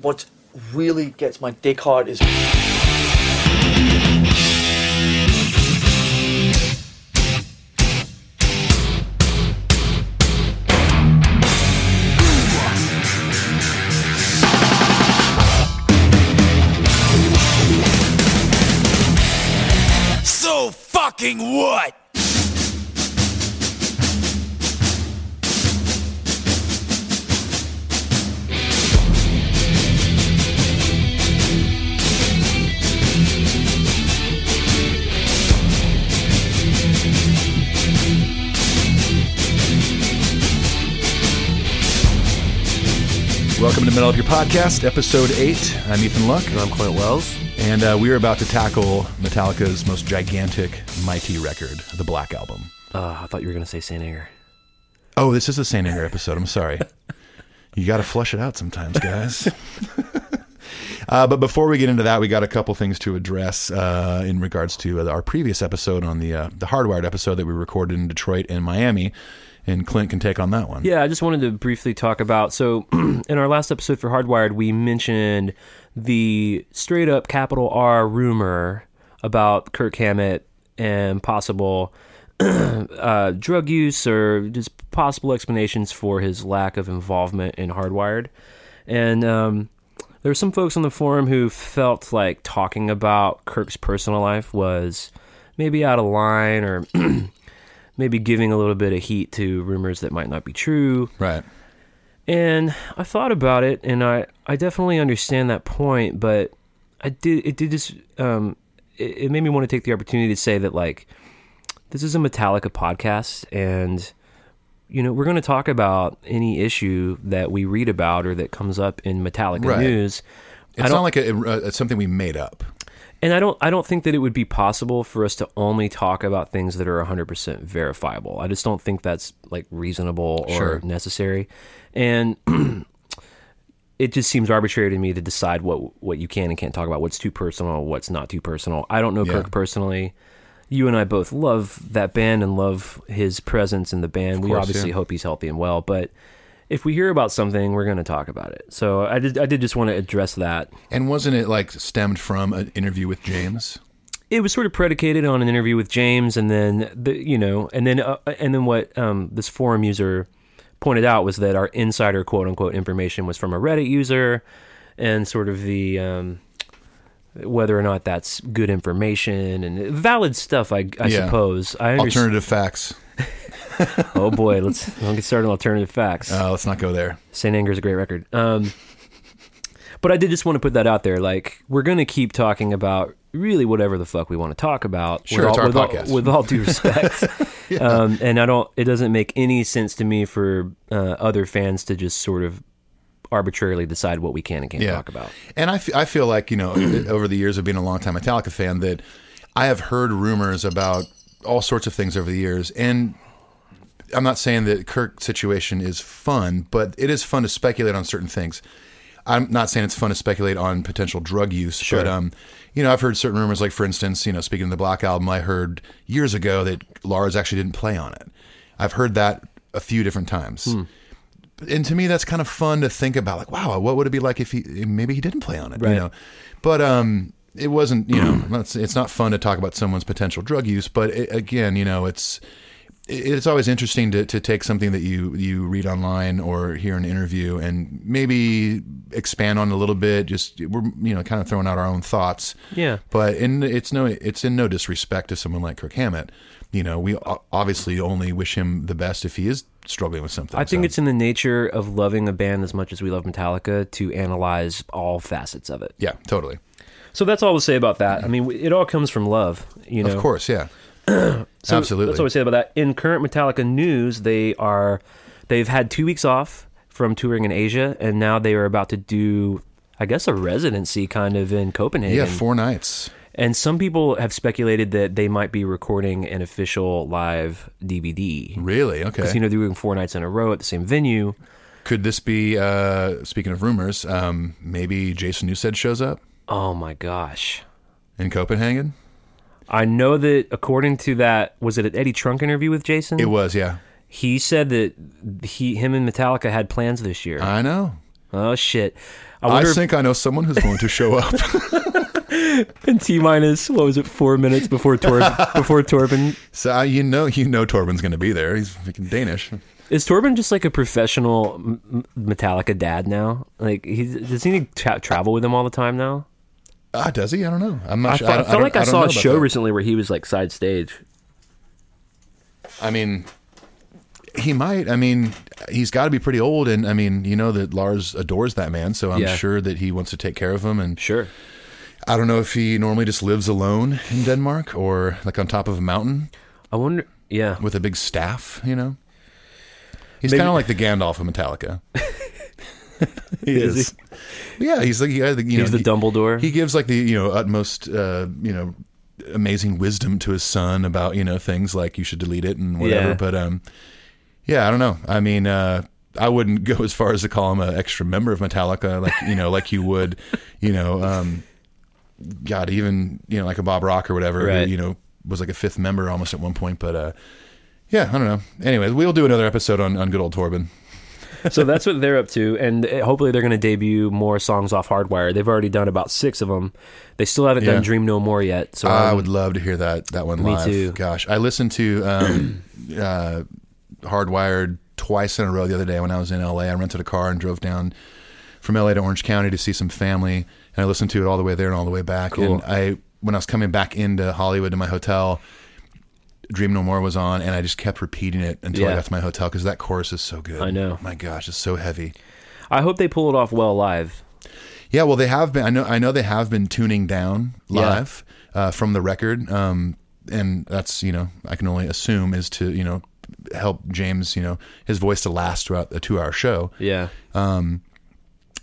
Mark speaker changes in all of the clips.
Speaker 1: what really gets my dick hard is
Speaker 2: So fucking what?
Speaker 3: Welcome to Middle of Your Podcast, Episode 8. I'm Ethan Luck.
Speaker 4: I'm Clint Wells.
Speaker 3: And uh, we are about to tackle Metallica's most gigantic, mighty record, the Black Album.
Speaker 4: Uh, I thought you were going to say Saint Anger.
Speaker 3: Oh, this is the Saint Anger episode. I'm sorry. You got to flush it out sometimes, guys. uh, but before we get into that, we got a couple things to address uh, in regards to uh, our previous episode on the uh, the Hardwired episode that we recorded in Detroit and Miami. And Clint can take on that one.
Speaker 4: Yeah, I just wanted to briefly talk about. So, in our last episode for Hardwired, we mentioned the straight up capital R rumor about Kirk Hammett and possible uh, drug use or just possible explanations for his lack of involvement in Hardwired. And um, there were some folks on the forum who felt like talking about Kirk's personal life was maybe out of line or maybe giving a little bit of heat to rumors that might not be true.
Speaker 3: Right.
Speaker 4: And I thought about it, and I, I definitely understand that point, but I did it did just um, it, it made me want to take the opportunity to say that like this is a Metallica podcast, and you know we're going to talk about any issue that we read about or that comes up in Metallica
Speaker 3: Right.
Speaker 4: news.
Speaker 3: It's not like a, uh, it's something we made up.
Speaker 4: And I don't I don't think that it would be possible for us to only talk about things that are 100% verifiable. I just don't think that's like reasonable or
Speaker 3: Sure.
Speaker 4: necessary. And it just seems arbitrary to me to decide what what you can and can't talk about, what's too personal, what's not too personal. I don't know
Speaker 3: Yeah.
Speaker 4: Kirk personally. You and I both love that band and love his presence in the band. we
Speaker 3: course,
Speaker 4: obviously
Speaker 3: yeah.
Speaker 4: hope he's healthy and well, but if we hear about something, we're going to talk about it. So I did I did just want to address that.
Speaker 3: And wasn't it like stemmed from an interview with James?
Speaker 4: it was sort of predicated on an interview with James, and then the you know, and then uh, and then what um, this forum user pointed out was that our insider quote unquote information was from a Reddit user, and sort of the um, whether or not that's good information and valid stuff. I, I
Speaker 3: Yeah.
Speaker 4: suppose I understand.
Speaker 3: Alternative facts.
Speaker 4: oh boy, let's don't get started on alternative facts.
Speaker 3: Uh, let's not go there.
Speaker 4: Saint Anger is a great record. Um, but I did just want to put that out there. Like, we're going to keep talking about really whatever the fuck we want to talk about.
Speaker 3: Sure,
Speaker 4: with
Speaker 3: it's
Speaker 4: all,
Speaker 3: our
Speaker 4: with
Speaker 3: podcast.
Speaker 4: All, with all due respect. um, and I don't. It doesn't make any sense to me for uh, other fans to just sort of arbitrarily decide what we can and can't talk about.
Speaker 3: And I, f- I feel like, you know, over the years of being a longtime Metallica fan, that I have heard rumors about all sorts of things over the years. And I'm not saying that Kirk's situation is fun, but it is fun to speculate on certain things. I'm not saying it's fun to speculate on potential drug use, but um, you know, I've heard certain rumors. Like for instance, you know, speaking of the Black album, I heard years ago that Lars actually didn't play on it. I've heard that a few different times
Speaker 4: Hmm.
Speaker 3: and to me that's kind of fun to think about like wow what would it be like if he maybe he didn't play on it you know but um it wasn't you know it's, it's not fun to talk about someone's potential drug use but it, again you know it's it- it's always interesting to, to take something that you you read online or hear in an interview and maybe expand on it a little bit just we're you know kind of throwing out our own thoughts
Speaker 4: Yeah.
Speaker 3: but in it's no it's in no disrespect to someone like Kirk Hammett you know we o- obviously only wish him the best if he is struggling with something
Speaker 4: I think
Speaker 3: so-
Speaker 4: it's in the nature of loving a band as much as we love Metallica to analyze all facets of it.
Speaker 3: yeah totally
Speaker 4: So that's all we'll say about that. I mean, it all comes from love, you know.
Speaker 3: Of course, yeah.
Speaker 4: So
Speaker 3: Absolutely.
Speaker 4: That's what we say about that. In current Metallica news, they are they've had two weeks off from touring in Asia, and now they are about to do, I guess, a residency kind of in Copenhagen.
Speaker 3: yeah, four nights.
Speaker 4: and some people have speculated that they might be recording an official live DVD.
Speaker 3: Really? Okay.
Speaker 4: Because you know they're doing four nights in a row at the same venue.
Speaker 3: Could this be, uh, speaking of rumors, um, maybe Jason Newsted shows up
Speaker 4: Oh my gosh!
Speaker 3: in Copenhagen?
Speaker 4: I know that according to that, was it an Eddie Trunk interview with Jason?
Speaker 3: It was, yeah.
Speaker 4: he said that he, him and Metallica had plans this year.
Speaker 3: I know.
Speaker 4: Oh shit! I
Speaker 3: Uh, I
Speaker 4: wonder
Speaker 3: think I know someone who's going to show up.
Speaker 4: if T minus what was it four minutes before Torb before Torben
Speaker 3: so I, you know, you know, Torben's going to be there. He's freaking Danish.
Speaker 4: is Torben just like a professional M- M- Metallica dad now? Like he does he need to tra- travel with him all the time now?
Speaker 3: Ah, does he? I don't know. I'm not
Speaker 4: I,
Speaker 3: sure.
Speaker 4: thought- I
Speaker 3: don't-
Speaker 4: felt
Speaker 3: don't-
Speaker 4: like I,
Speaker 3: don't know
Speaker 4: saw a
Speaker 3: about
Speaker 4: show
Speaker 3: that.
Speaker 4: recently where he was like side stage.
Speaker 3: I mean, he might. I mean, he's got to be pretty old, and I mean, you know that Lars adores that man, so I'm
Speaker 4: Yeah.
Speaker 3: sure that he wants to take care of him. And
Speaker 4: Sure.
Speaker 3: I don't know if he normally just lives alone in Denmark or like on top of a mountain
Speaker 4: I wonder. Yeah.
Speaker 3: with a big staff. You know, he's
Speaker 4: Maybe-
Speaker 3: kind of like the Gandalf of Metallica. he
Speaker 4: Is
Speaker 3: is. Yeah, he's like he, you know,
Speaker 4: He's the
Speaker 3: he-
Speaker 4: Dumbledore.
Speaker 3: He gives like the you know utmost uh, you know amazing wisdom to his son about you know things like you should delete it and whatever.
Speaker 4: Yeah.
Speaker 3: But um, yeah, I don't know. I mean, uh, I wouldn't go as far as to call him an extra member of Metallica, like you know, like you would, you know, um, God, even you know, like a Bob Rock or whatever, who,
Speaker 4: Right.
Speaker 3: you know, was like a fifth member almost at one point. But uh, yeah, I don't know. Anyways, we'll do another episode on, on good old Torben.
Speaker 4: so that's what they're up to, and uh, hopefully they're going to debut more songs off Hardwire. They've already done about six of them. They still haven't
Speaker 3: Yeah.
Speaker 4: done Dream No More yet. So
Speaker 3: I
Speaker 4: I'm-
Speaker 3: would love to hear that that one
Speaker 4: Um, Me
Speaker 3: live.
Speaker 4: too.
Speaker 3: Gosh, I listened to um, uh, Hardwired twice in a row the other day when I was in LA. I rented a car and drove down from LA to Orange County to see some family, and I listened to it all the way there and all the way back.
Speaker 4: Cool.
Speaker 3: And I, when I was coming back into Hollywood to my hotel, Dream No More was on, and I just kept repeating it until I
Speaker 4: Yeah.
Speaker 3: got to my hotel because that chorus is so good.
Speaker 4: I know.
Speaker 3: My gosh, it's so heavy.
Speaker 4: I hope they pull it off well live.
Speaker 3: Yeah, well, they have been. I know. I know they have been tuning down live uh, from the record, um, and that's you know I can only assume is to you know help James you know his voice to last throughout a two-hour show.
Speaker 4: Yeah.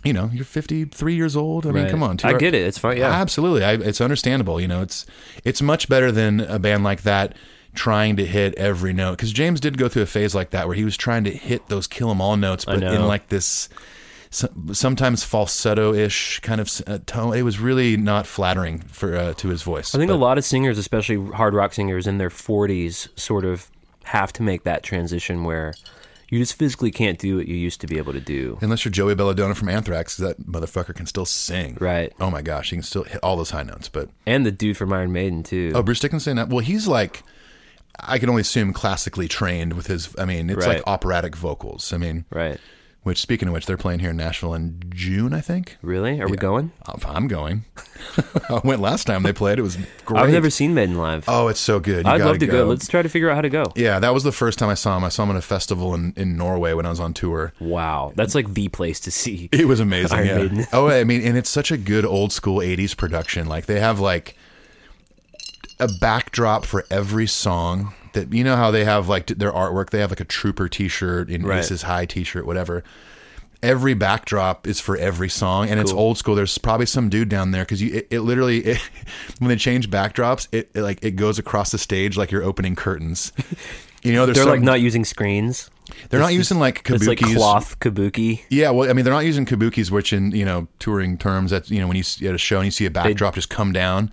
Speaker 3: You know, you're 53 years old. I mean,
Speaker 4: Right.
Speaker 3: come on. two
Speaker 4: I
Speaker 3: hour-
Speaker 4: get it. It's fine. Yeah.
Speaker 3: absolutely. I, it's understandable. You know, it's it's much better than a band like that trying to hit every note because James did go through a phase like that where he was trying to hit those kill 'em all notes, but
Speaker 4: know.
Speaker 3: in like this some- sometimes falsetto-ish kind of uh, tone. It was really not flattering for uh, to his voice.
Speaker 4: I think a lot of singers, especially hard rock singers in their 40s, sort of have to make that transition where you just physically can't do what you used to be able to do.
Speaker 3: Unless you're Joey Belladonna from Anthrax, that motherfucker can still sing.
Speaker 4: Right.
Speaker 3: Oh my gosh, he can still hit all those high notes. But
Speaker 4: And the dude from Iron Maiden, too.
Speaker 3: Oh, Bruce Dickinson. Well, he's like, I can only assume classically trained with his. I mean, it's
Speaker 4: Right.
Speaker 3: like operatic vocals. I mean,
Speaker 4: Right.
Speaker 3: which speaking of which, they're playing here in Nashville in June, I think.
Speaker 4: Really? Are we going?
Speaker 3: I'm- I'm going. I went last time they played. It was great.
Speaker 4: I've never seen Maiden live.
Speaker 3: Oh, it's so good. You
Speaker 4: I'd
Speaker 3: gotta
Speaker 4: love to go. Let's try to figure out how to go.
Speaker 3: yeah, that was the first time I saw him. I saw him at a festival in, in Norway when I was on tour.
Speaker 4: Wow. That's like the place to see.
Speaker 3: It was amazing.
Speaker 4: Iron
Speaker 3: yeah.
Speaker 4: Maiden.
Speaker 3: oh, I mean, and it's such a good old school '80s production. Like they have like a backdrop for every song. That you know how they have like their artwork. They have like a Trooper T-shirt and
Speaker 4: Right.
Speaker 3: Aces High T-shirt, whatever. Every backdrop is for every song, and it's old school. There's probably some dude down there because you it, it literally it, when they change backdrops, it, it like it goes across the stage like you're opening curtains. You know, there's
Speaker 4: They're
Speaker 3: some-
Speaker 4: like not using screens.
Speaker 3: they're not using like kabukis.
Speaker 4: It's like cloth kabuki.
Speaker 3: Yeah, well, I mean, they're not using kabukis, which in you know touring terms, that's you know when you see at a show and you see a backdrop just come down,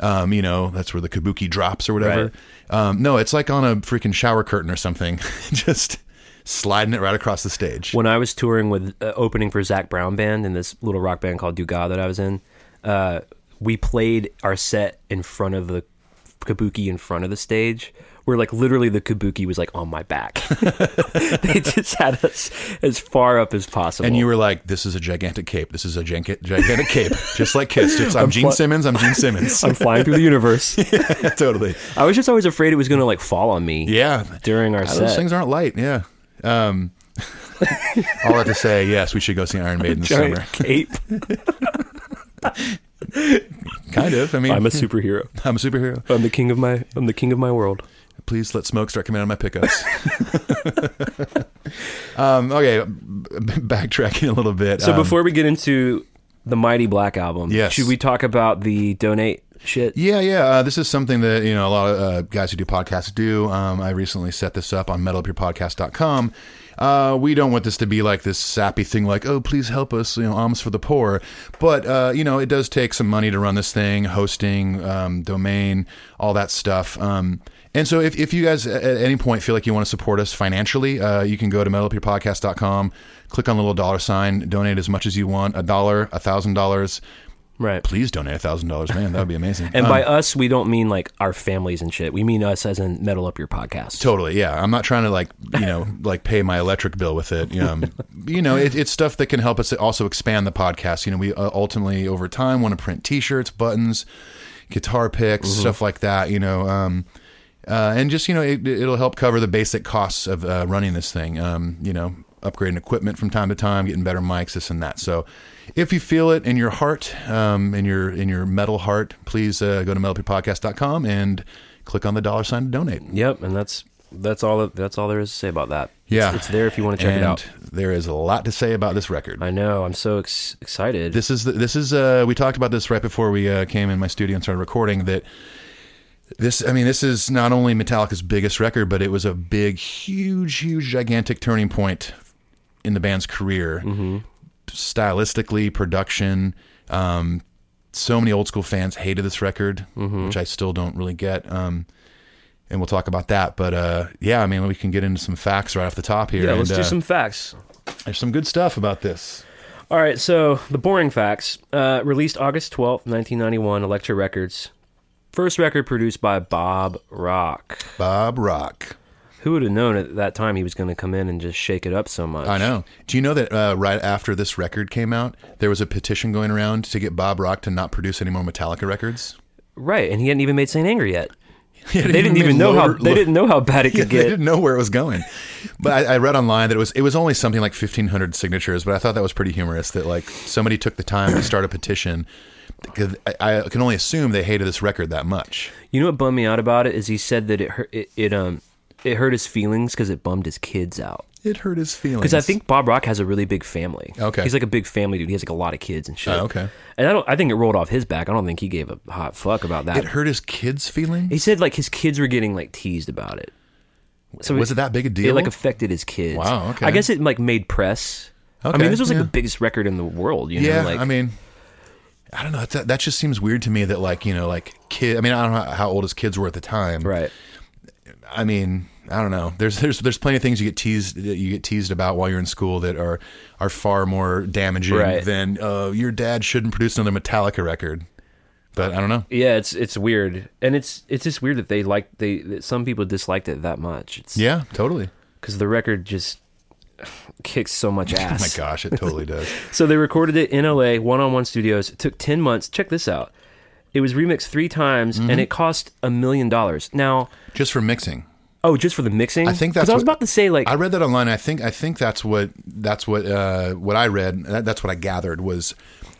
Speaker 3: um, you know that's where the kabuki drops or whatever. Um, no, it's like on a freaking shower curtain or something, just sliding it right across the stage.
Speaker 4: when I was touring with uh, opening for Zach Brown band in this little rock band called Duga that I was in, uh, we played our set in front of the kabuki in front of the stage where like literally the kabuki was like on my back. they just had us as far up as possible.
Speaker 3: And you were like, "This is a gigantic cape. This is a jank- gigantic cape, just like Kiss. It's, I'm, Gene
Speaker 4: fly-
Speaker 3: Simmons. I'm Gene Simmons.
Speaker 4: I'm flying through the universe.
Speaker 3: totally.
Speaker 4: I was just always afraid it was going to like fall on me
Speaker 3: Yeah,
Speaker 4: during our
Speaker 3: those
Speaker 4: set.
Speaker 3: things aren't light. Yeah. Um, all that to say, yes, we should go see Iron Maiden this
Speaker 4: Giant
Speaker 3: summer.
Speaker 4: cape.
Speaker 3: Kind of. I mean,
Speaker 4: I'm a superhero.
Speaker 3: I'm a superhero.
Speaker 4: I'm the king of my I'm the king of my world.
Speaker 3: please let smoke start coming out of my pickups. um, okay, b- backtracking a little bit.
Speaker 4: So
Speaker 3: um,
Speaker 4: before we get into the Mighty Black album,
Speaker 3: Yes.
Speaker 4: should we talk about the donate shit?
Speaker 3: yeah, yeah, uh, this is something that you know a lot of uh, guys who do podcasts do. Um, I recently set this up on metalupyourpodcast.com. uh, we don't want this to be like this sappy thing, like oh please help us, you know, alms for the poor. But uh, you know, it does take some money to run this thing, hosting, um, domain, all that stuff. Um, and so if, if you guys at at any point feel like you want to support us financially, uh, you can go to metalupyourpodcast.com, click on the little dollar sign, donate as much as you want, a dollar, a thousand dollars.
Speaker 4: Right.
Speaker 3: Please donate a thousand dollars, man. That would be amazing.
Speaker 4: And
Speaker 3: Um,
Speaker 4: by us, we don't mean like our families and shit. We mean us as in metal up your podcast.
Speaker 3: Totally, yeah. I'm not trying to like you know like pay my electric bill with it. You know, um, you know it, it's stuff that can help us also expand the podcast. You know, we uh, ultimately over time want to print T-shirts, buttons, guitar picks, stuff like that. You know, um, uh, and just you know it, it'll help cover the basic costs of uh, running this thing. Um, you know, upgrading equipment from time to time, getting better mics, this and that. So. If you feel it in your heart, um, in your in your metal heart, please uh, go to metalpodcast.com and click on the dollar sign to donate.
Speaker 4: Yep, and that's that's all that's all there is to say about that.
Speaker 3: Yeah,
Speaker 4: it's, it's there if you want to check
Speaker 3: and
Speaker 4: it out.
Speaker 3: There is a lot to say about this record.
Speaker 4: I know. I'm so ex- excited.
Speaker 3: This is the, this is uh, we talked about this right before we uh, came in my studio and started recording. That this, I mean, this is not only Metallica's biggest record, but it was a big, huge, huge, gigantic turning point in the band's career,
Speaker 4: Mm-hmm.
Speaker 3: stylistically, production. Um, so many old school fans hated this record,
Speaker 4: Mm-hmm.
Speaker 3: which I still don't really get. Um, and we'll talk about that, but uh, yeah, I mean, we can get into some facts right off the top here.
Speaker 4: yeah, let's
Speaker 3: and,
Speaker 4: do
Speaker 3: uh,
Speaker 4: some facts.
Speaker 3: There's some good stuff about this.
Speaker 4: All right, so the boring facts. Uh, released August 12th, 1991, Elektra Records. First record produced by Bob Rock.
Speaker 3: Bob Rock.
Speaker 4: Who would have known at that time he was going to come in and just shake it up so much?
Speaker 3: I know. Do you know that uh, right after this record came out, there was a petition going around to get Bob Rock to not produce any more Metallica records?
Speaker 4: Right, and he hadn't even made Saint Anger yet.
Speaker 3: Yeah,
Speaker 4: They didn't even know how they didn't know how bad it
Speaker 3: Yeah,
Speaker 4: could
Speaker 3: they
Speaker 4: get.
Speaker 3: didn't know where it was going. But I, I read online that it was it was only something like fifteen hundred signatures. But I thought that was pretty humorous that like somebody took the time to start a petition. 'Cause I, I can only assume they hated this record that much.
Speaker 4: You know what bummed me out about it is he said that it hurt it, it um it hurt his feelings because it bummed his kids out.
Speaker 3: It hurt his feelings.
Speaker 4: Because I think Bob Rock has a really big family.
Speaker 3: Okay.
Speaker 4: he's like a big family dude. He has like a lot of kids and shit.
Speaker 3: Oh, okay.
Speaker 4: and I don't. I think it rolled off his back. I don't think he gave a hot fuck about that.
Speaker 3: it hurt his kids' feelings.
Speaker 4: He said like his kids were getting like teased about it. So
Speaker 3: Was it that big a
Speaker 4: It
Speaker 3: deal?
Speaker 4: like affected his kids.
Speaker 3: Wow, okay.
Speaker 4: I guess it like made press. I
Speaker 3: Okay,
Speaker 4: mean, this was like
Speaker 3: yeah.
Speaker 4: the biggest record in the world. You
Speaker 3: yeah,
Speaker 4: know, like
Speaker 3: I mean, I don't know. That, that just seems weird to me that like you know like kid. I mean, I don't know how old his kids were at the time.
Speaker 4: right.
Speaker 3: I mean, I don't know. There's there's there's plenty of things you get teased that you get teased about while you're in school that are are far more damaging
Speaker 4: Right.
Speaker 3: than uh, your dad shouldn't produce another Metallica record. But I don't know.
Speaker 4: Yeah, it's it's weird, and it's it's just weird that they like they that some people disliked it that much. It's,
Speaker 3: Yeah, totally.
Speaker 4: because the record just kicks so much
Speaker 3: Oh my
Speaker 4: ass.
Speaker 3: gosh, it totally does.
Speaker 4: So they recorded it in LA, one on one studios. It took 10 months. Check this out. It was remixed three times
Speaker 3: Mm-hmm.
Speaker 4: and it cost a million dollars. Now,
Speaker 3: Just for mixing.
Speaker 4: oh, just for the mixing?
Speaker 3: I think
Speaker 4: 'Cause
Speaker 3: that's
Speaker 4: I was
Speaker 3: what-
Speaker 4: about to say, like,
Speaker 3: I read that online. I think I think that's what that's what uh, what I read. That, that's what I gathered was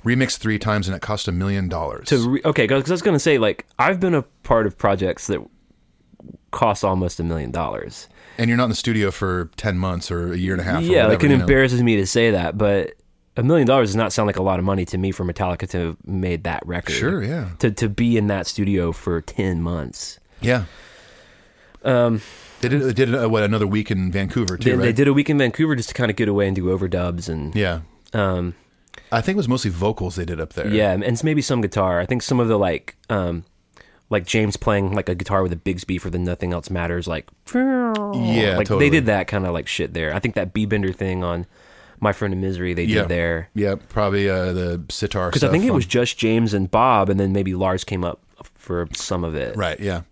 Speaker 3: remixed three times and it cost a million dollars.
Speaker 4: to re- okay, because I was going to say, like, I've been a part of projects that cost almost a million dollars.
Speaker 3: and you're not in the studio for 10 months or a year and a half. or
Speaker 4: Yeah, like
Speaker 3: whatever,
Speaker 4: it
Speaker 3: you know.
Speaker 4: embarrasses me to say that, but a million dollars does not sound like a lot of money to me for Metallica to have made that record.
Speaker 3: Sure, yeah.
Speaker 4: To, to be in that studio for 10 months.
Speaker 3: Yeah. Um, they did, they did uh, what, another week in Vancouver, too,
Speaker 4: um, They,
Speaker 3: right?
Speaker 4: they did a week in Vancouver just to kind of get away and do overdubs and
Speaker 3: Yeah.
Speaker 4: Um,
Speaker 3: I think it was mostly vocals they did up there.
Speaker 4: yeah, and it's maybe some guitar. I think some of the like, um, like James playing like a guitar with a Bigsby for the Nothing Else Matters, like
Speaker 3: Yeah,
Speaker 4: like
Speaker 3: totally.
Speaker 4: they did that kind of like shit there. I think that B Bender thing on My Friend in Misery they
Speaker 3: Yeah.
Speaker 4: did there
Speaker 3: Yeah, probably uh, the sitar
Speaker 4: because I think it was just James and Bob, and then maybe Lars came up for some of it.
Speaker 3: Right, yeah.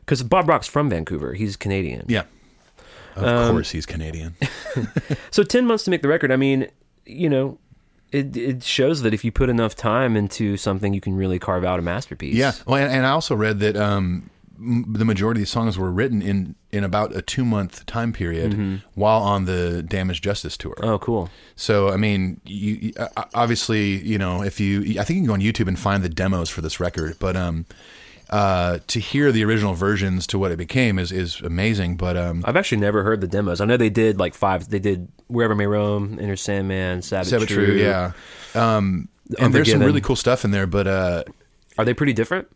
Speaker 4: Because Bob Rock's from Vancouver, he's Canadian.
Speaker 3: Yeah.
Speaker 4: Um,
Speaker 3: Of course he's Canadian.
Speaker 4: So ten months to make the record. I mean, you know. It, it shows that if you put enough time into something, you can really carve out a masterpiece.
Speaker 3: Yeah. Well, and, and I also read that um, m- the majority of these songs were written in, in about a two month time period
Speaker 4: Mm-hmm.
Speaker 3: while on the Damage Justice tour.
Speaker 4: Oh, cool.
Speaker 3: So I mean, you, you uh, obviously, you know, if you, I think you can go on YouTube and find the demos for this record, but um, uh, to hear the original versions to what it became is is amazing. But um,
Speaker 4: I've actually never heard the demos. I know they did like five. They did Wherever May Roam, Inner Sandman, Savage,
Speaker 3: Sabbath True,
Speaker 4: True.
Speaker 3: yeah, um, and there's some
Speaker 4: Unforgiven.
Speaker 3: really cool stuff in there, but uh,
Speaker 4: Are they pretty different?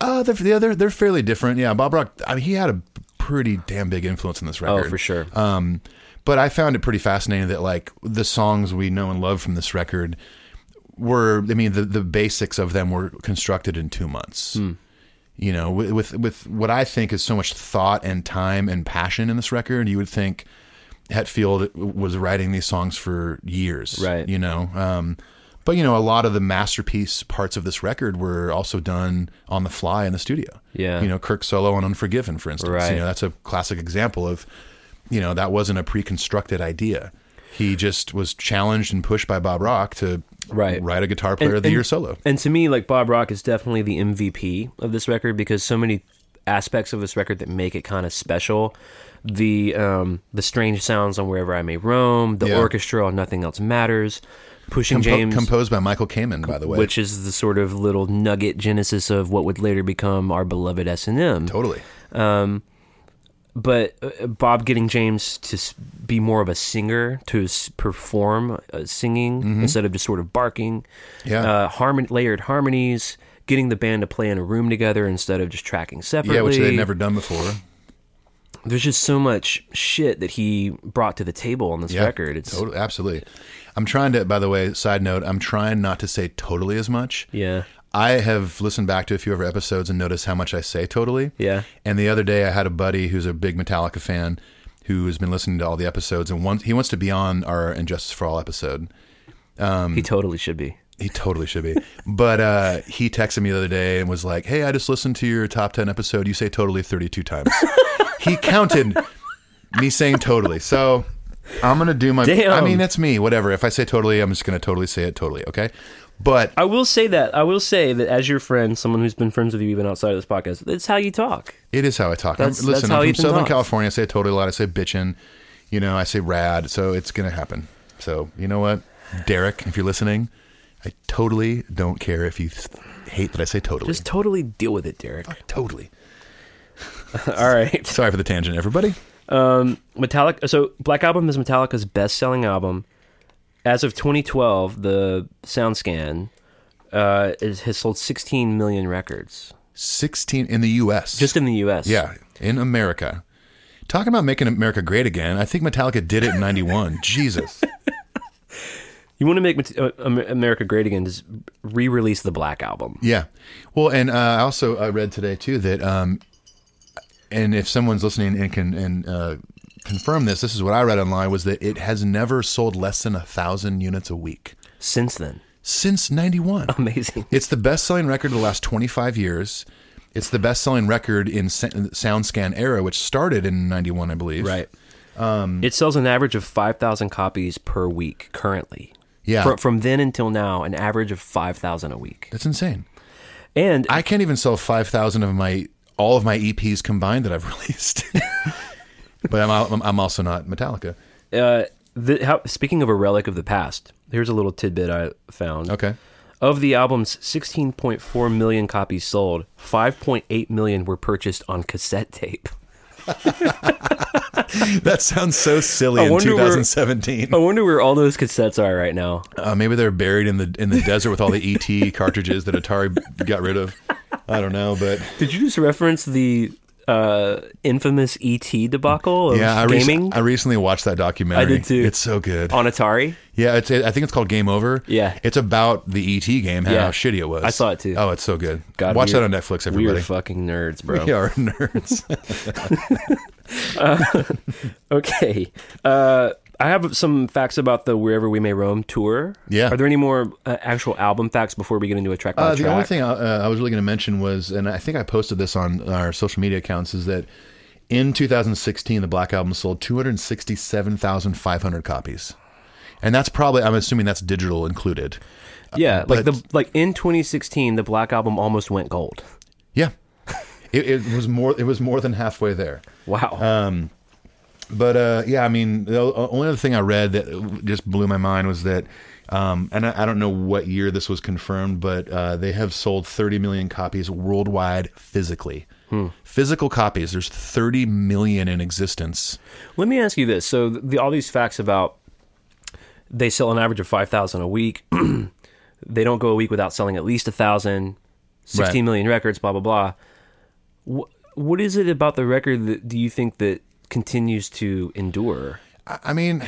Speaker 3: uh, they're, yeah, they're they're fairly different. Yeah, Bob Rock, I mean, he had a pretty damn big influence on this
Speaker 4: Oh,
Speaker 3: record
Speaker 4: for sure.
Speaker 3: Um, But I found it pretty fascinating that like the songs we know and love from this record were, I mean, the, the basics of them were constructed in two months.
Speaker 4: Hmm.
Speaker 3: You know, with, with with what I think is so much thought and time and passion in this record, you would think Hetfield was writing these songs for years,
Speaker 4: Right.
Speaker 3: You know, um, but you know, a lot of the masterpiece parts of this record were also done on the fly in the studio.
Speaker 4: Yeah.
Speaker 3: you know, Kirk solo on Unforgiven, for instance.
Speaker 4: Right.
Speaker 3: You know, that's a classic example of, you know, that wasn't a pre-constructed idea. He just was challenged and pushed by Bob Rock to
Speaker 4: Right.
Speaker 3: write a guitar player of the year solo.
Speaker 4: And to me, like Bob Rock is definitely the MVP of this record because so many aspects of this record that make it kind of special. The um, the strange sounds on wherever I may roam, the
Speaker 3: Yeah.
Speaker 4: orchestra on nothing else matters, pushing
Speaker 3: Compo-
Speaker 4: James,
Speaker 3: composed by Michael Kamen, by the way.
Speaker 4: which is the sort of little nugget genesis of what would later become our beloved S and M.
Speaker 3: totally.
Speaker 4: but uh, Bob getting James to s- be more of a singer to s- perform uh, singing instead of just sort of barking.
Speaker 3: Mm-hmm. Yeah.
Speaker 4: uh, harmon- layered harmonies, getting the band to play in a room together instead of just tracking separately.
Speaker 3: Yeah, which they'd never done before.
Speaker 4: There's just so much shit that he brought to the table on this
Speaker 3: Yeah,
Speaker 4: record. It's
Speaker 3: totally, absolutely. I'm trying to. By the way, side note, I'm trying not to say totally as much.
Speaker 4: yeah,
Speaker 3: I have listened back to a few of our episodes and noticed how much I say totally.
Speaker 4: Yeah.
Speaker 3: And the other day, I had a buddy who's a big Metallica fan who has been listening to all the episodes and wants, he wants to be on our Injustice for All episode. Um,
Speaker 4: he totally should be.
Speaker 3: He totally should be. but uh, he texted me the other day and was like, "Hey, I just listened to your top ten episode. You say totally thirty two times." he counted me saying totally. So I'm gonna do my.
Speaker 4: Damn.
Speaker 3: I mean, that's me. Whatever. If I say totally, I'm just gonna totally say it totally. Okay. But
Speaker 4: I will say that I will say that as your friend, someone who's been friends with you even outside of this podcast, that's how you talk.
Speaker 3: it is how I talk. I'm-
Speaker 4: That's-
Speaker 3: listen,
Speaker 4: that's how
Speaker 3: I'm from
Speaker 4: Ethan
Speaker 3: Southern
Speaker 4: talks.
Speaker 3: California. I say totally a lot. I say bitchin'. You know, I say rad. So it's gonna happen. So you know what, Derek, if you're listening, I totally don't care if you hate that I say totally.
Speaker 4: Just totally deal with it, Derek.
Speaker 3: totally.
Speaker 4: All right.
Speaker 3: Sorry for the tangent, everybody.
Speaker 4: Metallica. So Black Album is Metallica's best-selling album. As of 2012, the SoundScan uh, is, has sold 16 million records
Speaker 3: 16 in the US.
Speaker 4: just in the U.S.
Speaker 3: yeah, in America. Talking about making America great again. I think Metallica did it in 91. Jesus.
Speaker 4: you want to make Mat- uh, Am- America great again? Just re-release the Black Album.
Speaker 3: Yeah. Well, and uh, I also I read today too that um and if someone's listening and can and uh confirm this, this is what I read online was that it has never sold less than a 1000 units a week
Speaker 4: Since then,
Speaker 3: since 91.
Speaker 4: amazing.
Speaker 3: It's the best selling record of the last 25 years. It's the best selling record in sa- SoundScan era, which started in 91, I believe.
Speaker 4: Um, it sells an average of 5,000 copies per week currently.
Speaker 3: Yeah.
Speaker 4: From, from then until now, an average of 5,000 a week.
Speaker 3: That's insane.
Speaker 4: And
Speaker 3: I can't even sell five thousand of my all of my EPs combined that I've released. but I'm, I'm I'm also not Metallica.
Speaker 4: uh, the, how, speaking of a relic of the past, here's a little tidbit I found.
Speaker 3: Okay.
Speaker 4: Of the album's 16.4 million copies sold, 5.8 million were purchased on cassette tape.
Speaker 3: That sounds so silly
Speaker 4: I
Speaker 3: in
Speaker 4: wonder where- Oh.
Speaker 3: 2017.
Speaker 4: I wonder where all those cassettes are right now.
Speaker 3: Uh, maybe they're buried in the in the desert with all the ET cartridges that Atari got rid of. I don't know, but
Speaker 4: Did you just reference the uh, infamous ET debacle of
Speaker 3: yeah, I, rec-
Speaker 4: gaming
Speaker 3: I recently watched that documentary.
Speaker 4: I did too.
Speaker 3: It's so good.
Speaker 4: on Atari?
Speaker 3: Yeah, it's I think it's called Game Over.
Speaker 4: Yeah.
Speaker 3: it's about the ET game. How
Speaker 4: Yeah.
Speaker 3: shitty it was.
Speaker 4: I saw it too.
Speaker 3: Oh, it's so good.
Speaker 4: God,
Speaker 3: Watch
Speaker 4: we
Speaker 3: that
Speaker 4: are-
Speaker 3: on Netflix,
Speaker 4: We are
Speaker 3: everybody.
Speaker 4: fucking nerds, bro.
Speaker 3: We are nerds.
Speaker 4: Okay. Uh, I have some facts about the Wherever We May Roam tour.
Speaker 3: Yeah.
Speaker 4: Are there any more uh, actual album facts before we get into a track by
Speaker 3: Uh,
Speaker 4: track?
Speaker 3: the only thing I, uh, I was really going to mention was, and I think I posted this on our social media accounts, is that in 2016 the Black Album sold 267,500 copies, and that's probably I'm assuming that's digital included.
Speaker 4: yeah, like
Speaker 3: but-
Speaker 4: the like in 2016, the Black Album almost went gold.
Speaker 3: Yeah, it, it was more. It was more than halfway there.
Speaker 4: Wow.
Speaker 3: Uh, But uh, yeah, I mean, the o- only other thing I read that just blew my mind was that, um, and I, I don't know what year this was confirmed, but uh, they have sold 30 million copies worldwide physically. Physical copies. There's 30 million in existence.
Speaker 4: Let me ask you this: so the, all these facts about they sell an average of five thousand a week. they don't go a week without selling at least a thousand.
Speaker 3: Right.
Speaker 4: Sixteen million records, blah blah blah. What, what is it about the record that do you think that continues to endure?
Speaker 3: I I mean,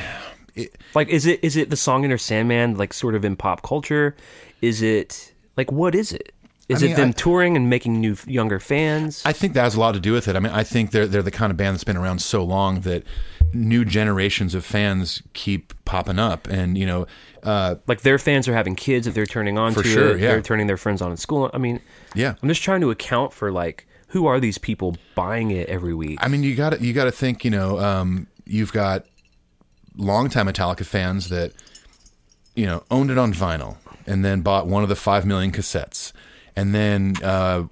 Speaker 4: Like, is it is it the song Inner Sandman like sort of in pop culture? Is it like what is it? Is
Speaker 3: mean,
Speaker 4: it them
Speaker 3: I-
Speaker 4: touring and making new younger fans?
Speaker 3: I think that has a lot to do with it. I mean, I think they're they're the kind of band that's been around so long that new generations of fans keep popping up, and you know, uh,
Speaker 4: like their fans are having kids that they're turning on
Speaker 3: For
Speaker 4: to
Speaker 3: sure,
Speaker 4: it.
Speaker 3: yeah.
Speaker 4: They're turning their friends on at school. I mean,
Speaker 3: yeah.
Speaker 4: I'm just trying to account for like who are these people buying it every week?
Speaker 3: I mean, you got to you got to think. You know, um, you've got longtime Metallica fans that you know owned it on vinyl and then bought one of the five million cassettes and then uh,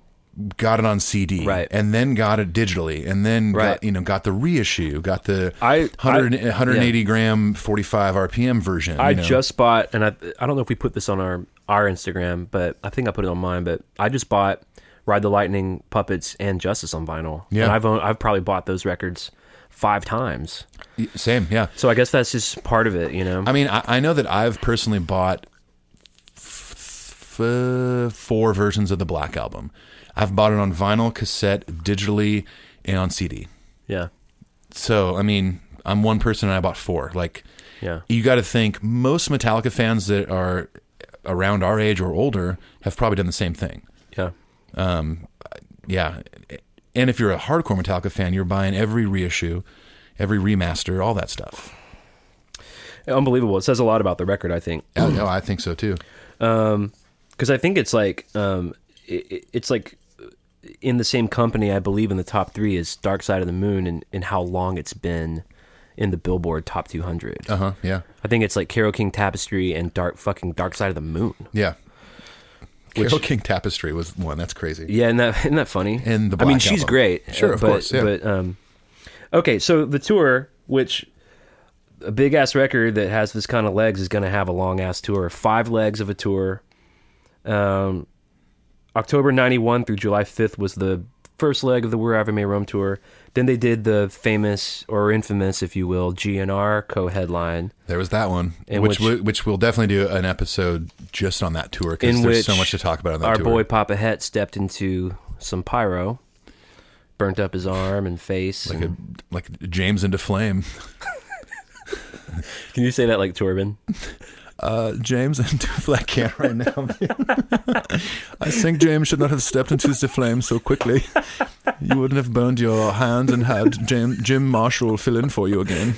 Speaker 3: got it on CD,
Speaker 4: Right.
Speaker 3: And then got it digitally, and then
Speaker 4: Right.
Speaker 3: got, you know got the reissue, got the
Speaker 4: I-
Speaker 3: 100,
Speaker 4: I-
Speaker 3: 180 gram 45 RPM version.
Speaker 4: I
Speaker 3: you know.
Speaker 4: just bought, and I I don't know if we put this on our our Instagram, but I think I put it on mine. But I just bought Ride the Lightning, Puppets, and Justice on vinyl.
Speaker 3: Yeah.
Speaker 4: and I've owned, I've probably bought those records five times.
Speaker 3: same, yeah.
Speaker 4: So I guess that's just part of it, you know.
Speaker 3: I mean, I, I know that I've personally bought f- f- four versions of the Black Album. I've bought it on vinyl, cassette, digitally, and on CD.
Speaker 4: yeah,
Speaker 3: So, I mean, I'm one person and I bought four. Like,
Speaker 4: yeah.
Speaker 3: you got to think most Metallica fans that are around our age or older have probably done the same thing.
Speaker 4: Yeah.
Speaker 3: Yeah. And if you're a hardcore Metallica fan, you're buying every reissue, every remaster, all that stuff.
Speaker 4: Unbelievable. It says a lot about the record, I think.
Speaker 3: Oh, no, I think so too.
Speaker 4: because I think it's like um, it, it's like in the same company. I believe in the top three is Dark Side of the Moon and, and how long it's been in the Billboard Top 200.
Speaker 3: Uh huh. Yeah.
Speaker 4: I think it's like Carol King Tapestry and Dark fucking Dark Side of the Moon.
Speaker 3: Yeah. Carol King Tapestry was one. That's crazy.
Speaker 4: Yeah, isn't that isn't that funny?
Speaker 3: And the
Speaker 4: I mean,
Speaker 3: Black
Speaker 4: she's
Speaker 3: Album.
Speaker 4: great.
Speaker 3: Sure,
Speaker 4: uh,
Speaker 3: of
Speaker 4: but,
Speaker 3: course, yeah.
Speaker 4: But um, okay, so the tour, which a big ass record that has this kind of legs, is going to have a long ass tour. Five legs of a tour. Um, October '91 through July 5th was the first leg of the Wherever May Roam tour. Then they did the famous or infamous, if you will, GNR co-headline.
Speaker 3: There was that one,
Speaker 4: In
Speaker 3: which
Speaker 4: which-
Speaker 3: which, which we'll definitely do an episode just on that tour because
Speaker 4: in
Speaker 3: there's
Speaker 4: which
Speaker 3: so much to talk about on that
Speaker 4: our
Speaker 3: tour.
Speaker 4: boy Papa Het stepped into some pyro, burnt up his arm and face.
Speaker 3: like,
Speaker 4: and-
Speaker 3: a, like James into flame,
Speaker 4: Can you say that like Torben?
Speaker 3: uh, James into I can't right now. I think James should not have stepped into the flame so quickly. You wouldn't have burned your hand and had Jim, Jim Marshall fill in for you again.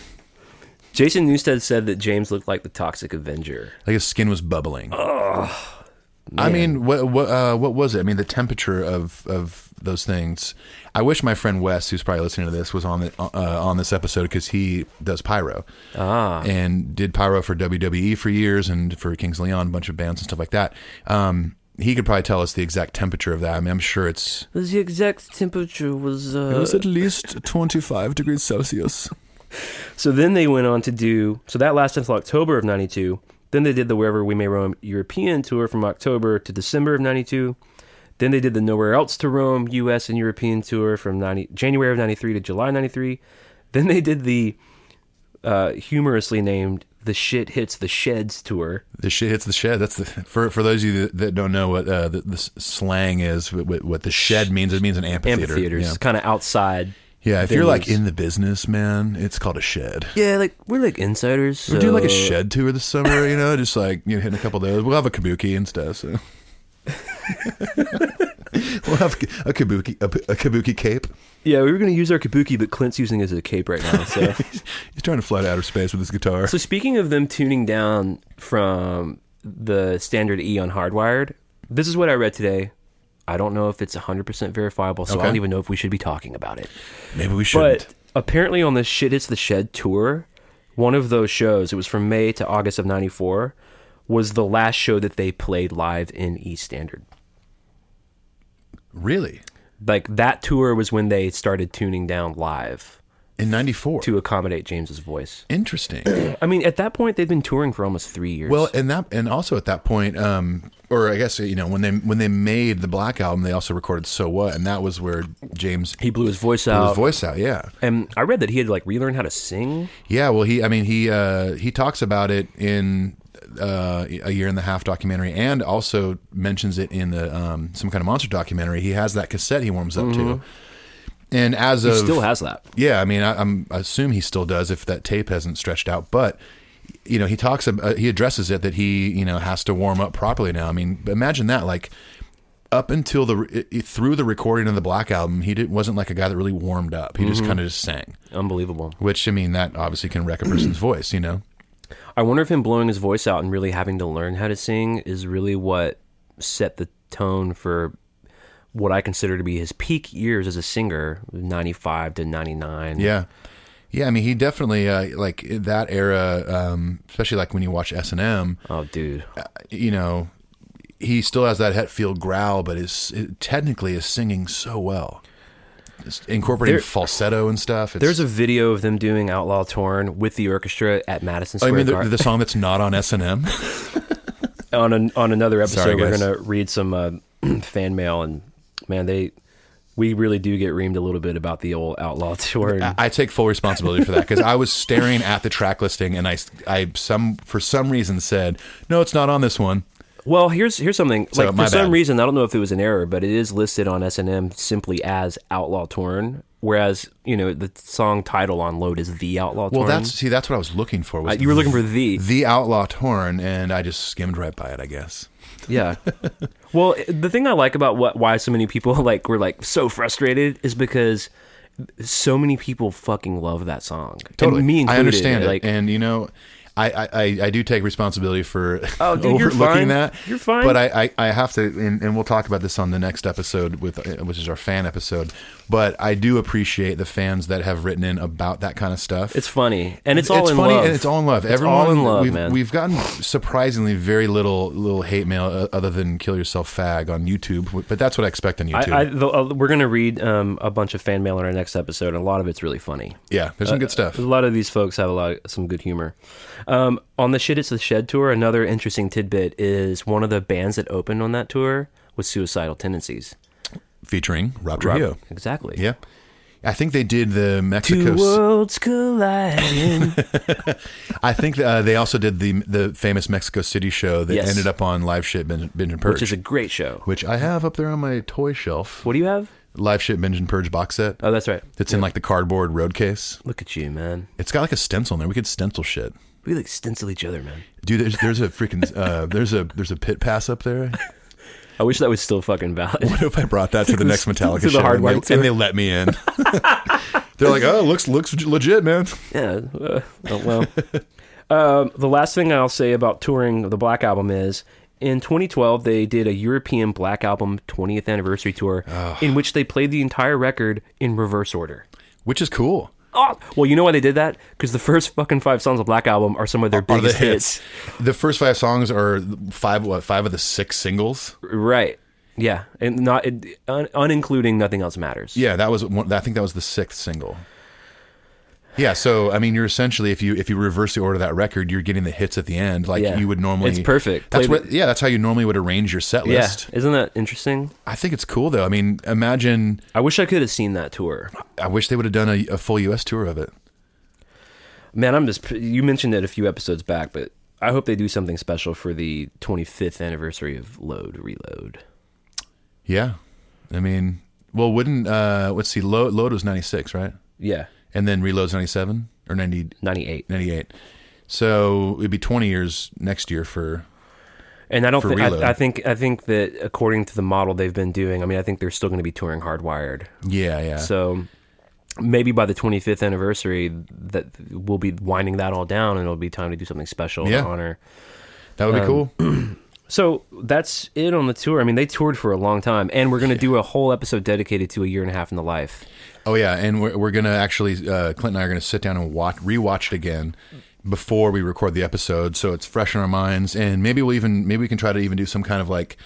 Speaker 4: Jason Newstead said that James looked like the Toxic Avenger.
Speaker 3: Like his skin was bubbling. I mean, what what uh, what was it? I mean, the temperature of of those things. I wish my friend Wes, who's probably listening to this, was on the uh, on this episode because he does pyro ah. and did pyro for WWE for years and for Kings of Leon, a bunch of bands and stuff like that. Um, he could probably tell us the exact temperature of that. I mean, I'm sure it's
Speaker 4: The exact temperature was. Uh...
Speaker 3: at least 25 degrees Celsius.
Speaker 4: So then they went on to do. So that lasted until October of 92. Then they did the Wherever We May Roam European tour from October to December of 92. Then they did the Nowhere Else to Roam US and European tour from 90, January of 93 to July 93. Then they did the uh, humorously named The Shit Hits the Sheds tour.
Speaker 3: The shit hits the shed. That's the for for those of you that, that don't know what uh, the, the s- slang is. What, what the shed means? It means an amphitheater.
Speaker 4: Amphitheaters,
Speaker 3: Yeah.
Speaker 4: kind of outside.
Speaker 3: Yeah, if
Speaker 4: There
Speaker 3: you're like
Speaker 4: was-
Speaker 3: in the business, man, it's called a shed.
Speaker 4: Yeah, like we're like insiders.
Speaker 3: We're doing like a
Speaker 4: so-
Speaker 3: shed tour this summer, you know, just like you know, hitting a couple of those. We'll have a kabuki and stuff. So. we'll have a kabuki, a, a kabuki cape.
Speaker 4: Yeah, we were going to use our kabuki, but Clint's using it as a cape right now. So,
Speaker 3: He's trying to fly to outer space with his guitar.
Speaker 4: so speaking of them tuning down from the standard E on Hardwired, this is what I read today. I don't know if it's 100% verifiable, so I
Speaker 3: Okay.
Speaker 4: don't even know if we should be talking about it.
Speaker 3: Maybe we
Speaker 4: But
Speaker 3: shouldn't.
Speaker 4: apparently, on the Shit Hits the Shed tour, one of those shows, it was from May to August of 94, was the last show that they played live in E standard.
Speaker 3: really,
Speaker 4: Like that tour was when they started tuning down live
Speaker 3: in '94.
Speaker 4: to accommodate James's voice.
Speaker 3: Interesting.
Speaker 4: I mean, at that point, they've been touring for almost three years.
Speaker 3: Well, and that, and also at that point, um, or I guess you know when they when they made the Black album, they also recorded "So What," and that was where James
Speaker 4: he blew his voice
Speaker 3: blew
Speaker 4: out,
Speaker 3: his voice out. Yeah,
Speaker 4: and I read that he had to like relearn how to sing.
Speaker 3: yeah. Well, he, I mean, he uh, he talks about it in uh, a year and a half documentary, and also mentions it in the um, some kind of monster documentary. He has that cassette he warms up to. And as of
Speaker 4: Mm-hmm. He still has that.
Speaker 3: yeah, I mean, I, I'm I assume he still does if that tape hasn't stretched out. But you know, he talks, ab- uh, he addresses it that he you know has to warm up properly now. I mean, but imagine that, like up until the re- i- through the recording of the Black album, he did, wasn't like a guy that really warmed up. He just kind of just sang,
Speaker 4: Unbelievable.
Speaker 3: which I mean, that obviously can wreck a person's voice, you know.
Speaker 4: I wonder if him blowing his voice out and really having to learn how to sing is really what set the tone for what I consider to be his peak years as a singer, 95 to 99.
Speaker 3: Yeah. Yeah, I mean, he definitely uh, like that era, um, especially like when you watch S and M.
Speaker 4: Oh, dude.
Speaker 3: you know, he still has that Hetfield growl, but is technically is singing so well, It's incorporating
Speaker 4: There-
Speaker 3: falsetto and stuff. It's,
Speaker 4: There's a video of them doing Outlaw Torn with the orchestra at Madison
Speaker 3: I
Speaker 4: Square
Speaker 3: Oh, mean, the,
Speaker 4: Gar-
Speaker 3: the song that's not on S and M.
Speaker 4: on an, on another episode,
Speaker 3: Sorry,
Speaker 4: we're
Speaker 3: guys.
Speaker 4: gonna read some uh, fan mail, and man, they we really do get reamed a little bit about the old outlaw tour. and-
Speaker 3: I take full responsibility for that because I was staring at the track listing and I, I some for some reason said, no, it's not on this one.
Speaker 4: well, here's here's something.
Speaker 3: So,
Speaker 4: like for
Speaker 3: my
Speaker 4: some
Speaker 3: bad.
Speaker 4: reason, I don't know if it was an error, but it is listed on S and M simply as Outlaw Torn, whereas you know the song title on Load is the Outlaw
Speaker 3: Well,
Speaker 4: Torn.
Speaker 3: that's see, that's what I was looking for. Was
Speaker 4: Uh, you were looking for the
Speaker 3: the Outlaw Torn, and I just skimmed right by it. I guess.
Speaker 4: Yeah. well, i- the thing I like about what why so many people like were like so frustrated is because so many people fucking love that song. And me included.
Speaker 3: I understand it,
Speaker 4: Like,
Speaker 3: and you know, I, I, I, I do take responsibility for
Speaker 4: Oh, dude, you're
Speaker 3: overlooking
Speaker 4: fine.
Speaker 3: that.
Speaker 4: You're fine.
Speaker 3: But I, I, I have to, and, and we'll talk about this on the next episode with, uh, which is our fan episode. But I do appreciate the fans that have written in about that kind of stuff.
Speaker 4: it's funny, and it's all in
Speaker 3: funny
Speaker 4: love.
Speaker 3: and it's all in love.
Speaker 4: It's
Speaker 3: Everyone,
Speaker 4: all in love,
Speaker 3: we've,
Speaker 4: man.
Speaker 3: We've gotten surprisingly very little little hate mail uh, other than "kill yourself, fag" on YouTube. But that's what I expect on YouTube.
Speaker 4: I, I, the, uh, we're gonna read um, a bunch of fan mail in our next episode, and a lot of it's really funny.
Speaker 3: yeah, there's some
Speaker 4: uh,
Speaker 3: good stuff.
Speaker 4: A lot of these folks have a lot some good humor. Um, on the shit it's the shed tour, another interesting tidbit is one of the bands that opened on that tour was Suicidal Tendencies.
Speaker 3: Featuring Rob
Speaker 4: Rob-
Speaker 3: Trujillo.
Speaker 4: Exactly.
Speaker 3: Yeah, I think they did the Mexico.
Speaker 4: Two worlds colliding.
Speaker 3: I think uh, they also did the the famous Mexico City show that
Speaker 4: Yes.
Speaker 3: ended up on Live Shit Binge, Binge and Purge,
Speaker 4: which is a great show.
Speaker 3: which I have up there on my toy shelf.
Speaker 4: What do you have?
Speaker 3: Live Shit Binge and Purge box set
Speaker 4: Oh, that's right.
Speaker 3: that's in like the cardboard road case.
Speaker 4: Look at you, man.
Speaker 3: It's got like a stencil in there. We could stencil shit.
Speaker 4: We like stencil each other, man.
Speaker 3: Dude, there's, there's a freaking uh, there's a there's a pit pass up there.
Speaker 4: I wish that was still fucking valid.
Speaker 3: What if I brought that to the next Metallica
Speaker 4: To the
Speaker 3: show and
Speaker 4: hardware
Speaker 3: they,
Speaker 4: tour.
Speaker 3: and they let me in? They're like, oh, looks looks legit, man.
Speaker 4: yeah. uh, oh, well, um, the last thing I'll say about touring the Black Album is in 2012 they did a European Black Album 20th anniversary tour in which they played the entire record in reverse order.
Speaker 3: Which is cool.
Speaker 4: Oh, well, you know why they did that? Because the first fucking five songs of Black Album are some of their
Speaker 3: Are the
Speaker 4: biggest
Speaker 3: hits? The first five songs are five what five of the six singles.
Speaker 4: Right. Yeah, and not it, un, unincluding nothing else matters.
Speaker 3: Yeah, that was one. I think that was the sixth single. Yeah, so I mean, you're essentially if you if you reverse the order of that record, you're getting the hits at the end, like
Speaker 4: Yeah.
Speaker 3: you would normally.
Speaker 4: It's perfect.
Speaker 3: That's
Speaker 4: Play
Speaker 3: what. Yeah, that's how you normally would arrange your set
Speaker 4: Yeah,
Speaker 3: list.
Speaker 4: isn't that interesting?
Speaker 3: I think it's cool though. I mean, imagine.
Speaker 4: I wish I could have seen that tour.
Speaker 3: I wish they would have done a, a full U.S. tour of it.
Speaker 4: Man, I'm just. You mentioned it a few episodes back, but I hope they do something special for the 25th anniversary of Load Reload.
Speaker 3: Yeah, I mean, well, wouldn't uh let's see, load, load was '96, right?
Speaker 4: Yeah,
Speaker 3: And then reloads '97 or 90,
Speaker 4: 98.
Speaker 3: 98. So it'd be 20 years next year for
Speaker 4: And I don't.
Speaker 3: For
Speaker 4: Think,
Speaker 3: Reload.
Speaker 4: I, I think. I think that according to the model they've been doing, I mean, I think they're still going to be touring Hardwired.
Speaker 3: yeah, yeah.
Speaker 4: So maybe by the 25th anniversary, that we'll be winding that all down, and it'll be time to do something special
Speaker 3: Yeah.
Speaker 4: to honor.
Speaker 3: that
Speaker 4: um,
Speaker 3: would be cool.
Speaker 4: So that's it on the tour. I mean, they toured for a long time, and we're going to do a whole episode dedicated to a year and a half in the life.
Speaker 3: Oh yeah, and we're, we're gonna actually uh, Clint and I are gonna sit down and watch rewatch it again before we record the episode, so it's fresh in our minds. And maybe we'll even maybe we can try to even do some kind of like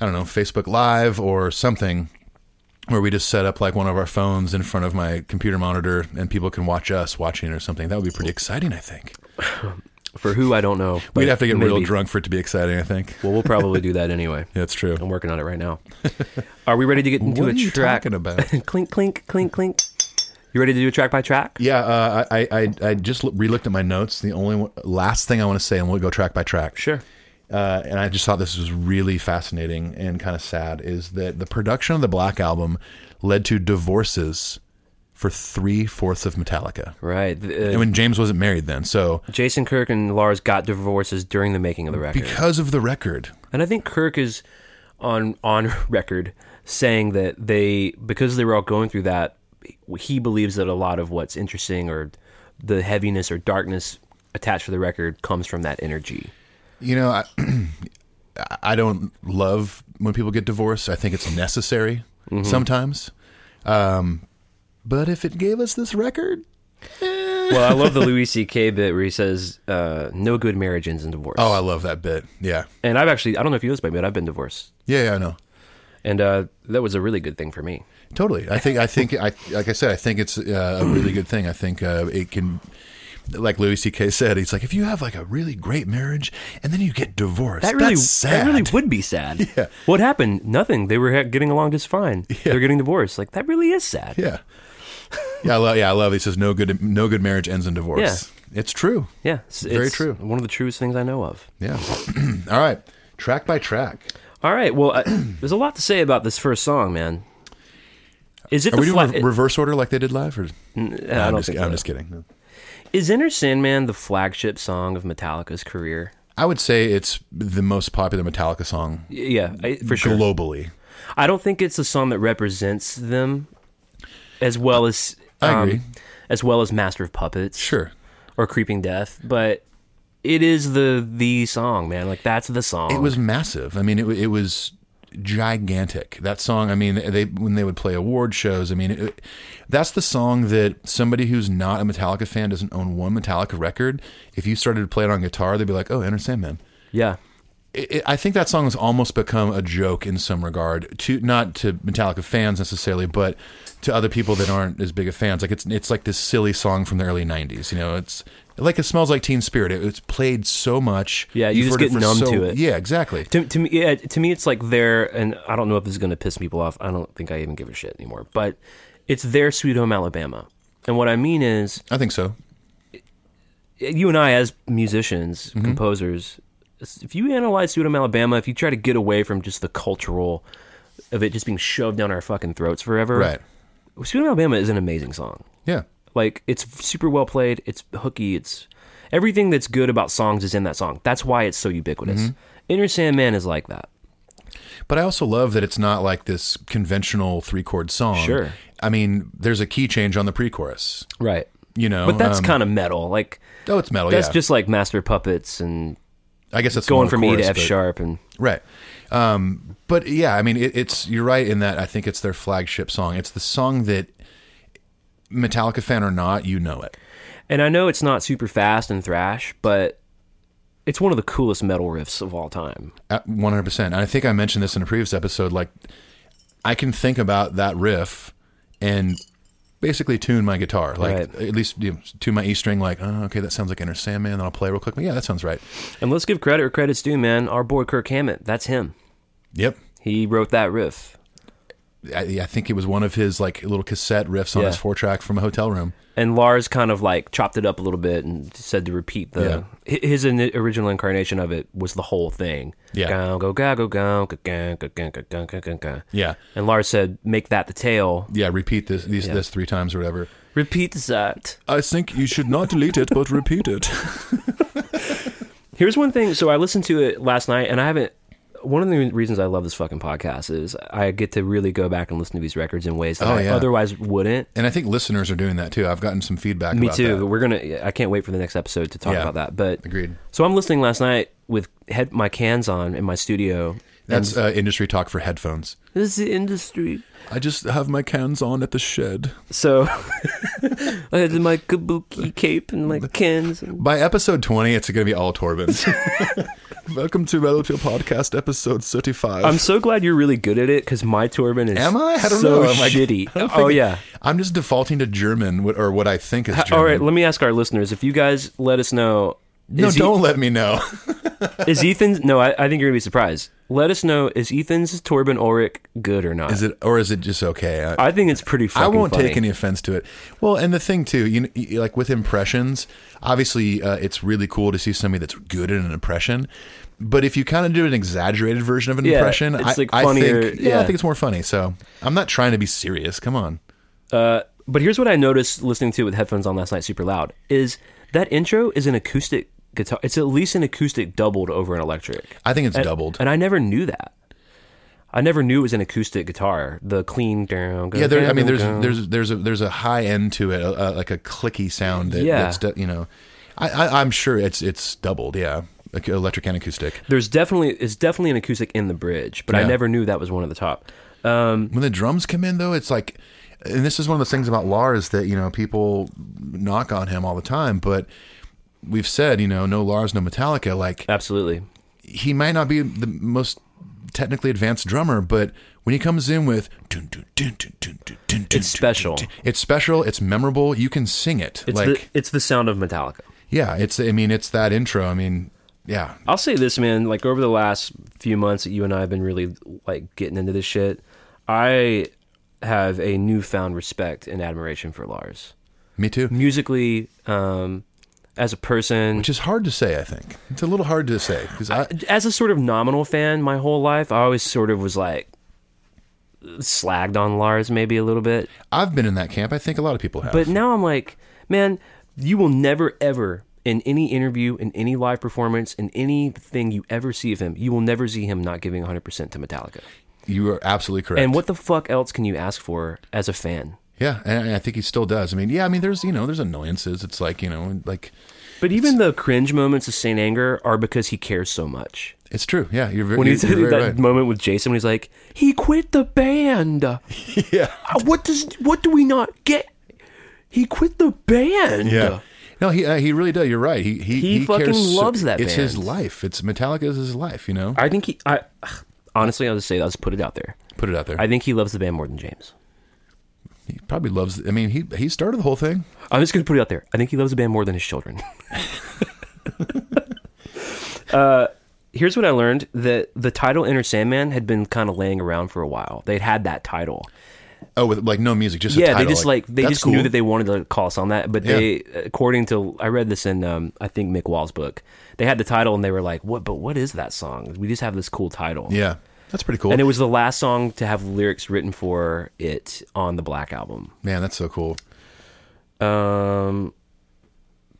Speaker 3: I don't know Facebook Live or something where we just set up like one of our phones in front of my computer monitor and people can watch us watching it or something. That would be pretty exciting, I think.
Speaker 4: For who I don't know. but
Speaker 3: We'd have to get real
Speaker 4: maybe.
Speaker 3: drunk for it to be exciting. I think
Speaker 4: Well, we'll probably do that anyway.
Speaker 3: that's true.
Speaker 4: I'm working on it right now. Are we ready to get into
Speaker 3: What
Speaker 4: a
Speaker 3: are you
Speaker 4: track?
Speaker 3: talking about?
Speaker 4: clink, clink, clink, clink. You ready to do a track by track?
Speaker 3: Yeah, uh, I, I I- I just re looked at my notes. The only one, last thing I want to say, and we'll go track by track.
Speaker 4: Sure.
Speaker 3: uh, and I just thought this was really fascinating and kind of sad, is that the production of the Black Album led to divorces for three fourths of Metallica.
Speaker 4: Right. The- uh,
Speaker 3: And when James wasn't married then, so
Speaker 4: Jason Kirk and Lars got divorces during the making of the record.
Speaker 3: because of the record,
Speaker 4: And I think Kirk is on on record saying that they because they were all going through that, he believes that a lot of what's interesting or the heaviness or darkness attached to the record comes from that energy.
Speaker 3: You know, I, I don't love when people get divorced. I think it's necessary sometimes. Um, but if it gave us this record,
Speaker 4: Well, I love the Louis C.K. bit where he says, uh, "No good marriage ends in divorce."
Speaker 3: oh, I love that bit. Yeah,
Speaker 4: and I've actually I don't know if you know this, but I've been divorced,
Speaker 3: yeah, yeah, I know.
Speaker 4: and uh, that was a really good thing for me.
Speaker 3: Totally. I think. I think. I like I said. I think it's uh, a really good thing. I think uh, it can. Like Louis C.K. said, he's like, if you have like a really great marriage and then you get divorced,
Speaker 4: That really,
Speaker 3: that's sad.
Speaker 4: that really would be sad. Yeah. What happened? Nothing. They were ha- getting along just fine. They're getting divorced. Like that really is sad.
Speaker 3: yeah, yeah, I love. Yeah, I love. He says, no good, no good marriage ends in divorce. It's true.
Speaker 4: Yeah, it's,
Speaker 3: Very
Speaker 4: it's
Speaker 3: true.
Speaker 4: One of the truest things I know of.
Speaker 3: Yeah. All right. Track by track.
Speaker 4: All right, well, I, there's a lot to say about this first song, man. Is it
Speaker 3: Are
Speaker 4: the
Speaker 3: we doing
Speaker 4: flag?
Speaker 3: re- reverse order like they did live? Or?
Speaker 4: I
Speaker 3: I'm,
Speaker 4: don't
Speaker 3: just,
Speaker 4: think
Speaker 3: I'm
Speaker 4: so.
Speaker 3: just kidding. No.
Speaker 4: is Inner Sandman the flagship song of Metallica's career?
Speaker 3: I would say it's the most popular Metallica song
Speaker 4: Y- Yeah, I, for sure.
Speaker 3: globally.
Speaker 4: I don't think it's a song that represents them as well as um,
Speaker 3: I agree.
Speaker 4: as well as Master of Puppets
Speaker 3: Sure.
Speaker 4: or Creeping Death, but it is the the song, man. Like that's the song.
Speaker 3: It was massive. I mean, it, wa- it was gigantic. That song, I mean, they when they would play award shows, I mean, it, that's the song that somebody who's not a Metallica fan doesn't own one Metallica record. If you started to play it on guitar, they'd be like, oh, Enter Sandman.
Speaker 4: yeah.
Speaker 3: it, it- I think that song has almost become a joke in some regard to not to Metallica fans necessarily, but to other people that aren't as big of fans. Like it's it's like this silly song from the early '90s. You know, it's like it smells like Teen Spirit. It, it's played so much.
Speaker 4: Yeah, you
Speaker 3: You've
Speaker 4: just
Speaker 3: heard
Speaker 4: get
Speaker 3: for
Speaker 4: numb to it.
Speaker 3: Yeah, exactly.
Speaker 4: To, to me, yeah, to me, it's like their, and I don't know if this is going to piss people off. I don't think I even give a shit anymore. But it's their Sweet Home Alabama, and what I mean is,
Speaker 3: I think so.
Speaker 4: you and I, as musicians,
Speaker 3: Mm-hmm.
Speaker 4: composers, if you analyze Sweet Home Alabama, if you try to get away from just the cultural of it just being shoved down our fucking throats forever,
Speaker 3: Right.
Speaker 4: Sweet Home Alabama is an amazing song.
Speaker 3: Yeah.
Speaker 4: Like it's super well played. It's hooky. It's everything that's good about songs is in that song. That's why it's so ubiquitous.
Speaker 3: Mm-hmm.
Speaker 4: Inner Sandman is like that.
Speaker 3: But I also love that it's not like this conventional three chord song.
Speaker 4: Sure.
Speaker 3: I mean, there's a key change on the pre-chorus.
Speaker 4: Right.
Speaker 3: You know,
Speaker 4: But that's
Speaker 3: um,
Speaker 4: kind of metal. Like
Speaker 3: oh, it's metal.
Speaker 4: that's
Speaker 3: yeah.
Speaker 4: just like Master Puppets and
Speaker 3: I guess that's
Speaker 4: going
Speaker 3: more
Speaker 4: from E to
Speaker 3: chorus,
Speaker 4: F
Speaker 3: but-
Speaker 4: sharp and
Speaker 3: Right. Um, but yeah, I mean, it, it's you're right in that I think it's their flagship song. It's the song that Metallica fan or not, you know it.
Speaker 4: and I know it's not super fast and thrash, but it's one of the coolest metal riffs of all time.
Speaker 3: One hundred percent. And I think I mentioned this in a previous episode. Like, I can think about that riff and basically tune my guitar, like
Speaker 4: Right.
Speaker 3: at least you know, tune my E string. Like, oh, okay, that sounds like Inner Sandman. Then I'll play real quick. yeah, that sounds right.
Speaker 4: And let's give credit where credit's due, man. Our boy Kirk Hammett, that's him.
Speaker 3: Yep.
Speaker 4: He wrote that riff.
Speaker 3: I, I think it was one of his like little cassette riffs on
Speaker 4: Yeah.
Speaker 3: his four track from a hotel room.
Speaker 4: And Lars kind of like chopped it up a little bit and said to repeat the hi- his in, original incarnation of it was the whole thing.
Speaker 3: Yeah.
Speaker 4: Go go go go go go go go go go go go go.
Speaker 3: Yeah.
Speaker 4: And Lars said, "Make that the tail.
Speaker 3: Yeah, repeat this these, this three times or whatever.
Speaker 4: Repeat that."
Speaker 3: I think you should not delete it, but repeat it.
Speaker 4: Here's one thing. So I listened to it last night, and I haven't. One of the reasons I love this fucking podcast is I get to really go back and listen to these records in ways that
Speaker 3: Oh,
Speaker 4: I
Speaker 3: yeah.
Speaker 4: otherwise wouldn't.
Speaker 3: And I think listeners are doing that too. I've gotten some feedback.
Speaker 4: Me
Speaker 3: about
Speaker 4: too.
Speaker 3: that.
Speaker 4: We're gonna. I can't wait for the next episode to talk
Speaker 3: Yeah.
Speaker 4: about that. But
Speaker 3: Agreed.
Speaker 4: So I'm listening last night with head my cans on in my studio.
Speaker 3: That's uh, industry talk for headphones.
Speaker 4: This is the industry.
Speaker 3: I just have my cans on at the shed.
Speaker 4: So I had my kabuki cape and my cans. And,
Speaker 3: By episode twenty, it's going to be all Torben's. Welcome to Battlefield Podcast, episode thirty-five.
Speaker 4: I'm so glad you're really good at it because my turban is
Speaker 3: Am I? I don't
Speaker 4: so
Speaker 3: know. I'm like-
Speaker 4: shitty.
Speaker 3: I don't
Speaker 4: oh
Speaker 3: think-
Speaker 4: yeah.
Speaker 3: I'm just defaulting to German, wh- or what I think is German.
Speaker 4: All right, Uh, let me ask our listeners if you guys let us know.
Speaker 3: no,
Speaker 4: is E-
Speaker 3: don't let me know.
Speaker 4: is Ethan's? No, I, I think you're gonna be surprised. Let us know is Ethan's Torben Ulrich good or not?
Speaker 3: Is it or is it just okay? I,
Speaker 4: I think it's pretty. Fucking
Speaker 3: I won't
Speaker 4: funny.
Speaker 3: take any offense to it. Well, and the thing too, you, kn- you like with impressions, obviously uh, it's really cool to see somebody that's good at an impression. But if you kind of do an exaggerated version of an
Speaker 4: Yeah,
Speaker 3: impression,
Speaker 4: it's,
Speaker 3: I,
Speaker 4: like,
Speaker 3: I
Speaker 4: funnier,
Speaker 3: think, yeah,
Speaker 4: yeah.
Speaker 3: I think it's more funny. So I'm not trying to be serious. Come on.
Speaker 4: But here's what I noticed listening to it with headphones on last night, super loud, is that intro is an acoustic guitar. It's at least an acoustic doubled over an electric.
Speaker 3: I think it's
Speaker 4: And-
Speaker 3: doubled.
Speaker 4: And I never knew that. I never knew it was an acoustic guitar. The clean down.
Speaker 3: yeah, there, I mean, there's there's there's a there's a high end to it, uh, like a clicky sound. That,
Speaker 4: Yeah.
Speaker 3: that's du- you know, I, I I'm sure it's it's doubled. Yeah, Ac- electric and acoustic.
Speaker 4: There's definitely it's definitely an acoustic in the bridge, but I
Speaker 3: Yeah.
Speaker 4: never knew that was one at the top.
Speaker 3: When the drums come in, though, it's like, and this is one of those things about Lars that you know people knock on him all the time, but we've said you know no Lars, no Metallica. Like
Speaker 4: Absolutely.
Speaker 3: he might not be the most technically advanced drummer, but when he comes in with dun, dun, dun, dun, dun, dun, dun, dun,
Speaker 4: special.
Speaker 3: dun, dun, it's special, it's memorable. You can sing it.
Speaker 4: It's
Speaker 3: like
Speaker 4: the it's the sound of Metallica.
Speaker 3: yeah, it's I mean it's that intro. I mean yeah,
Speaker 4: I'll say this, man. Like over the last few months that you and I have been really like getting into this shit, I have a newfound respect and admiration for Lars
Speaker 3: me too.
Speaker 4: musically, um, as a person,
Speaker 3: Which is hard to say. I think it's a little hard to say because I,
Speaker 4: as a sort of nominal fan. My whole life, I always sort of was like slagged on Lars maybe a little bit,
Speaker 3: I've been in that camp. I think a lot of people have.
Speaker 4: but now I'm like, man, you will never ever. In any interview, in any live performance, in anything you ever see of him, you will never see him not giving 100% to Metallica.
Speaker 3: you are absolutely correct.
Speaker 4: And what the fuck else can you ask for as a fan?
Speaker 3: Yeah, and I think he still does. I mean, yeah, I mean, there's you know, there's annoyances. It's like you know, like
Speaker 4: But even the cringe moments of Saint Anger are because he cares so much.
Speaker 3: it's true. Yeah, you're very,
Speaker 4: When
Speaker 3: you're,
Speaker 4: he's
Speaker 3: you're
Speaker 4: that
Speaker 3: very right.
Speaker 4: moment with Jason, when he's like, "He quit the band." Yeah. What does what do we not get? He quit the band.
Speaker 3: Yeah. No, he uh, he really does. You're right. He he,
Speaker 4: He fucking
Speaker 3: cares so-
Speaker 4: loves that
Speaker 3: It's his
Speaker 4: band.
Speaker 3: life. It's Metallica is his life. You know,
Speaker 4: I think he. I ugh, honestly, I'll just say, I'll just put it out there.
Speaker 3: put it out there.
Speaker 4: I think he loves the band more than James.
Speaker 3: he probably loves. I mean, he he started the whole thing.
Speaker 4: I'm just gonna put it out there. I think he loves the band more than his children. uh, here's what I learned: that the title "Inner Sandman" had been kind of laying around for a while. They'd had that title.
Speaker 3: Oh, with like no music, just a
Speaker 4: yeah, they
Speaker 3: title,
Speaker 4: just like, they
Speaker 3: that's
Speaker 4: just
Speaker 3: cool.
Speaker 4: knew that they wanted to call us on that. But
Speaker 3: Yeah.
Speaker 4: they, according to I read this in um, I think Mick Wall's book, they had the title and they were like, "What? But what is that song? We just have this cool title."
Speaker 3: Yeah, that's pretty cool.
Speaker 4: And it was the last song to have lyrics written for it on the Black album.
Speaker 3: Man, that's so cool.
Speaker 4: Um,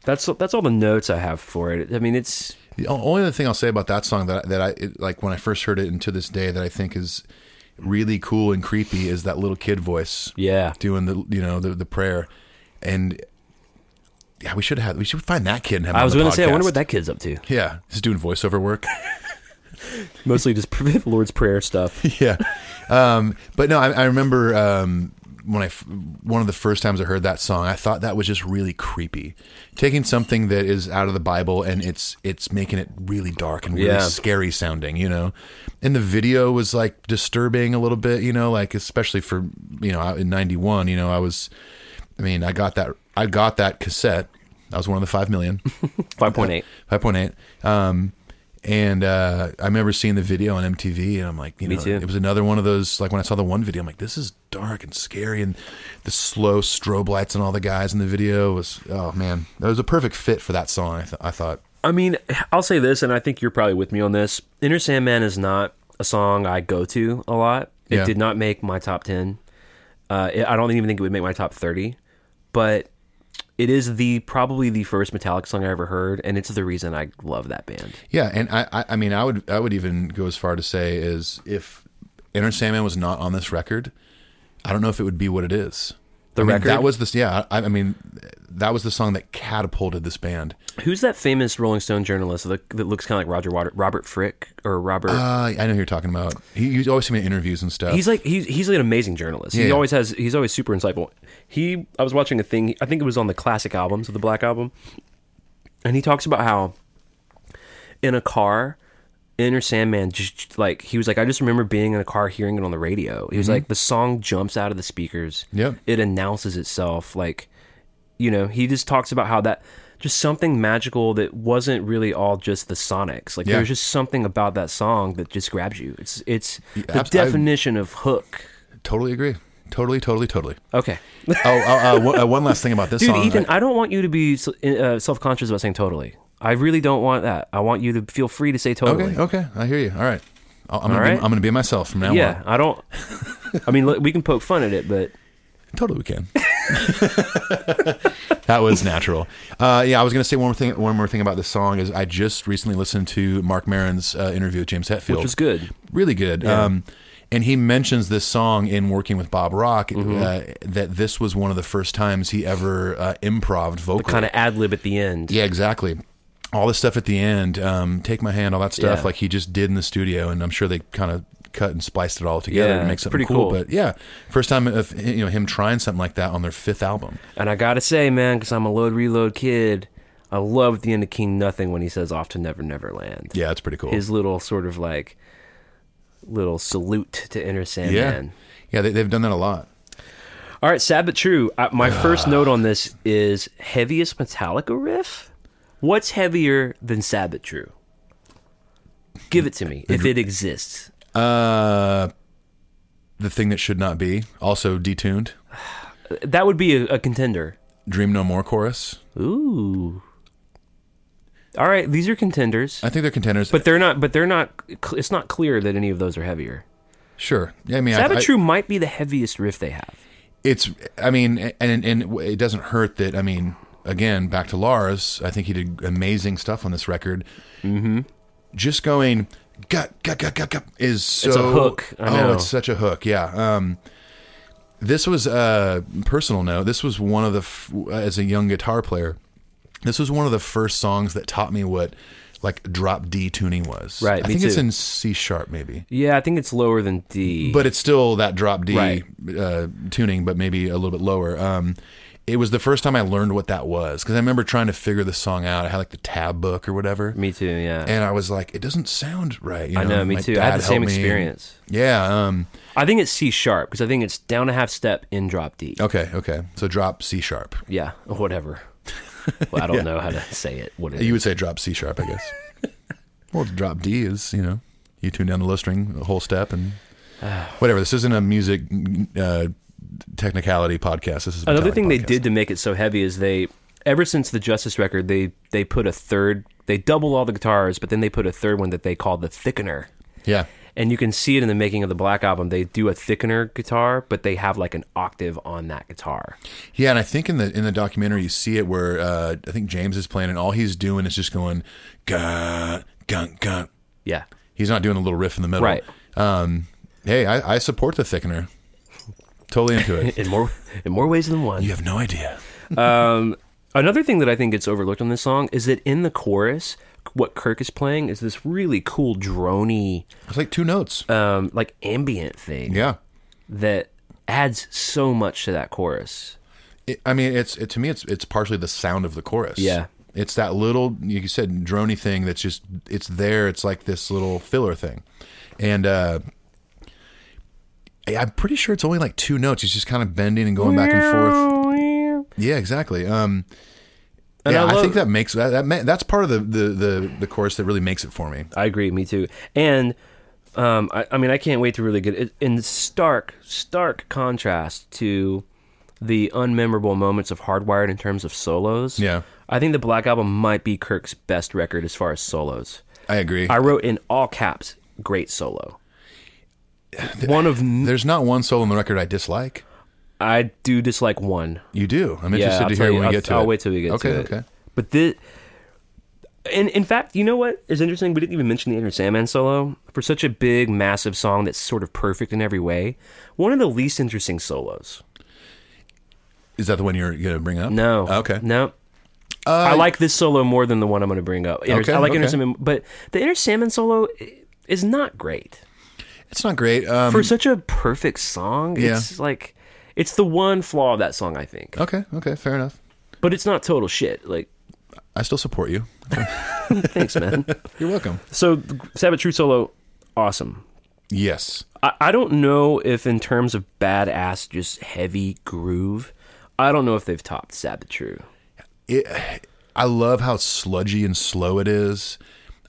Speaker 4: that's that's all the notes I have for it. I mean, it's
Speaker 3: The o- only other thing I'll say about that song that I, that I it, like when I first heard it and to this day that I think is really cool and creepy is that little kid voice.
Speaker 4: yeah.
Speaker 3: doing the you know the the prayer, and yeah, we should have we should find that kid and have. him
Speaker 4: I was
Speaker 3: on
Speaker 4: going
Speaker 3: the
Speaker 4: to say, I wonder what
Speaker 3: podcast.
Speaker 4: that kid's up to.
Speaker 3: Yeah, he's doing voiceover work.
Speaker 4: Mostly just Lord's Prayer stuff.
Speaker 3: yeah, um, but no, I, I remember um, when I f- one of the first times I heard that song, I thought that was just really creepy. Taking something that is out of the Bible and it's it's making it really dark and really
Speaker 4: Yeah.
Speaker 3: scary sounding, you know. And the video was like disturbing a little bit, you know, like especially for you know out in '91, you know, I was, I mean, I got that I got that cassette. I was one of the five million.
Speaker 4: 5.8.
Speaker 3: Five point eight. Um, and uh, I remember seeing the video on MTV, and I'm like, you
Speaker 4: Me
Speaker 3: know,
Speaker 4: too.
Speaker 3: it was another one of those. Like when I saw the one video, I'm like, this is dark and scary, and the slow strobe lights and all the guys in the video was, oh man, that was a perfect fit for that song. I, th- I thought,
Speaker 4: I mean, I'll say this, and I think you're probably with me on this. Inner Sandman is not a song I go to a lot. It
Speaker 3: Yeah.
Speaker 4: did not make my top 10. Uh, it, I don't even think it would make my top 30, but it is the probably the first Metallic song I ever heard, and it's the reason I love that band.
Speaker 3: yeah, and I, I, I mean, I would, I would even go as far to say is if Inner Sandman was not on this record, I don't know if it would be what it is.
Speaker 4: The
Speaker 3: I mean,
Speaker 4: record?
Speaker 3: that was this, yeah. I, I mean, that was the song that catapulted this band.
Speaker 4: Who's that famous Rolling Stone journalist that, that looks kind of like Roger Water, Robert Frick or Robert?
Speaker 3: Uh, I know who you're talking about. He, you always see him in interviews and stuff.
Speaker 4: he's like he's he's like an amazing journalist. He
Speaker 3: Yeah.
Speaker 4: always has he's always super insightful. He I was watching a thing I think it was on the classic albums of the Black Album, and he talks about how in a car, Inner Sandman just like he was like I just remember being in a car hearing it on the radio. He was like the song jumps out of the speakers.
Speaker 3: Mm-hmm. Yep.
Speaker 4: it announces itself like you know he just talks about how that just something magical that wasn't really all just the sonics like
Speaker 3: Yeah.
Speaker 4: there's just something about that song that just grabs you it's it's the
Speaker 3: abs- I-
Speaker 4: definition of hook
Speaker 3: totally agree. Totally, totally, totally.
Speaker 4: okay
Speaker 3: Oh, oh, uh, one, uh, one last thing about this
Speaker 4: dude
Speaker 3: song.
Speaker 4: ethan i don't want you to be s- uh, self-conscious about saying totally I really don't want that. I want you to feel free to say totally.
Speaker 3: Okay, okay, I hear you. All right, I'll- I'm gonna
Speaker 4: All
Speaker 3: be,
Speaker 4: right.
Speaker 3: I'm gonna be myself from now
Speaker 4: Yeah, I don't. I mean, look, we can poke fun at it, but
Speaker 3: on. Totally, we can. that was natural. Uh, yeah, I was gonna say one more thing. One more thing about this song is I just recently listened to Mark Maron's uh, interview with James Hetfield,
Speaker 4: which was good.
Speaker 3: really good. Um, and he mentions this song in working with Bob Rock
Speaker 4: Mm-hmm.
Speaker 3: uh, that this was one of the first times he ever uh, improved vocally.
Speaker 4: Kind of ad lib at the end.
Speaker 3: Yeah, exactly. All this stuff at the end, um, take my hand, all that stuff,
Speaker 4: Yeah.
Speaker 3: like he just did in the studio, and I'm sure they kind of cut and spliced it all together
Speaker 4: Yeah,
Speaker 3: to make
Speaker 4: it's
Speaker 3: something
Speaker 4: pretty
Speaker 3: cool.
Speaker 4: cool.
Speaker 3: But yeah, first time of you know him trying something like that on their fifth album.
Speaker 4: And I gotta say, man, because I'm a load reload kid, I love the end of King Nothing when he says "off to Never Never Land."
Speaker 3: Yeah, it's pretty cool.
Speaker 4: his little sort of like little salute to Inner
Speaker 3: yeah,
Speaker 4: Sandman.
Speaker 3: yeah, they, they've done that a lot.
Speaker 4: All right, sad but true. I, my first note on this is heaviest Metallica riff. What's heavier than sad but true? Give it to me if it exists.
Speaker 3: Uh, the thing that should not be also detuned.
Speaker 4: That would be a, a contender.
Speaker 3: Dream No More chorus.
Speaker 4: Ooh. All right, these are contenders,
Speaker 3: I think they're contenders,
Speaker 4: but they're not. But they're not. cl- It's not clear that any of those are heavier.
Speaker 3: sure. Yeah, I mean, I,
Speaker 4: Sad but
Speaker 3: I-
Speaker 4: true might be the heaviest riff they have.
Speaker 3: it's i mean and and it doesn't hurt that i mean again back to lars i think he did amazing stuff on this record mm-hmm. just going gut gut gut gut gut is so
Speaker 4: a hook, I
Speaker 3: oh
Speaker 4: know.
Speaker 3: it's such a hook yeah um this was a personal note this was one of the f- as a young guitar player this was one of the first songs that taught me what like drop d tuning was
Speaker 4: Right,
Speaker 3: i
Speaker 4: me
Speaker 3: think it's
Speaker 4: too.
Speaker 3: in c sharp maybe
Speaker 4: Yeah, I think it's lower than D.
Speaker 3: but it's still that drop D
Speaker 4: Right.
Speaker 3: uh, tuning, but maybe a little bit lower. Um, it was the first time I learned what that was because I remember trying to figure the song out. I had like the tab book or whatever,
Speaker 4: me too. Yeah,
Speaker 3: and I was like, it doesn't sound right. You know,
Speaker 4: I know. Me
Speaker 3: My
Speaker 4: too. I had
Speaker 3: dad
Speaker 4: the same
Speaker 3: helped me.
Speaker 4: experience.
Speaker 3: Yeah. Um,
Speaker 4: I think it's C sharp because I think it's down a half step in drop D.
Speaker 3: okay. Okay. So drop C sharp.
Speaker 4: Yeah, or whatever. Well, I don't know how to say it. What it
Speaker 3: You
Speaker 4: is.
Speaker 3: would say drop C sharp, I guess. well, drop D is you know you tune down the low string a whole step and whatever. This isn't a music uh, technicality podcast. This is a
Speaker 4: Another
Speaker 3: Metallica
Speaker 4: thing they
Speaker 3: podcast.
Speaker 4: did to make it so heavy is they, ever since the Justice record, they they put a third. They double all the guitars, but then they put a third one that they call the thickener.
Speaker 3: Yeah.
Speaker 4: And you can see it in the making of the Black album. They do a thickener guitar, but they have like an octave on that guitar.
Speaker 3: Yeah, and I think in the in the documentary you see it where uh, I think James is playing, and all he's doing is just going gun gun gun.
Speaker 4: Yeah.
Speaker 3: He's not doing a little riff in the middle.
Speaker 4: Right.
Speaker 3: Um, hey, I, I support the thickener. Totally into it.
Speaker 4: In more in more ways than one.
Speaker 3: you have no idea.
Speaker 4: Another thing that I think gets overlooked on this song is that in the chorus, what Kirk is playing is this really cool drony,
Speaker 3: It's like two notes.
Speaker 4: um, like ambient thing
Speaker 3: yeah.
Speaker 4: that adds so much to that chorus.
Speaker 3: It, I mean, it's it, to me, it's it's partially the sound of the chorus.
Speaker 4: Yeah.
Speaker 3: It's that little you said drony thing that's just it's there. It's like this little filler thing, and uh, I- I'm pretty sure it's only like two notes. It's just kind of bending and going back and forth. Yeah, exactly. Um,
Speaker 4: And
Speaker 3: yeah,
Speaker 4: I
Speaker 3: I,
Speaker 4: love-
Speaker 3: think that makes that, that ma- that's part of the, the the the chorus that really makes it for me.
Speaker 4: I agree, me too. And um, I, I mean, I can't wait to really get it in stark, stark contrast to the unmemorable moments of Hardwired in terms of solos.
Speaker 3: Yeah.
Speaker 4: I think the Black Album might be Kirk's best record as far as solos.
Speaker 3: I agree.
Speaker 4: I wrote in all caps, great solo. One of n-
Speaker 3: There's not one solo on the record I dislike.
Speaker 4: I do dislike one.
Speaker 3: You do. I'm
Speaker 4: Yeah,
Speaker 3: interested
Speaker 4: I'll
Speaker 3: to
Speaker 4: tell
Speaker 3: hear
Speaker 4: you-
Speaker 3: when
Speaker 4: I'll,
Speaker 3: we get to
Speaker 4: I'll
Speaker 3: it.
Speaker 4: wait till we get
Speaker 3: okay,
Speaker 4: to it.
Speaker 3: okay. Okay.
Speaker 4: But the in in fact, you know what is interesting? We didn't even mention the Inner Sandman solo for such a big, massive song that's sort of perfect in every way. One of the least interesting solos.
Speaker 3: Is that the one you're gonna bring up?
Speaker 4: No.
Speaker 3: Okay. Uh,
Speaker 4: No. I like this solo more than the one I'm going to bring up. Inner-
Speaker 3: Okay,
Speaker 4: I like Inner
Speaker 3: okay.
Speaker 4: Sandman, but the Inner Sandman solo i- is not great
Speaker 3: It's not great. Um,
Speaker 4: for such a perfect song.
Speaker 3: Yeah.
Speaker 4: It's like it's the one flaw of that song, I think.
Speaker 3: okay. Okay. Fair enough.
Speaker 4: But it's not total shit. Like,
Speaker 3: I still support you.
Speaker 4: thanks, man.
Speaker 3: You're welcome.
Speaker 4: so, Sabbath True solo, awesome.
Speaker 3: Yes.
Speaker 4: I, I don't know if in terms of badass, just heavy groove, I don't know if they've topped Sabbath True.
Speaker 3: It, I love how sludgy and slow it is.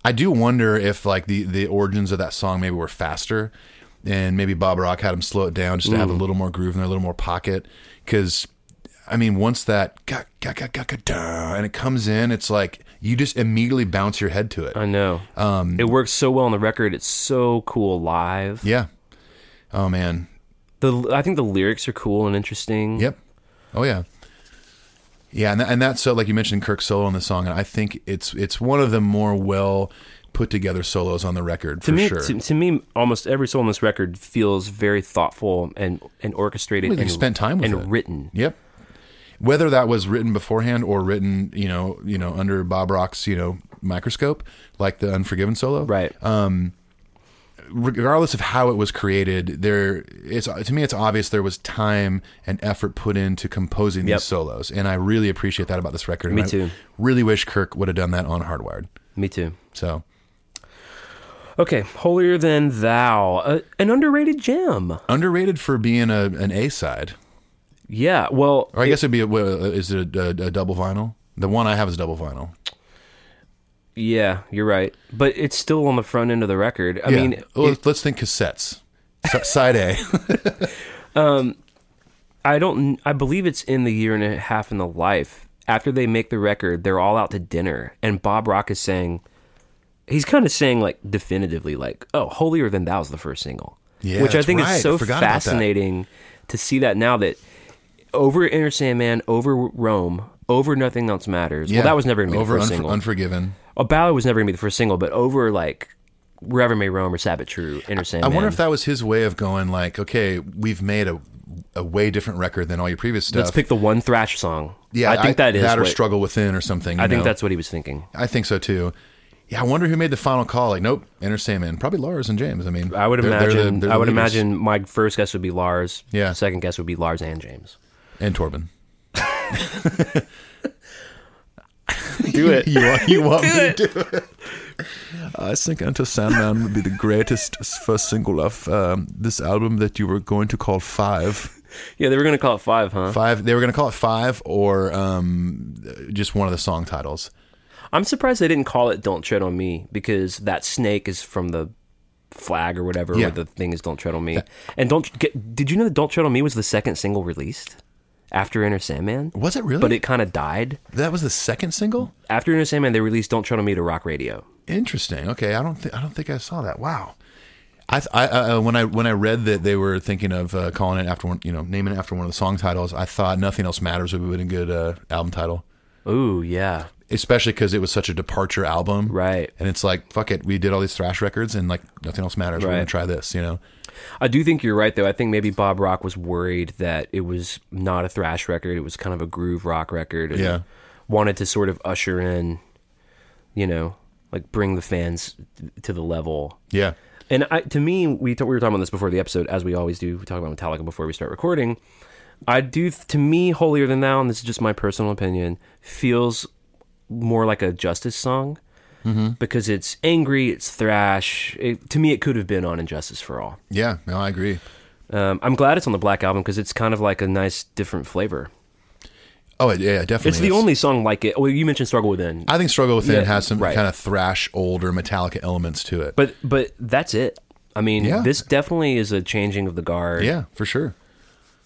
Speaker 3: I do wonder if like the the origins of that song maybe were faster and maybe Bob Rock had him slow it down just to have a little more groove in there, a little more pocket cuz I mean, once that ga- ga- ga- ga- ga- da, and it comes in, it's like you just immediately bounce your head to it.
Speaker 4: I know. Um, it works so well on the record. It's so cool live.
Speaker 3: yeah. Oh man.
Speaker 4: The I think the lyrics are cool and interesting.
Speaker 3: Yep. Oh yeah. Yeah, and that, and that's so like you mentioned Kirk solo in the song, and I think it's it's one of the more well put together solos on the record
Speaker 4: To
Speaker 3: for
Speaker 4: me,
Speaker 3: sure.
Speaker 4: to, to me, almost every song on this record feels very thoughtful and and orchestrated.
Speaker 3: Well, they
Speaker 4: and
Speaker 3: spent time with
Speaker 4: and
Speaker 3: it.
Speaker 4: written.
Speaker 3: Yep. Whether that was written beforehand or written, you know, you know, under Bob Rock's, you know, microscope, like the Unforgiven solo,
Speaker 4: Right.
Speaker 3: Regardless of how it was created, there it's to me it's obvious there was time and effort put into composing
Speaker 4: Yep.
Speaker 3: these solos, and I really appreciate that about this record.
Speaker 4: Me
Speaker 3: and I
Speaker 4: too.
Speaker 3: really wish Kirk would have done that on Hardwired.
Speaker 4: me too.
Speaker 3: So
Speaker 4: Okay, holier than thou, uh, an underrated gem.
Speaker 3: underrated for being a an A side,
Speaker 4: Yeah. Well,
Speaker 3: or I guess it'd be a, what, uh, is it a, a, a double vinyl? The one I have is a double vinyl.
Speaker 4: yeah, you're right. But it's still on the front end of the record. I
Speaker 3: Yeah.
Speaker 4: mean,
Speaker 3: Well, let's, let's think cassettes. S- Side A.
Speaker 4: I don't. I believe it's in the year and a half in the life. After they make the record, they're all out to dinner, and Bob Rock is saying, he's kind of saying like definitively, like, "Oh, holier than thou" is the first single,
Speaker 3: Yeah,
Speaker 4: which I
Speaker 3: that's
Speaker 4: think
Speaker 3: right.
Speaker 4: is so
Speaker 3: I forgot about that.
Speaker 4: fascinating to see that now that over Inner Sandman, over Rome, over Nothing Else Matters. Well, that was never going to be
Speaker 3: over
Speaker 4: the first
Speaker 3: Unfor-
Speaker 4: single.
Speaker 3: Unforgiven.
Speaker 4: A ballad was never going to be the first single, but over like Reverend May Rome or Sabbath True, Inner
Speaker 3: I
Speaker 4: Sandman.
Speaker 3: wonder if that was his way of going like, okay, we've made a a way different record than all your previous stuff.
Speaker 4: Let's pick the one thrash song. I think that is
Speaker 3: that or
Speaker 4: what-
Speaker 3: struggle within or something.
Speaker 4: I
Speaker 3: you
Speaker 4: think
Speaker 3: know? Uh,
Speaker 4: that's what he was thinking.
Speaker 3: I think so too. Yeah, I wonder who made the final call. Like, nope, Enter Sandman. Probably Lars and James. I mean,
Speaker 4: I would
Speaker 3: they're- they're the-
Speaker 4: imagine.
Speaker 3: they're the
Speaker 4: I would
Speaker 3: leaders.
Speaker 4: imagine my first guess would be Lars.
Speaker 3: Yeah.
Speaker 4: Second guess would be Lars and James.
Speaker 3: and Torben.
Speaker 5: Do it.
Speaker 3: You want, you want me to do it?
Speaker 5: I think Enter Sandman would be the greatest s- first single of um, this album that you were going to call Five.
Speaker 4: Yeah, they were gonna call it five, huh?
Speaker 3: five? They were going to call it five or um, just one of the song titles.
Speaker 4: I'm surprised they didn't call it "Don't Tread on Me" because that snake is from the flag or whatever,
Speaker 3: Yeah.
Speaker 4: or the thing is "Don't Tread on Me." And don't get, did you know that "Don't Tread on Me" was the second single released after Inner Sandman?
Speaker 3: Was it really?
Speaker 4: But it kind of died
Speaker 3: that was the second single.
Speaker 4: after Inner Sandman. They released "Don't Tread on Me" to rock radio.
Speaker 3: Interesting. Okay, I don't think I don't think I saw that. Wow. I, th- I uh, uh, when I when I read that they were thinking of uh, calling it after one, you know, naming it after one of the song titles, I thought nothing else matters would have been a good uh, album title,
Speaker 4: Ooh, yeah,
Speaker 3: especially because it was such a departure album,
Speaker 4: Right.
Speaker 3: And it's like, fuck it, we did all these thrash records, and like nothing else matters. We're
Speaker 4: Right.
Speaker 3: gonna try this, you know.
Speaker 4: I do think you're right, though. I think maybe Bob Rock was worried that it was not a thrash record; it was kind of a groove rock record. and
Speaker 3: Yeah.
Speaker 4: wanted to sort of usher in, you know, like bring the fans to the level.
Speaker 3: Yeah,
Speaker 4: And I, to me, we t- we were talking about this before the episode, as we always do. We talk about Metallica before we start recording. I do, to me, holier than thou, and this is just my personal opinion, feels more like a Justice song because it's angry, it's thrash. It, to me, it could have been on Injustice for All.
Speaker 3: yeah. No, I agree.
Speaker 4: Um, I'm glad it's on the Black Album because it's kind of like a nice, different flavor.
Speaker 3: Oh, yeah, definitely.
Speaker 4: It's the only song like it. Well, you mentioned Struggle Within,
Speaker 3: I think Struggle Within
Speaker 4: Yeah,
Speaker 3: has some
Speaker 4: right.
Speaker 3: kind of thrash, older Metallica elements to it.
Speaker 4: but but that's it. I mean,
Speaker 3: Yeah.
Speaker 4: this definitely is a changing of the guard,
Speaker 3: yeah, for sure.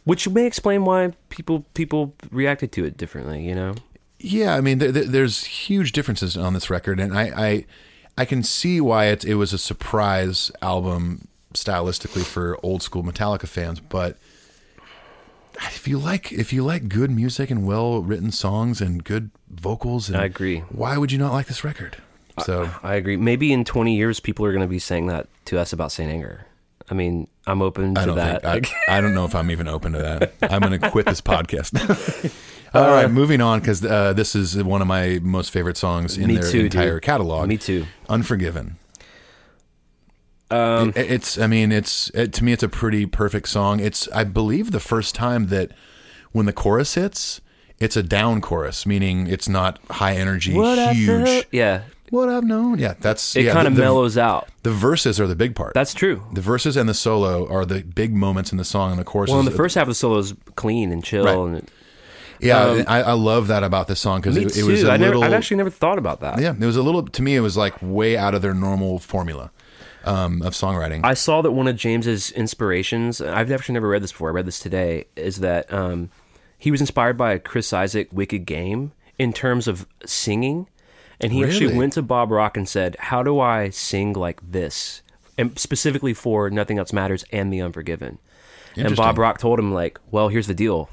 Speaker 4: which may explain why people people reacted to it differently. You know,
Speaker 3: Yeah, I mean, th- th- there's huge differences on this record, and I, I, I can see why it it was a surprise album stylistically for old school Metallica fans. But if you like if you like good music and well written songs and good vocals, and
Speaker 4: I agree.
Speaker 3: Why would you not like this record? So
Speaker 4: I agree. Maybe in 20 years, people are going to be saying that to us about Saint Anger. I mean, I'm open to
Speaker 3: I don't
Speaker 4: that.
Speaker 3: think I, I don't know if I'm even open to that. I'm going to quit this podcast. All right, moving on because uh, this is one of my most favorite songs in
Speaker 4: Me
Speaker 3: their
Speaker 4: too, dude.
Speaker 3: entire catalog.
Speaker 4: Me too.
Speaker 3: Unforgiven.
Speaker 4: Um,
Speaker 3: It- it's. I mean, it's it, to me, it's a pretty perfect song. It's. I believe the first time that when the chorus hits, it's a down chorus, meaning it's not high energy, huge.
Speaker 4: yeah,
Speaker 3: what I've known, yeah, that's
Speaker 4: it
Speaker 3: yeah,
Speaker 4: kind of
Speaker 3: the- the-
Speaker 4: mellows out.
Speaker 3: The verses are the big part.
Speaker 4: That's true.
Speaker 3: the verses and the solo are the big moments in the song, and the chorus.
Speaker 4: Well,
Speaker 3: is
Speaker 4: in the first half of the solo is clean and chill,
Speaker 3: Right.
Speaker 4: and
Speaker 3: Yeah, I, I love that about this song because
Speaker 4: um, me
Speaker 3: it,
Speaker 4: too.
Speaker 3: it was a
Speaker 4: I
Speaker 3: little.
Speaker 4: never, I've actually never thought about that.
Speaker 3: yeah, it was a little. To me, it was like way out of their normal formula um, of songwriting.
Speaker 4: I saw that one of James's inspirations. I've actually never read this before. I read this today. Is that um, he was inspired by a Chris Isaac Wicked Game in terms of singing, And he actually
Speaker 3: Really?
Speaker 4: went to Bob Rock and said, How do I sing like this? And specifically for Nothing Else Matters and The Unforgiven. And Bob
Speaker 3: Interesting.
Speaker 4: Rock told him, like, well, here's the deal.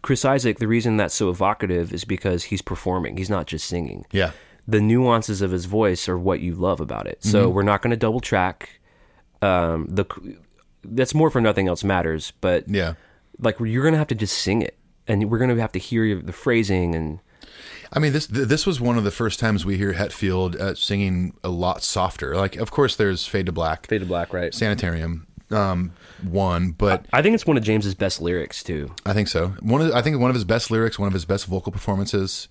Speaker 4: Chris Isaac, the reason that's so evocative is because he's performing. He's not just singing.
Speaker 3: Yeah.
Speaker 4: The nuances of his voice are what you love about it. So
Speaker 3: Mm-hmm.
Speaker 4: we're not going to double track. Um, the that's more for nothing else matters. But
Speaker 3: Yeah.
Speaker 4: like you're going to have to just sing it, and we're going to have to hear your- the phrasing and
Speaker 3: I mean, this th- this was one of the first times we hear Hetfield uh, singing a lot softer. Like, of course, there's Fade to Black,
Speaker 4: fade to black, right?
Speaker 3: Sanitarium, um, one, but
Speaker 4: I think it's one of James's best lyrics too.
Speaker 3: I think so. One of I think one of his best lyrics, one of his best vocal performances.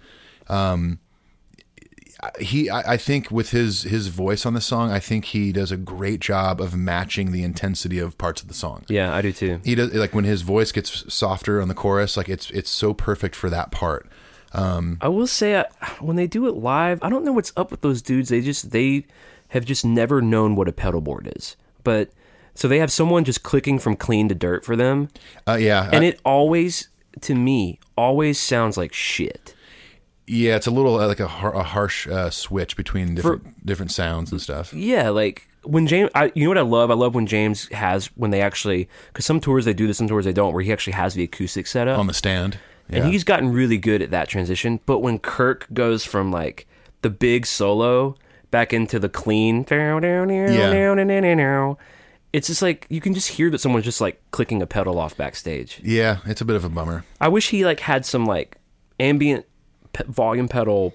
Speaker 3: Um, he, I, I think, with his his voice on the song, I think he does a great job of matching the intensity of parts of the song.
Speaker 4: Yeah, I do too.
Speaker 3: He does like when his voice gets softer on the chorus, like it's it's so perfect for that part.
Speaker 4: I will say uh, when they do it live, I don't know what's up with those dudes. They just they have just never known what a pedal board is. But so they have someone just clicking from clean to dirt for them,
Speaker 3: Uh, yeah,
Speaker 4: and
Speaker 3: I-
Speaker 4: it always to me always sounds like shit.
Speaker 3: yeah, it's a little uh, like a, har- a harsh uh, switch between different different sounds and stuff.
Speaker 4: Yeah, like when James, I, you know what I love? I love when James has when they actually because some tours they do this, some tours they don't, where he actually has the acoustic setup.
Speaker 3: on the stand.
Speaker 4: And he's gotten really good at that transition. But when Kirk goes from like the big solo back into the clean, it's just like you can just hear that someone's just like clicking a pedal off backstage.
Speaker 3: yeah, it's a bit of a bummer.
Speaker 4: I wish he like had some like ambient pe- volume pedal.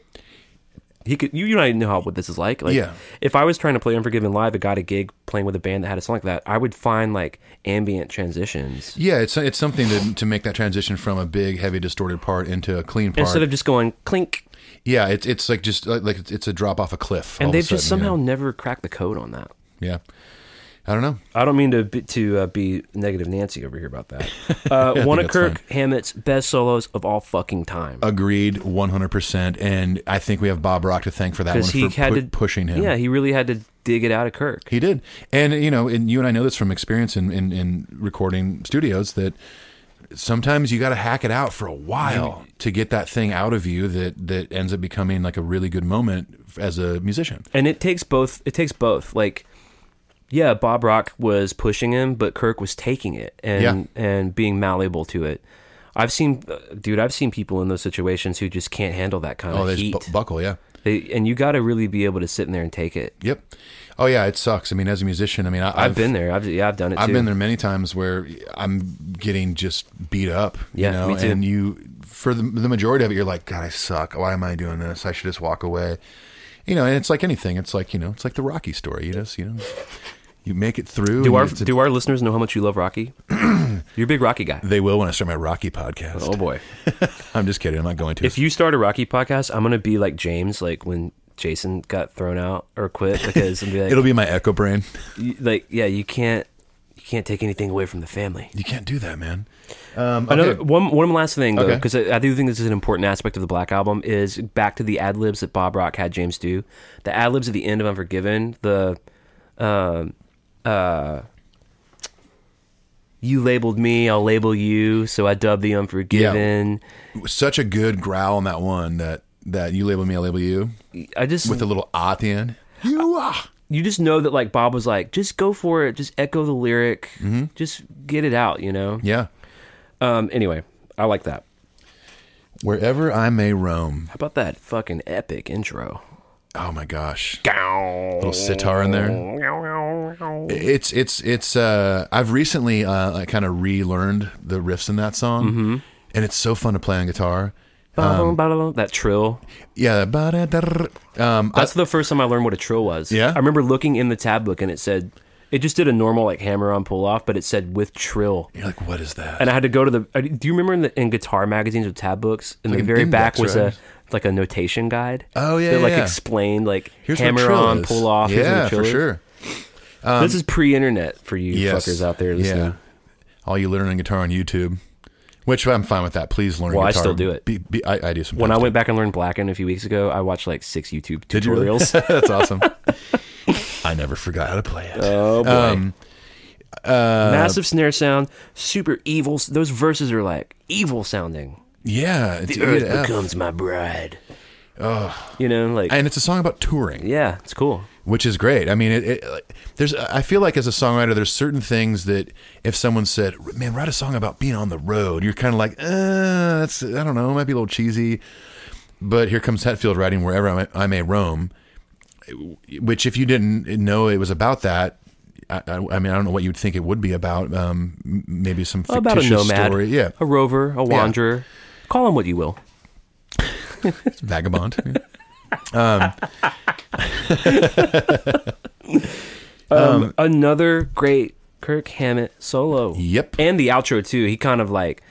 Speaker 4: He could you, you don't even know how what this is like. Like
Speaker 3: Yeah.
Speaker 4: if I was trying to play Unforgiven live, I got a gig playing with a band that had a song like that. I would find like ambient transitions
Speaker 3: Yeah, it's it's something to to make that transition from a big heavy distorted part into a clean part.
Speaker 4: instead of just going clink
Speaker 3: yeah, it's it's like just like like it's- it's a drop off a cliff. all
Speaker 4: and
Speaker 3: of
Speaker 4: they've
Speaker 3: a sudden,
Speaker 4: just
Speaker 3: you
Speaker 4: somehow
Speaker 3: know?
Speaker 4: never cracked the code on that.
Speaker 3: yeah. I don't know.
Speaker 4: I don't mean to be, to uh, be negative Nancy over here about that. Uh, one of
Speaker 3: that's Uh,
Speaker 4: Kirk Hammett's best solos of all fucking time
Speaker 3: Agreed, one hundred percent. And I think we have Bob Rock to thank for that one
Speaker 4: because he
Speaker 3: for
Speaker 4: had
Speaker 3: pu-
Speaker 4: to
Speaker 3: pushing him.
Speaker 4: Yeah, he really had to dig it out of Kirk.
Speaker 3: He did. And you know, and you and I know this from experience in in, in recording studios that sometimes you got to hack it out for a while to get that thing out of you that that ends up becoming like a really good moment as a musician.
Speaker 4: And it takes both. It takes both. Like, yeah, Bob Rock was pushing him, but Kirk was taking it and and being malleable to it. I've seen, dude, I've seen people in those situations who just can't handle that kind
Speaker 3: Oh,
Speaker 4: of
Speaker 3: they
Speaker 4: heat.
Speaker 3: just bu- buckle, yeah.
Speaker 4: they, and you got to really be able to sit in there and take it.
Speaker 3: Yep. Oh yeah, it sucks. I mean, as a musician, I mean, I,
Speaker 4: I've, been there. I've yeah, I've done it.
Speaker 3: I've
Speaker 4: too.
Speaker 3: been there many times where I'm getting just beat up.
Speaker 4: Yeah,
Speaker 3: you know,
Speaker 4: me too.
Speaker 3: and you for the, the majority of it, you're like, God, I suck. Why am I doing this? I should just walk away. You know, and it's like anything. It's like you know, it's like the Rocky story. You just you know, you make it through.
Speaker 4: Do
Speaker 3: and
Speaker 4: our
Speaker 3: it's a-
Speaker 4: do our listeners know how much you love Rocky? You're a big Rocky guy.
Speaker 3: they will when I start my Rocky podcast.
Speaker 4: Oh, boy!
Speaker 3: I'm just kidding. I'm not going to.
Speaker 4: If you start a Rocky podcast, I'm gonna be like James, like when Jason got thrown out or quit because I'm gonna be
Speaker 3: It'll
Speaker 4: like,
Speaker 3: be my echo brain.
Speaker 4: you, like yeah, you can't you can't take anything away from the family.
Speaker 3: You can't do that, man. Um, okay.
Speaker 4: Another one one last thing though,
Speaker 3: Okay.
Speaker 4: because I, I do think this is an important aspect of the Black album is back to the ad libs that Bob Rock had James do. The ad libs at the end of Unforgiven, the um uh you labeled me, I'll label you, so I dubbed the Unforgiven.
Speaker 3: such a good growl on that one that that you label me, I label you
Speaker 4: I just
Speaker 3: with a little ah at the end. You ah.
Speaker 4: you just know that like Bob was like, just go for it, just echo the lyric, just get it out, you know.
Speaker 3: Mm-hmm. Yeah.
Speaker 4: Um. Anyway, I like that.
Speaker 3: Wherever I may roam.
Speaker 4: How about that fucking epic intro?
Speaker 3: Oh my gosh. Little sitar in there. It's it's it's uh I've recently uh I kind of relearned the riffs in that song.
Speaker 4: Mm-hmm.
Speaker 3: And it's so fun to play on guitar. Um,
Speaker 4: Ba-dum-ba-dum, that trill.
Speaker 3: Yeah, ba-da-da-da-da. um I-
Speaker 4: That's the first time I learned what a trill was.
Speaker 3: Yeah?
Speaker 4: I remember looking in the tab book and it said it just did a normal like hammer on pull off, but it said with trill.
Speaker 3: you're like what is that?
Speaker 4: And I had to go to the. I- Do you remember in, the, in guitar magazines or tab books? In the
Speaker 3: Like an
Speaker 4: very back
Speaker 3: index,
Speaker 4: was
Speaker 3: right?
Speaker 4: a like a notation guide.
Speaker 3: Oh, yeah,
Speaker 4: that
Speaker 3: yeah,
Speaker 4: like
Speaker 3: yeah.
Speaker 4: explained like
Speaker 3: Here's what a
Speaker 4: hammer
Speaker 3: trill
Speaker 4: on,
Speaker 3: is.
Speaker 4: pull off. here's what a
Speaker 3: Yeah,
Speaker 4: trill
Speaker 3: for
Speaker 4: is.
Speaker 3: sure. Um,
Speaker 4: this is pre-internet for you
Speaker 3: Yes.
Speaker 4: fuckers out there listening.
Speaker 3: Yeah. All you learning guitar on YouTube. Which I'm fine with that. Please learn
Speaker 4: Well, I
Speaker 3: guitar.
Speaker 4: still do it.
Speaker 3: Be, be, I, I do sometimes.
Speaker 4: When I went back and learned Blacken a few weeks ago, I watched like six YouTube
Speaker 3: Did you really?
Speaker 4: tutorials.
Speaker 3: That's awesome. Uh, I never forgot how to play it.
Speaker 4: oh boy!
Speaker 3: Um, uh,
Speaker 4: Massive snare sound, super evil. Those verses are like evil sounding.
Speaker 3: yeah, it's
Speaker 4: The earth
Speaker 3: EDF.
Speaker 4: becomes my bride. You know, like
Speaker 3: and it's a song about touring.
Speaker 4: yeah, it's cool.
Speaker 3: which is great. I mean, it, it like, there's. I feel like as a songwriter, there's certain things that if someone said, "Man, write a song about being on the road," you're kind of like, uh, "That's I don't know, it might be a little cheesy." But here comes Hetfield writing "Wherever I May, I May Roam," which if you didn't know it was about that. I, I, I mean, I don't know what you'd think it would be about. Um, m- maybe some fictitious
Speaker 4: About a nomad,
Speaker 3: story. Yeah,
Speaker 4: a rover, a wanderer. Call him what you will.
Speaker 3: vagabond.
Speaker 4: Um,
Speaker 3: Um,
Speaker 4: Another great Kirk Hammett solo.
Speaker 3: Yep.
Speaker 4: And the outro too. He kind of like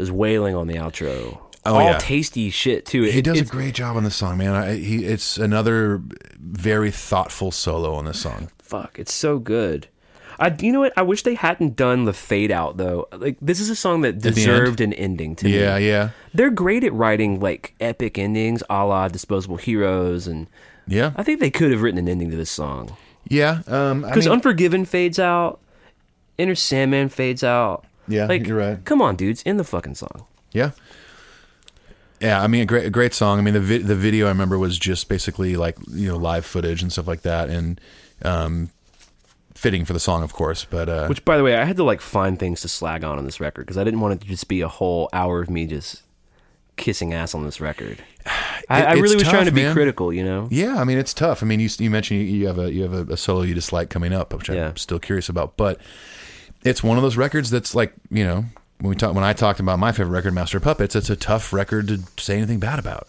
Speaker 4: is wailing on the outro.
Speaker 3: Oh,
Speaker 4: All
Speaker 3: yeah.
Speaker 4: tasty shit too.
Speaker 3: He does a
Speaker 4: it's
Speaker 3: great job on this song, man. I, he, it's another very thoughtful solo on this song.
Speaker 4: fuck. It's so good. I you know what? I wish they hadn't done the fade out though. Like this is a song that
Speaker 3: end?
Speaker 4: deserved an ending to me.
Speaker 3: Yeah, yeah,
Speaker 4: They're great at writing like epic endings, a la Disposable Heroes, and
Speaker 3: yeah,
Speaker 4: I think they could have written an ending to this song.
Speaker 3: yeah. Um, I
Speaker 4: Because
Speaker 3: mean,
Speaker 4: Unforgiven fades out, Inner Sandman fades out.
Speaker 3: Yeah,
Speaker 4: like
Speaker 3: you're right.
Speaker 4: Come on, dudes, in the fucking song.
Speaker 3: yeah, yeah. I mean, a great, a great song. I mean, the vi- the video I remember was just basically like you know live footage and stuff like that, and um, fitting for the song, of course. But uh,
Speaker 4: Which, by the way, I had to like find things to slag on on this record because I didn't want it to just be a whole hour of me just kissing ass on this record. I,
Speaker 3: It-
Speaker 4: I
Speaker 3: it's
Speaker 4: really was
Speaker 3: tough,
Speaker 4: trying to be
Speaker 3: man.
Speaker 4: critical, you know.
Speaker 3: Yeah, I mean it's tough. I mean you you mentioned you, you have a you have a, a solo you dislike coming up, which
Speaker 4: Yeah.
Speaker 3: I'm still curious about. But it's one of those records that's like you know when we talk when I talked about my favorite record, Master of Puppets. It's a tough record to say anything bad about,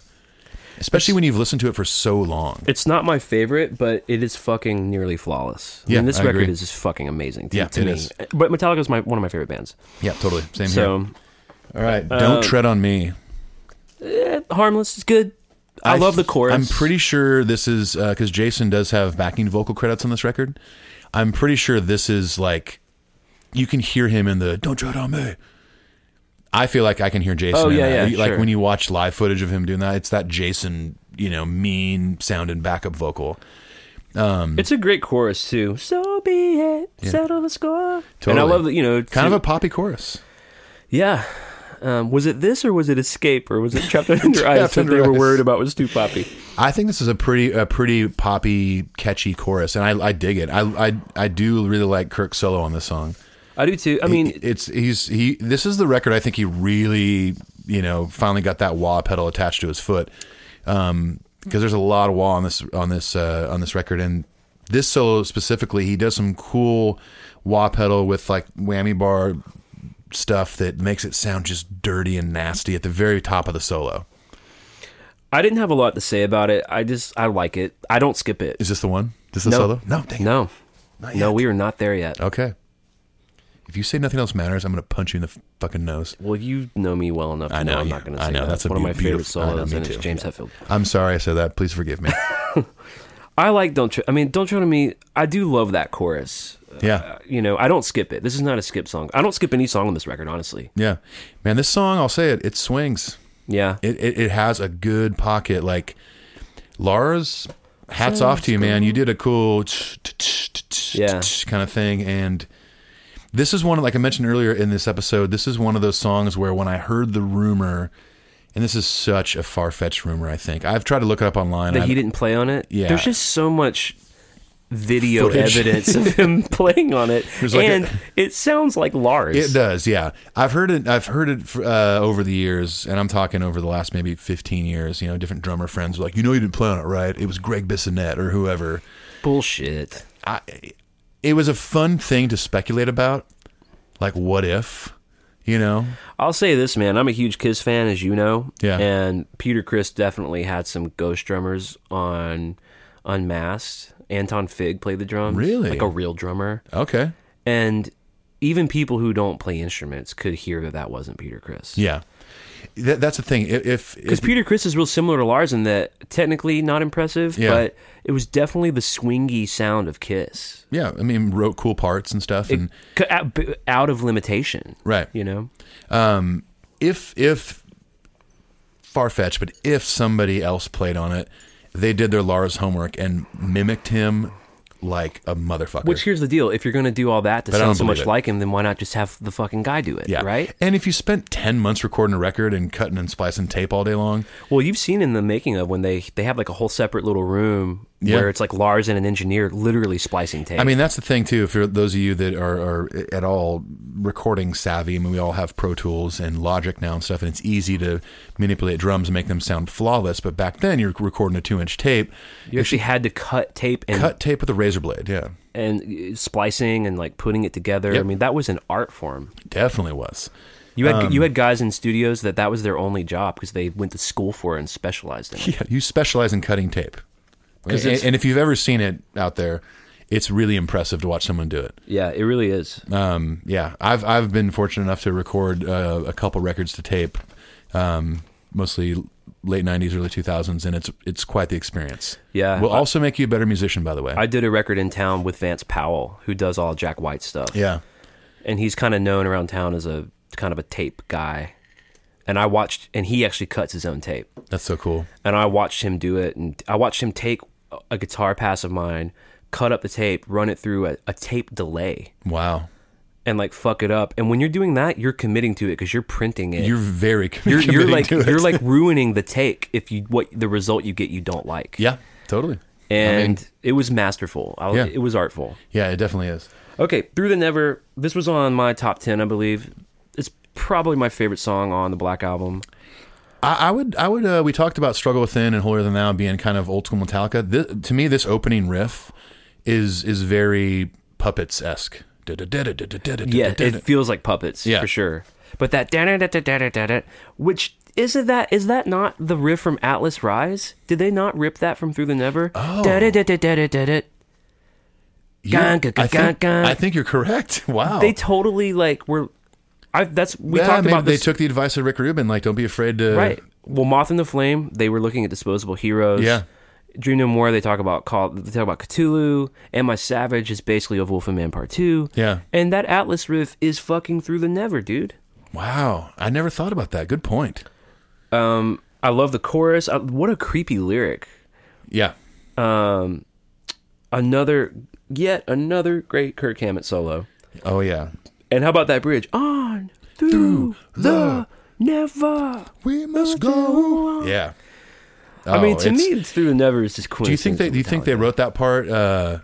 Speaker 3: especially when you've listened to it for so long.
Speaker 4: It's not my favorite, but it is fucking nearly flawless. I
Speaker 3: Yeah,
Speaker 4: mean, this
Speaker 3: I
Speaker 4: record
Speaker 3: agree.
Speaker 4: is just fucking amazing. To,
Speaker 3: Yeah,
Speaker 4: to
Speaker 3: it
Speaker 4: me.
Speaker 3: is.
Speaker 4: But Metallica is my one of my favorite bands.
Speaker 3: Yeah, totally. Same
Speaker 4: So uh,
Speaker 3: here. All right, don't tread on me.
Speaker 4: harmless is good. I, love the chorus.
Speaker 3: I'm pretty sure this is because Jason does have backing vocal credits on this record. I'm pretty sure this is like you can hear him in the "Don't Tread on Me." I feel like I can hear Jason.
Speaker 4: Oh,
Speaker 3: in
Speaker 4: yeah,
Speaker 3: that.
Speaker 4: yeah,
Speaker 3: Like
Speaker 4: sure.
Speaker 3: when you watch live footage of him doing that, it's that Jason, you know, mean sounding backup vocal.
Speaker 4: It's a great chorus too. So be it, settle the score. And I
Speaker 3: Totally.
Speaker 4: love that you know
Speaker 3: Kind
Speaker 4: to-
Speaker 3: of a poppy chorus.
Speaker 4: yeah. Um, was it this or was it Escape or was it Trapped Under Ice that
Speaker 3: Under
Speaker 4: they were
Speaker 3: Ice.
Speaker 4: worried about was too poppy?
Speaker 3: I think this is a pretty a pretty poppy, catchy chorus, and I, I dig it. I, I I do really like Kirk's solo on this song.
Speaker 4: I do too. I mean,
Speaker 3: it's he's he. This is the record I think he really you know finally got that wah pedal attached to his foot because there's a lot of wah on this on this uh, on this record and this solo specifically he does some cool wah pedal with like whammy bar stuff that makes it sound just dirty and nasty at the very top of the solo.
Speaker 4: I didn't have a lot to say about it. I just I like it. I don't skip it.
Speaker 3: Is this the one? Is this the
Speaker 4: No.
Speaker 3: solo? No, dang it.
Speaker 4: No,
Speaker 3: Not
Speaker 4: no,
Speaker 3: yet.
Speaker 4: we are not there yet.
Speaker 3: Okay. If you say nothing else matters, I'm gonna punch you in the fucking nose.
Speaker 4: Well, you know me well enough. To
Speaker 3: I
Speaker 4: know,
Speaker 3: know
Speaker 4: I'm
Speaker 3: you-
Speaker 4: not going to
Speaker 3: I
Speaker 4: say
Speaker 3: know.
Speaker 4: that.
Speaker 3: That's a
Speaker 4: one of my
Speaker 3: beautiful-
Speaker 4: favorite
Speaker 3: I know,
Speaker 4: solos,
Speaker 3: me
Speaker 4: and it's
Speaker 3: too.
Speaker 4: James Hetfield.
Speaker 3: I'm sorry I said that. Please forgive me.
Speaker 4: I like Don't. Tr- I mean, Don't Try to Me. I do love that chorus. Uh,
Speaker 3: Yeah.
Speaker 4: You know, I don't skip it. This is not a skip song. I don't skip any song on this record, honestly.
Speaker 3: Yeah, man, this song I'll say it. It swings.
Speaker 4: Yeah.
Speaker 3: It it, it has a good pocket. Like Lars, hats off to you, man. You did a cool
Speaker 4: Yeah.
Speaker 3: kind of thing. And this is one like I mentioned earlier in this episode. This is one of those songs where when I heard the rumor, and this is such a far fetched rumor. I think I've tried to look it up online.
Speaker 4: that he
Speaker 3: I've-
Speaker 4: didn't play on it.
Speaker 3: Yeah.
Speaker 4: There's just so much video
Speaker 3: Footage.
Speaker 4: evidence of him playing on it,
Speaker 3: There's like a-
Speaker 4: and it sounds like Lars.
Speaker 3: It does, yeah. I've heard it. I've heard it uh, over the years, and I'm talking over the last maybe 15 years. You know, different drummer friends were like, "You know, you didn't play on it, right? It was Greg Bissonette or whoever."
Speaker 4: Bullshit.
Speaker 3: It was a fun thing to speculate about, like what if, you know?
Speaker 4: I'll say this, man. I'm a huge Kiss fan, as you know.
Speaker 3: Yeah.
Speaker 4: And Peter Chris definitely had some ghost drummers on Unmasked. Anton Fig played the drums.
Speaker 3: Really?
Speaker 4: Like a real drummer.
Speaker 3: Okay,
Speaker 4: And even people who don't play instruments could hear that that wasn't Peter Chris.
Speaker 3: yeah. That, that's the thing. If, if,
Speaker 4: Because
Speaker 3: if
Speaker 4: Peter Chris is real similar to Lars in that technically not impressive,
Speaker 3: Yeah.
Speaker 4: but it was definitely the swingy sound of Kiss.
Speaker 3: yeah, I mean, wrote cool parts and stuff, and
Speaker 4: C- out- b- Out of limitation.
Speaker 3: Mm. Right.
Speaker 4: You know?
Speaker 3: if if far fetched, but if somebody else played on it, they did their Lars homework and mimicked him like a motherfucker.
Speaker 4: Which here's the deal: if you're going to do all that to
Speaker 3: But I don't
Speaker 4: sound so much
Speaker 3: believe it.
Speaker 4: like him, then why not just have the fucking guy do it?
Speaker 3: yeah,
Speaker 4: Right.
Speaker 3: And if you spent ten months recording a record and cutting and splicing tape all day long,
Speaker 4: Well, you've seen in the making of when they they have like a whole separate little room
Speaker 3: Yeah.
Speaker 4: where it's like Lars and an engineer literally splicing tape.
Speaker 3: I mean, that's the thing too. For those of you that are, are at all recording savvy, I mean, we all have Pro Tools and Logic now and stuff, and it's easy to manipulate drums and make them sound flawless. But back then, you're recording a two-inch tape,
Speaker 4: you actually had to cut tape and
Speaker 3: cut tape with a razor blade. Yeah,
Speaker 4: and uh, splicing and like putting it together. I
Speaker 3: Yep.
Speaker 4: mean, that was an art form.
Speaker 3: definitely was.
Speaker 4: You had
Speaker 3: Um,
Speaker 4: you had guys in studios that that was their only job because they went to school for it and specialized in it.
Speaker 3: Yeah, you specialize in cutting tape, and,
Speaker 4: it's-
Speaker 3: and if you've ever seen it out there, it's really impressive to watch someone do it.
Speaker 4: Yeah, it really is.
Speaker 3: Um, yeah, I've I've been fortunate enough to record uh, a couple records to tape, um, mostly late '90s, early 2000s, and it's it's quite the experience.
Speaker 4: Yeah.
Speaker 3: will also make you a better musician, by the way.
Speaker 4: I did a record in town with Vance Powell, who does all Jack White stuff.
Speaker 3: yeah,
Speaker 4: and he's kind of known around town as a kind of a tape guy. And I watched, and he actually cuts his own tape.
Speaker 3: that's so cool.
Speaker 4: And I watched him do it, and I watched him take a- a guitar pass of mine, cut up the tape, run it through a, a tape delay,
Speaker 3: Wow,
Speaker 4: and like fuck it up. And when you're doing that, you're committing to it because you're printing it.
Speaker 3: you're very
Speaker 4: you're,
Speaker 3: committed
Speaker 4: you're like
Speaker 3: to it.
Speaker 4: you're like ruining the take if you what the result you get you don't like.
Speaker 3: yeah, totally. I mean,
Speaker 4: and it was masterful. I, was-
Speaker 3: Yeah.
Speaker 4: It was artful.
Speaker 3: yeah, it definitely is.
Speaker 4: Okay, Through the Never. This was on my top 10, I believe. It's probably my favorite song on the Black Album.
Speaker 3: I, I would, I would. Uh, we talked about "Struggle Within" and "Holier Than Thou" being kind of old school Metallica. Thi- to me, this opening riff is is very puppets esque.
Speaker 4: Yeah, it feels like puppets
Speaker 3: Yeah.
Speaker 4: for sure. But that da da da da da da da, which is it that is that not the riff from Atlas Rise? Did they not rip that from Through the Never? Oh. Da da da da da da da. da.
Speaker 3: You-
Speaker 4: Gun, gun,
Speaker 3: I,
Speaker 4: gun,
Speaker 3: think,
Speaker 4: gun.
Speaker 3: I think you're correct. Wow.
Speaker 4: They totally like were. I that's we
Speaker 3: Yeah,
Speaker 4: talked
Speaker 3: Oh. maybe
Speaker 4: about
Speaker 3: they
Speaker 4: this.
Speaker 3: took the advice of Rick Rubin, like don't be afraid to
Speaker 4: right. Well, Moth and the Flame, they were looking at disposable heroes.
Speaker 3: Yeah.
Speaker 4: Dream No More, they talk about call they talk about Cthulhu, and My Savage is basically of Wolf and Man Part Two.
Speaker 3: Yeah.
Speaker 4: And that Atlas riff is fucking through the never, dude.
Speaker 3: Wow, I never thought about that. Good point.
Speaker 4: I love the chorus. Uh what a creepy lyric.
Speaker 3: Yeah,
Speaker 4: Another yet another great Kirk Hammett solo.
Speaker 3: oh yeah.
Speaker 4: And how about that bridge? On through, the never.
Speaker 3: We must go. Yeah.
Speaker 4: I mean,
Speaker 3: Oh,
Speaker 4: to
Speaker 3: it's-
Speaker 4: me, it's through the never is just
Speaker 3: do you think they
Speaker 4: that
Speaker 3: do you think they wrote that part uh,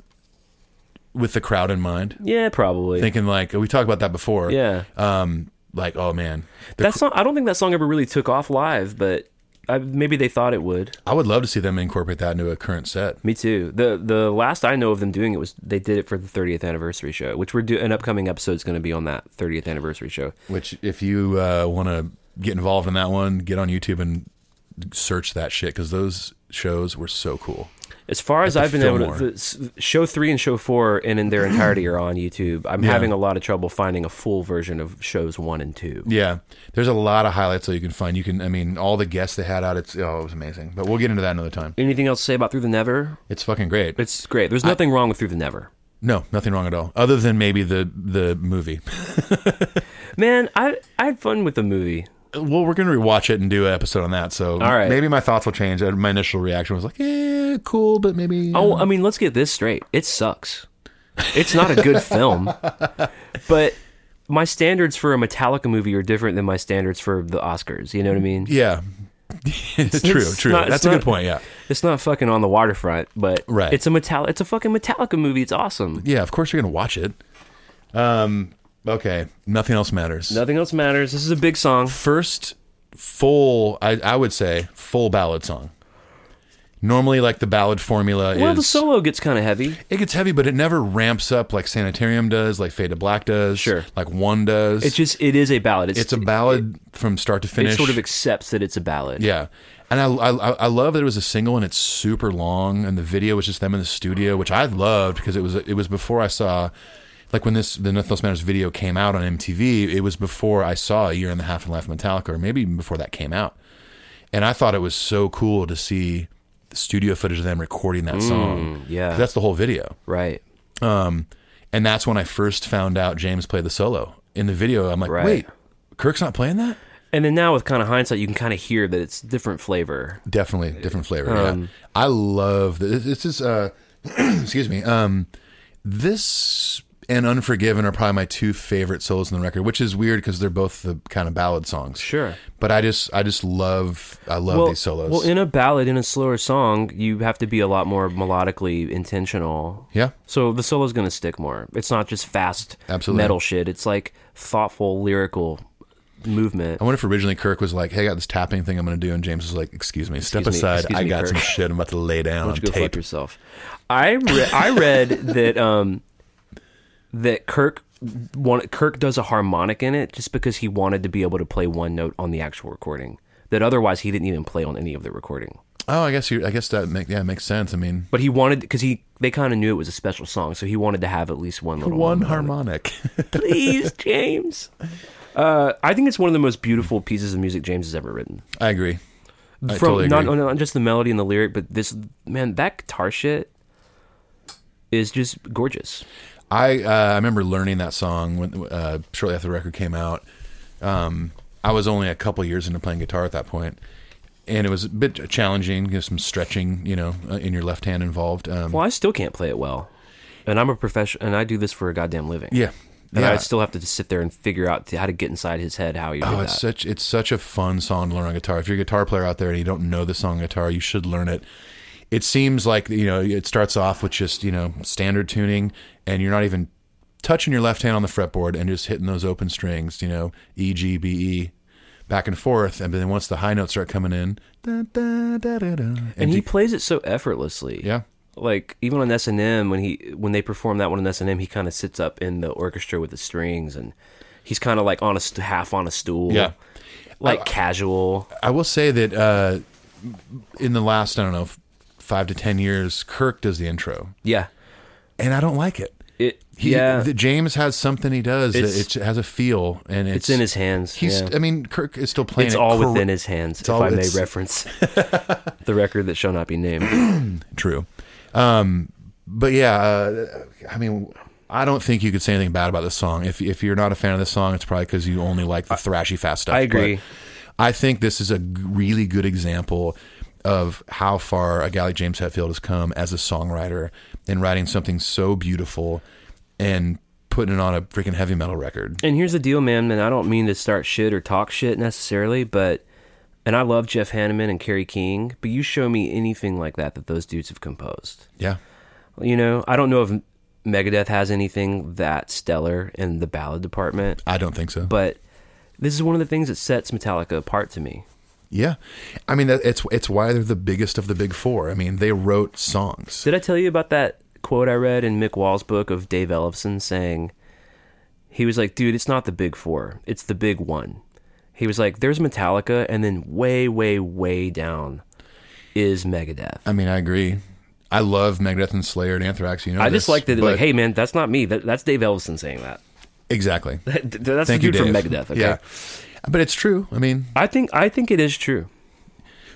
Speaker 3: with the crowd in mind,
Speaker 4: Yeah, probably.
Speaker 3: thinking like we talked about that before?
Speaker 4: Yeah.
Speaker 3: Um, like oh man, The-
Speaker 4: That song, I don't think that song ever really took off live, but I, maybe they thought it would.
Speaker 3: I would love to see them incorporate that into a current set.
Speaker 4: Me too. the The last I know of them doing it was they did it for the 30th anniversary show, which we're do an upcoming episode is going to be on that 30th anniversary show.
Speaker 3: Which, if you uh, want to get involved in that one, get on YouTube and search that shit because those shows were so cool.
Speaker 4: As far as
Speaker 3: the
Speaker 4: I've been able
Speaker 3: Fillmore.
Speaker 4: to, the, show three and show four and in their entirety are on YouTube. I'm having a lot of trouble finding a full version of shows one and two.
Speaker 3: Yeah, there's a lot of highlights that you can find. You can, I mean, all the guests they had out. It's oh, it was amazing. But we'll get into that another time.
Speaker 4: Anything else to say about Through the Never?
Speaker 3: It's fucking great.
Speaker 4: It's great. There's nothing wrong with Through the Never.
Speaker 3: no, nothing wrong at all, other than maybe the the movie.
Speaker 4: Man, I I had fun with the movie.
Speaker 3: Well, we're gonna rewatch it and do an episode on that. So all
Speaker 4: right.
Speaker 3: maybe my thoughts will change. Uh, My initial reaction was like, eh, cool, but maybe.
Speaker 4: Oh, I mean, let's get this straight. It sucks. It's not a good film. But my standards for a Metallica movie are different than my standards for the Oscars. You know what I mean?
Speaker 3: yeah. it's true,
Speaker 4: it's
Speaker 3: true.
Speaker 4: not- it's
Speaker 3: That's a
Speaker 4: not-
Speaker 3: good point. Yeah,
Speaker 4: It's not fucking on the waterfront, but
Speaker 3: Right.
Speaker 4: it's a Metallica. It's a fucking Metallica movie. It's awesome.
Speaker 3: yeah. Of course, you're gonna watch it. Um. Okay. Nothing else matters.
Speaker 4: Nothing else matters. This is a big song.
Speaker 3: first full I, I would say full ballad song normally like the ballad formula
Speaker 4: Well,
Speaker 3: is
Speaker 4: the solo gets kind of heavy.
Speaker 3: it gets heavy but it never ramps up like sanitarium does like fade to black does
Speaker 4: Sure.
Speaker 3: like one does
Speaker 4: It's just it is a ballad. It's,
Speaker 3: it's a ballad from start to
Speaker 4: it
Speaker 3: finish
Speaker 4: sort of accepts that it's a ballad.
Speaker 3: yeah and I, I I love that it was a single and it's super long and the video was just them in the studio which I loved because it was it was before I saw like when this the Nothing Else Matters video came out on MTV it was before I saw a year and a half in Life of Metallica or maybe even before that came out and I thought it was so cool to see the studio footage of them recording that song
Speaker 4: yeah.
Speaker 3: 'Cause that's the whole video
Speaker 4: Right.
Speaker 3: and that's when I first found out James played the solo in the video I'm like
Speaker 4: Right.
Speaker 3: wait Kirk's not playing that
Speaker 4: And then now with kind of hindsight, you can kind of hear that it's different flavor. Um,
Speaker 3: Definitely different flavor. yeah, I love this. This is uh, excuse me. Um, this and Unforgiven are probably my two favorite solos in the record, which is weird because they're both the kind of ballad songs.
Speaker 4: Sure.
Speaker 3: But I just, I just love, I love
Speaker 4: well,
Speaker 3: these solos.
Speaker 4: well, in a ballad, in a slower song, you have to be a lot more melodically intentional.
Speaker 3: yeah.
Speaker 4: So the solo's going to stick more. It's not just fast
Speaker 3: Absolutely.
Speaker 4: metal shit. It's like thoughtful lyrical movement.
Speaker 3: I wonder if originally Kirk was like, "Hey, I got this tapping thing I'm going to do," and James was like, "Excuse me, step
Speaker 4: Excuse me,
Speaker 3: aside.
Speaker 4: excuse
Speaker 3: I
Speaker 4: me,
Speaker 3: got
Speaker 4: Kirk.
Speaker 3: some shit I'm about to lay down
Speaker 4: Why
Speaker 3: on
Speaker 4: don't you go fuck
Speaker 3: tape."
Speaker 4: yourself? I re- I read that um that Kirk wanted, Kirk does a harmonic in it just because he wanted to be able to play one note on the actual recording. That otherwise he didn't even play on any of the recording.
Speaker 3: Oh, I guess you. I guess that make, yeah makes sense. I mean,
Speaker 4: But he wanted because he they kind of knew it was a special song, so he wanted to have at least one little
Speaker 5: One
Speaker 4: moment on it.
Speaker 5: harmonic.
Speaker 4: Please, James. Uh, I think it's one of the most beautiful pieces of music James has ever written.
Speaker 3: I agree. I
Speaker 4: from
Speaker 3: totally
Speaker 4: not,
Speaker 3: agree.
Speaker 4: not just the melody and the lyric, but this man, that guitar shit is just gorgeous.
Speaker 3: I uh, I remember learning that song when uh, shortly after the record came out. Um, I was only a couple years into playing guitar at that point, and it was a bit challenging. You know, some stretching, you know, uh, in your left hand involved. Um,
Speaker 4: Well, I still can't play it well, and I'm a professional, and I do this for a goddamn living.
Speaker 3: yeah,
Speaker 4: and
Speaker 3: yeah.
Speaker 4: I still have to just sit there and figure out how to get inside his head how he did
Speaker 3: Oh,
Speaker 4: that.
Speaker 3: it's such it's such a fun song to learn on guitar. If you're a guitar player out there and you don't know the song on guitar, you should learn it. It seems like you know it starts off with just you know standard tuning, and you're not even touching your left hand on the fretboard and just hitting those open strings, you know E G B E, back and forth. And then once the high notes start coming in, da, da, da, da, da, and,
Speaker 4: and he
Speaker 3: you-
Speaker 4: plays it so effortlessly.
Speaker 3: yeah,
Speaker 4: like even on S and M when he when they perform that one on S and M, he kind of sits up in the orchestra with the strings and he's kind of like on a st- half on a stool.
Speaker 3: Yeah.
Speaker 4: like casual.
Speaker 3: I will say that uh, in the last I don't know f- five to ten years, Kirk does the intro,
Speaker 4: Yeah,
Speaker 3: and I don't like it.
Speaker 4: it.
Speaker 3: He,
Speaker 4: yeah,
Speaker 3: the, James has something he does
Speaker 4: It's-
Speaker 3: that it has a feel, and it's,
Speaker 4: it's in his hands.
Speaker 3: He's,
Speaker 4: yeah.
Speaker 3: I mean, Kirk is still playing.
Speaker 4: it's
Speaker 3: it
Speaker 4: all
Speaker 3: cor-
Speaker 4: within his hands. If
Speaker 3: all-
Speaker 4: I may
Speaker 3: it's-
Speaker 4: reference the record that shall not be named.
Speaker 3: True, um, but yeah, uh, I mean, I don't think you could say anything bad about this song. If if you're not a fan of this song, it's probably because you only like the thrashy fast stuff.
Speaker 4: I agree.
Speaker 3: But I think this is a g- really good example of how far a guy like James Hetfield has come as a songwriter in writing something so beautiful and putting it on a freaking heavy metal record.
Speaker 4: And here's the deal, man. And I don't mean to start shit or talk shit necessarily, but and I love Jeff Hanneman and Kerry King, but you show me anything like that that those dudes have composed.
Speaker 3: Yeah.
Speaker 4: You know, I don't know if Megadeth has anything that stellar in the ballad department,
Speaker 3: I don't think so.
Speaker 4: but this is one of the things that sets Metallica apart to me.
Speaker 3: Yeah, I mean that, it's it's why they're the biggest of the big four. I mean they wrote songs.
Speaker 4: Did I tell you about that quote I read in Mick Wall's book of Dave Ellefson saying he was like, "Dude, it's not the big 4, it's the big one." He was like, "There's Metallica and then way way way down is Megadeth."
Speaker 3: I mean I agree. I love Megadeth and Slayer and Anthrax. You know,
Speaker 4: I
Speaker 3: this,
Speaker 4: just like that, like,
Speaker 3: but-
Speaker 4: hey man, that's not me. That, that's Dave Ellefson saying that.
Speaker 3: exactly.
Speaker 4: that's
Speaker 3: Thank
Speaker 4: the
Speaker 3: you, Dave.
Speaker 4: dude from Megadeth. Okay?
Speaker 3: Yeah, but it's true. I mean,
Speaker 4: I think I think it is true.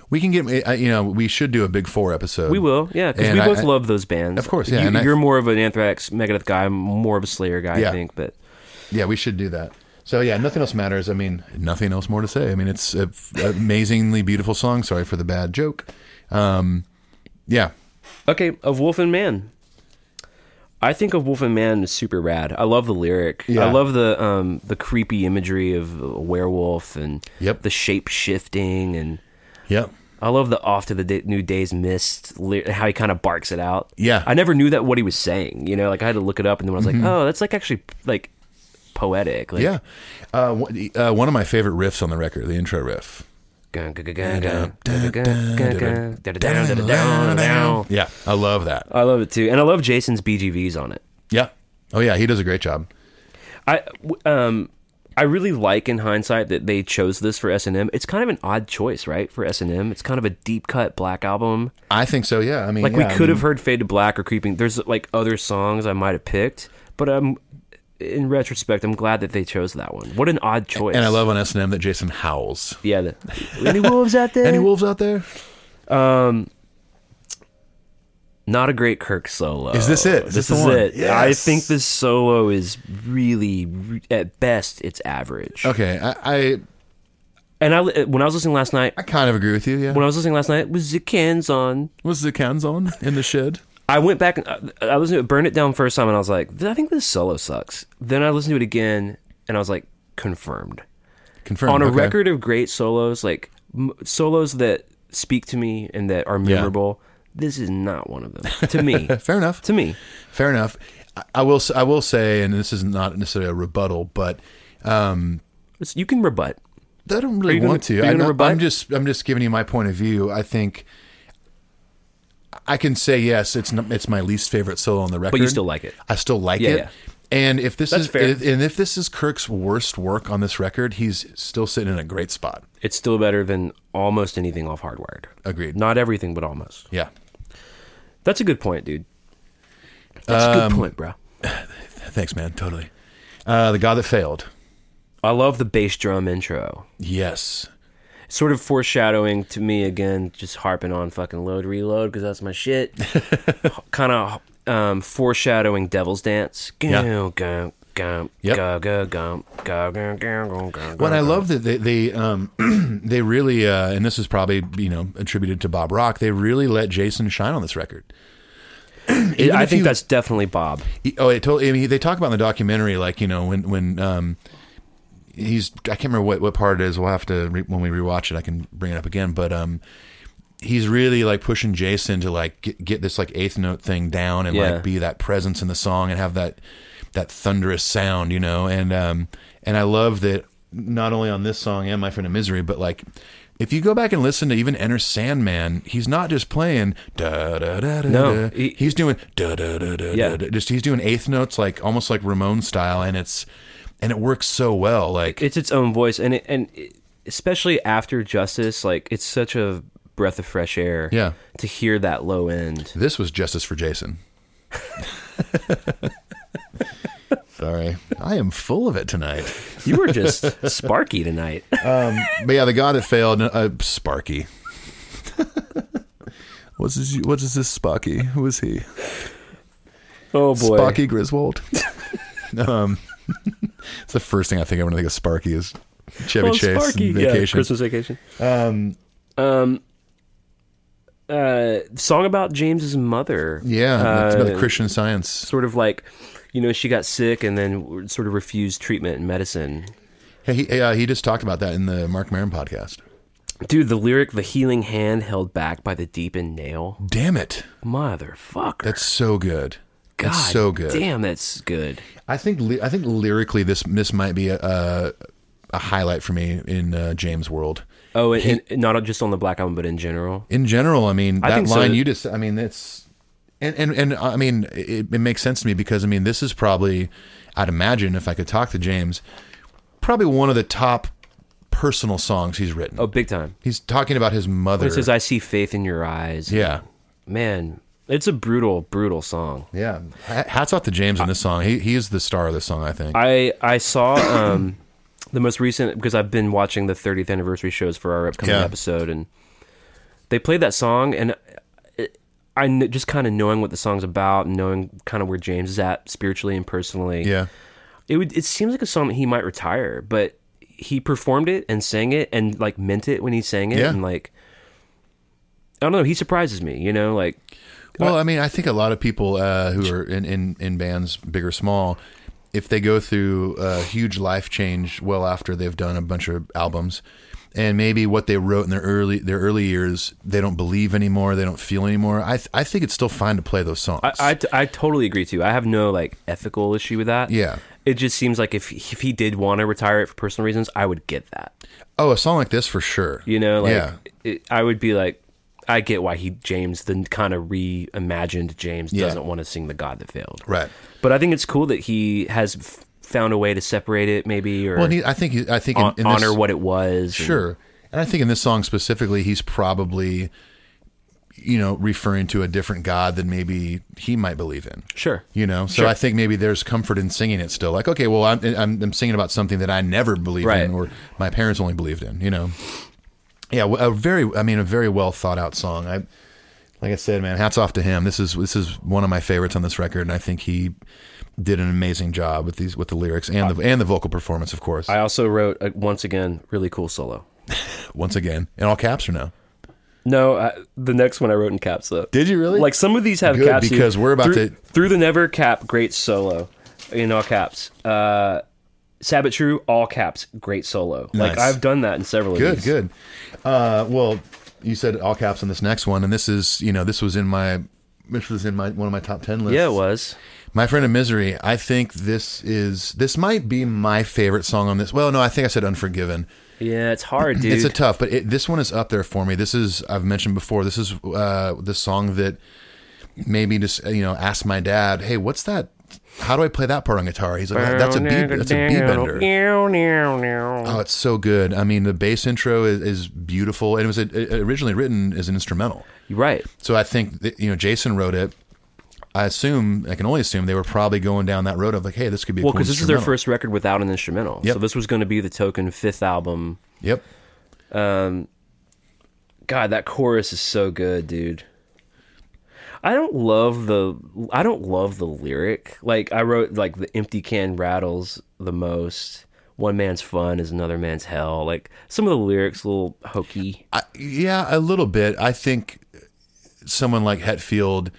Speaker 3: we can get. I- You know, we should do a big four episode.
Speaker 4: We will, yeah, because
Speaker 3: And
Speaker 4: we
Speaker 3: I-
Speaker 4: both
Speaker 3: I-
Speaker 4: love those bands.
Speaker 3: Of course, yeah,
Speaker 4: You,
Speaker 3: and I-
Speaker 4: are more of an Anthrax, Megadeth guy. I'm more of a Slayer guy,
Speaker 3: Yeah.
Speaker 4: I think. But
Speaker 3: Yeah, we should do that. So yeah, nothing else matters. I mean, nothing else more to say. I mean, it's an amazingly beautiful song. Sorry for the bad joke. Um, yeah,
Speaker 4: okay, of Wolf and Man. I think of Wolf and Man is super rad. I love the lyric.
Speaker 3: Yeah.
Speaker 4: I love the um, the creepy imagery of a werewolf and
Speaker 3: Yep.
Speaker 4: the shape shifting, and
Speaker 3: yep.
Speaker 4: I love the off to the day, new day's mist. ly- How he kind of barks it out.
Speaker 3: Yeah. Mm-hmm.
Speaker 4: I never knew that what he was saying. You know, like I had to look it up, and then I was like, oh, that's like actually like poetic. Like,
Speaker 3: Yeah, uh, one- uh, one of my favorite riffs on the record, the intro riff.
Speaker 4: I
Speaker 3: Yeah, I love that.
Speaker 4: love it too, and I love Jason's BGVs on it.
Speaker 3: Yeah. Oh yeah, he does a great job.
Speaker 4: I w- um I really like in hindsight that they chose this for S and M. It's kind of an odd choice, right? For S and M, it's kind of a deep cut Black album.
Speaker 3: I think so. Yeah. I mean,
Speaker 4: Like
Speaker 3: yeah,
Speaker 4: we could
Speaker 3: I
Speaker 4: have heard Fade to Black or Creeping. There's like other songs I might have picked, but um, in retrospect, I'm glad that they chose that one. What an odd choice.
Speaker 3: mean, um, and I love on S and M that Jason howls.
Speaker 4: yeah. The, any wolves out there?
Speaker 3: Any wolves out there?
Speaker 4: not a great Kirk solo.
Speaker 3: Is this it? Is this
Speaker 4: this
Speaker 3: the
Speaker 4: is
Speaker 3: one?
Speaker 4: it. I
Speaker 3: Yes.
Speaker 4: think this solo is really, re- at best, it's average.
Speaker 3: Okay, I, I
Speaker 4: And I, li- when I was listening last night,
Speaker 3: I kind of agree with you. Yeah.
Speaker 4: when I was listening last night, was the cans on?
Speaker 5: Was the cans on in the shed?
Speaker 4: I went back and uh, I, I listened to it, Burn It Down first time, and I was like, I think this solo sucks. Then I listened to it again, and I was like, confirmed.
Speaker 3: Confirmed.
Speaker 4: on a
Speaker 3: okay.
Speaker 4: record of great solos, like m- solos that speak to me and that are memorable. This is not one of them to me.
Speaker 3: Fair enough.
Speaker 4: to me,
Speaker 3: Fair enough. I- I will. s- I will say, and this is not necessarily a rebuttal, but um,
Speaker 4: It's- you can rebut.
Speaker 3: I don't really
Speaker 4: you gonna-
Speaker 3: want
Speaker 4: are you
Speaker 3: to. I
Speaker 4: gonna
Speaker 3: know-
Speaker 4: rebut?
Speaker 3: I'm just. I'm just giving you my point of view. I think I can say yes. It's not, it's my least favorite solo on the record,
Speaker 4: you still like it.
Speaker 3: I still like
Speaker 4: Yeah,
Speaker 3: it.
Speaker 4: yeah.
Speaker 3: And if this
Speaker 4: That's
Speaker 3: is
Speaker 4: fair.
Speaker 3: and if this is Kirk's worst work on this record, he's still sitting in a great spot.
Speaker 4: It's still better than almost anything off Hardwired.
Speaker 3: Agreed.
Speaker 4: Not everything, but almost.
Speaker 3: Yeah.
Speaker 4: That's a good point, dude. Um, That's a good point, bro.
Speaker 3: Thanks, man. Totally. Uh, the God that failed.
Speaker 4: I love the bass drum intro.
Speaker 3: Yes.
Speaker 4: Sort of foreshadowing to me again, just harping on fucking load reload because that's my shit. kind of um, foreshadowing Devil's Dance. Go
Speaker 3: Yeah.
Speaker 4: go go
Speaker 3: Yep.
Speaker 4: go go go go go go go go.
Speaker 3: Well, and I
Speaker 4: go.
Speaker 3: love that they they um, they really uh, and this is probably you know attributed to Bob Rock. They really let Jason shine on this record.
Speaker 4: It- I
Speaker 3: if
Speaker 4: think
Speaker 3: you-
Speaker 4: that's definitely Bob.
Speaker 3: He- oh, it totally. I mean, they talk about in the documentary, like you know when when um, he's I can't remember what what part it is. We'll have to re- when we rewatch it, I can bring it up again. But um, he's really like pushing Jason to like get, get this like eighth note thing down and
Speaker 4: Yeah.
Speaker 3: like be that presence in the song and have that that thunderous sound, you know. And um, and I love that not only on this song and My Friend of Misery, but like. If you go back and listen to even Enter Sandman, he's not just playing da da da da.
Speaker 4: No,
Speaker 3: da.
Speaker 4: he-
Speaker 3: he's doing da da da da
Speaker 4: Yeah.
Speaker 3: yeah. just he's doing eighth notes like almost like Ramon style and it's and it works so well like
Speaker 4: It's its own voice, and it, and it, especially after Justice, like it's such a breath of fresh air.
Speaker 3: Yeah.
Speaker 4: to hear that low end.
Speaker 3: this was justice for Jason. Sorry. I am full of it tonight.
Speaker 4: You were just sparky tonight.
Speaker 3: But yeah, the guy that failed uh, Sparky.
Speaker 5: What is what is this Sparky? Who is he?
Speaker 4: Oh boy,
Speaker 5: Sparky Griswold.
Speaker 3: Um, It's the first thing I think I'm going to think of Sparky is Chevy
Speaker 4: Oh,
Speaker 3: Chase
Speaker 4: Sparky.
Speaker 3: and vacation.
Speaker 4: Yeah, Christmas vacation. Um, um, uh, song about James's mother.
Speaker 3: Yeah, it's about the
Speaker 4: Uh,
Speaker 3: Christian science.
Speaker 4: Sort of like, you know, she got sick and then sort of refused treatment and medicine.
Speaker 3: Hey, he, uh, he just talked about that in the Mark Maron podcast.
Speaker 4: Dude, the lyric, "The healing hand held back by the deepened nail,"
Speaker 3: Damn it.
Speaker 4: motherfucker.
Speaker 3: That's so good.
Speaker 4: God,
Speaker 3: That's so good.
Speaker 4: Damn, that's good.
Speaker 3: I think ly- I think lyrically this this might be a a, a highlight for me in uh, James' world.
Speaker 4: Oh, and, and not just on the black album, but in general.
Speaker 3: In general, I mean
Speaker 4: I
Speaker 3: that
Speaker 4: think so.
Speaker 3: line you just I mean it's and and, and uh, I mean it, it makes sense to me because I mean this is probably I'd imagine if I could talk to James probably one of the top personal songs he's written.
Speaker 4: Oh, big time.
Speaker 3: He's talking about his mother.
Speaker 4: It says, "I see faith in your eyes."
Speaker 3: yeah.
Speaker 4: man, it's a brutal, brutal song.
Speaker 3: Yeah. Ha- Hats off to James in this song. He he is the star of this song, I think.
Speaker 4: I I saw um the most recent because I've been watching the 30th anniversary shows for our upcoming
Speaker 3: Yeah.
Speaker 4: episode, and they played that song, and it- I kn- just kind of knowing what the song's about and knowing kind of where James is at spiritually and personally.
Speaker 3: yeah.
Speaker 4: it would it seems like a song that he might retire, but he performed it and sang it and like meant it when he sang it,
Speaker 3: Yeah.
Speaker 4: and like I don't know, he surprises me, you know, like
Speaker 3: Well, I mean, I think a lot of people uh, who are in, in, in bands, big or small, if they go through a huge life change well after they've done a bunch of albums, and maybe what they wrote in their early their early years, they don't believe anymore, they don't feel anymore. I th- I think it's still fine to play those songs.
Speaker 4: I, I, I totally agree too. I have no like ethical issue with that.
Speaker 3: Yeah.
Speaker 4: It just seems like if if he did want to retire it for personal reasons, I would get that.
Speaker 3: oh, a song like this for sure.
Speaker 4: You know, like
Speaker 3: yeah,
Speaker 4: it, I would be like, I get why he James the kind of reimagined James
Speaker 3: Yeah.
Speaker 4: doesn't want to sing the God that failed.
Speaker 3: right.
Speaker 4: But I think it's cool that he has f- found a way to separate it, maybe or
Speaker 3: Well, and he, I think he- I think in,
Speaker 4: hon-
Speaker 3: in this-
Speaker 4: honor what it was. and-
Speaker 3: Sure. And I think in this song specifically, he's probably, you know, referring to a different God than maybe he might believe in.
Speaker 4: Sure.
Speaker 3: You know, so
Speaker 4: Sure.
Speaker 3: I think maybe there's comfort in singing it still. Like, okay, well, I'm, I'm, I'm singing about something that I never believed
Speaker 4: Right.
Speaker 3: in or my parents only believed in, you know. Yeah, w- a very, I mean, a very well thought out song. I, like I said, man, hats off to him. This is this is one of my favorites on this record, and I think he did an amazing job with these with the lyrics and the and the vocal performance, of course.
Speaker 4: I also wrote a, once again really cool solo.
Speaker 3: Once again, in all caps or no?
Speaker 4: No, I, the next one I wrote in caps though.
Speaker 3: Did you really?
Speaker 4: Like some of these have
Speaker 3: Good,
Speaker 4: caps dude.
Speaker 3: because we're about to-
Speaker 4: through, through the never cap great solo in all caps. Uh, Sabbath True all caps great solo. Like
Speaker 3: Nice.
Speaker 4: I've done that in several. of
Speaker 3: good
Speaker 4: these.
Speaker 3: good uh, well you said all caps on this next one and this is you know this was in my this was in my one of my top 10 lists
Speaker 4: Yeah, it was.
Speaker 3: my friend of misery i think this is this might be my favorite song on this well no i think i said unforgiven
Speaker 4: Yeah, it's hard, dude.
Speaker 3: it's a tough but it, this one is up there for me this is i've mentioned before this is uh, the song that maybe just you know asked my dad hey what's that how do i play that part on guitar he's like that's a beat that's a beat bender Oh, it's so good. I mean, the bass intro is, is beautiful, and it was uh, originally written as an instrumental.
Speaker 4: Right.
Speaker 3: So I think that, you know Jason wrote it. I assume I can only assume they were probably going down that road of like, hey, this could be a
Speaker 4: Well,
Speaker 3: cool
Speaker 4: because this is their
Speaker 3: instrumental.
Speaker 4: first record without an instrumental,
Speaker 3: Yep.
Speaker 4: so this was going to be the token fifth album.
Speaker 3: Yep.
Speaker 4: God, that chorus is so good, dude. I don't love the I don't love the lyric. Like I wrote like the empty can rattles the most. One man's fun is another man's hell. Like some of the lyrics a little hokey.
Speaker 3: I, yeah, a little bit. I think someone like Hetfield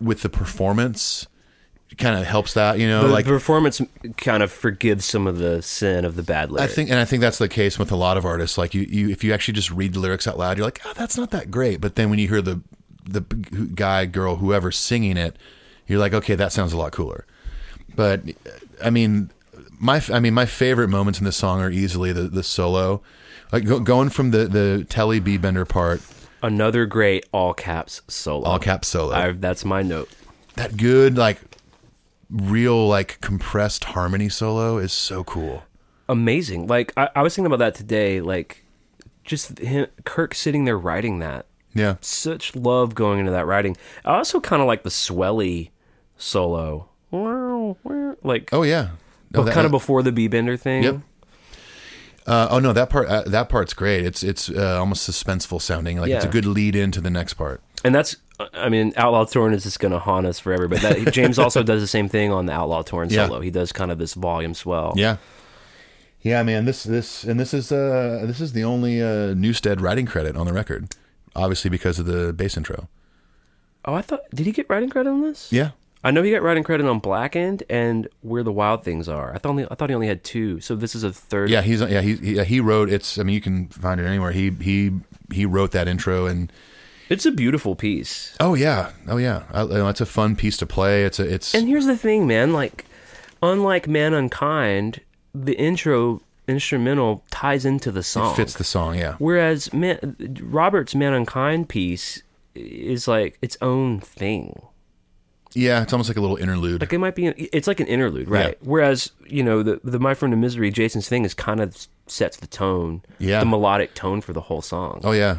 Speaker 3: with the performance kind of helps that. You know,
Speaker 4: The,
Speaker 3: like
Speaker 4: the performance kind of forgives some of the sin of the bad
Speaker 3: I
Speaker 4: lyrics.
Speaker 3: think, and I think that's the case with a lot of artists. Like you, you if you actually just read the lyrics out loud, you're like, oh, that's not that great. But then when you hear the the who- guy, girl, whoever singing it, you're like, okay, that sounds a lot cooler. But uh, I mean, my I mean, my favorite moments in this song are easily the the solo, like go, going from the the Telly B Bender part,
Speaker 4: another great all caps solo.
Speaker 3: all cap solo,
Speaker 4: I, that's my note.
Speaker 3: that good like real like compressed harmony solo is so cool.
Speaker 4: amazing. Like I, I was thinking about that today. Like just him, Kirk sitting there writing that.
Speaker 3: Yeah,
Speaker 4: Such love going into that writing. I also kind of like the swelly solo. Wow, wow, Like
Speaker 3: oh yeah,
Speaker 4: but
Speaker 3: oh, that-
Speaker 4: kind of before the B bender thing.
Speaker 3: Yep. Uh, oh no, that part uh, that part's great. It's it's uh, almost suspenseful sounding. Like it's a
Speaker 4: Yeah.
Speaker 3: good lead into the next part.
Speaker 4: And that's I mean Outlaw Torn is just going to haunt us forever. But that, James also does the same thing on the Outlaw Torn
Speaker 3: Yeah.
Speaker 4: solo. He does kind of this volume swell.
Speaker 3: Yeah, yeah, man. This this and this is uh this is the only uh, Newstead writing credit on the record, obviously because of the bass intro.
Speaker 4: Oh, I thought did he get writing credit on this?
Speaker 3: Yeah,
Speaker 4: I know he got writing credit on Blackened and Where the Wild Things Are. I thought only, I thought he only had two. So this is a third.
Speaker 3: yeah. He's yeah he he, he wrote it's. I mean, you can find it anywhere. He he he wrote that intro and
Speaker 4: It's a beautiful piece.
Speaker 3: oh yeah oh yeah. I, you know, it's a fun piece to play. It's a it's
Speaker 4: And here's the thing, man. Like, unlike Man Unkind, the intro instrumental ties into the song.
Speaker 3: fits the song. Yeah,
Speaker 4: Whereas Man, Robert's Man Unkind piece is like its own thing.
Speaker 3: yeah. It's almost like a little interlude.
Speaker 4: Like it might be, it's like an interlude, right? Whereas you know the the My Friend in Misery, Jason's thing is kind of sets the tone,
Speaker 3: Yeah.
Speaker 4: the melodic tone for the whole song.
Speaker 3: Oh yeah,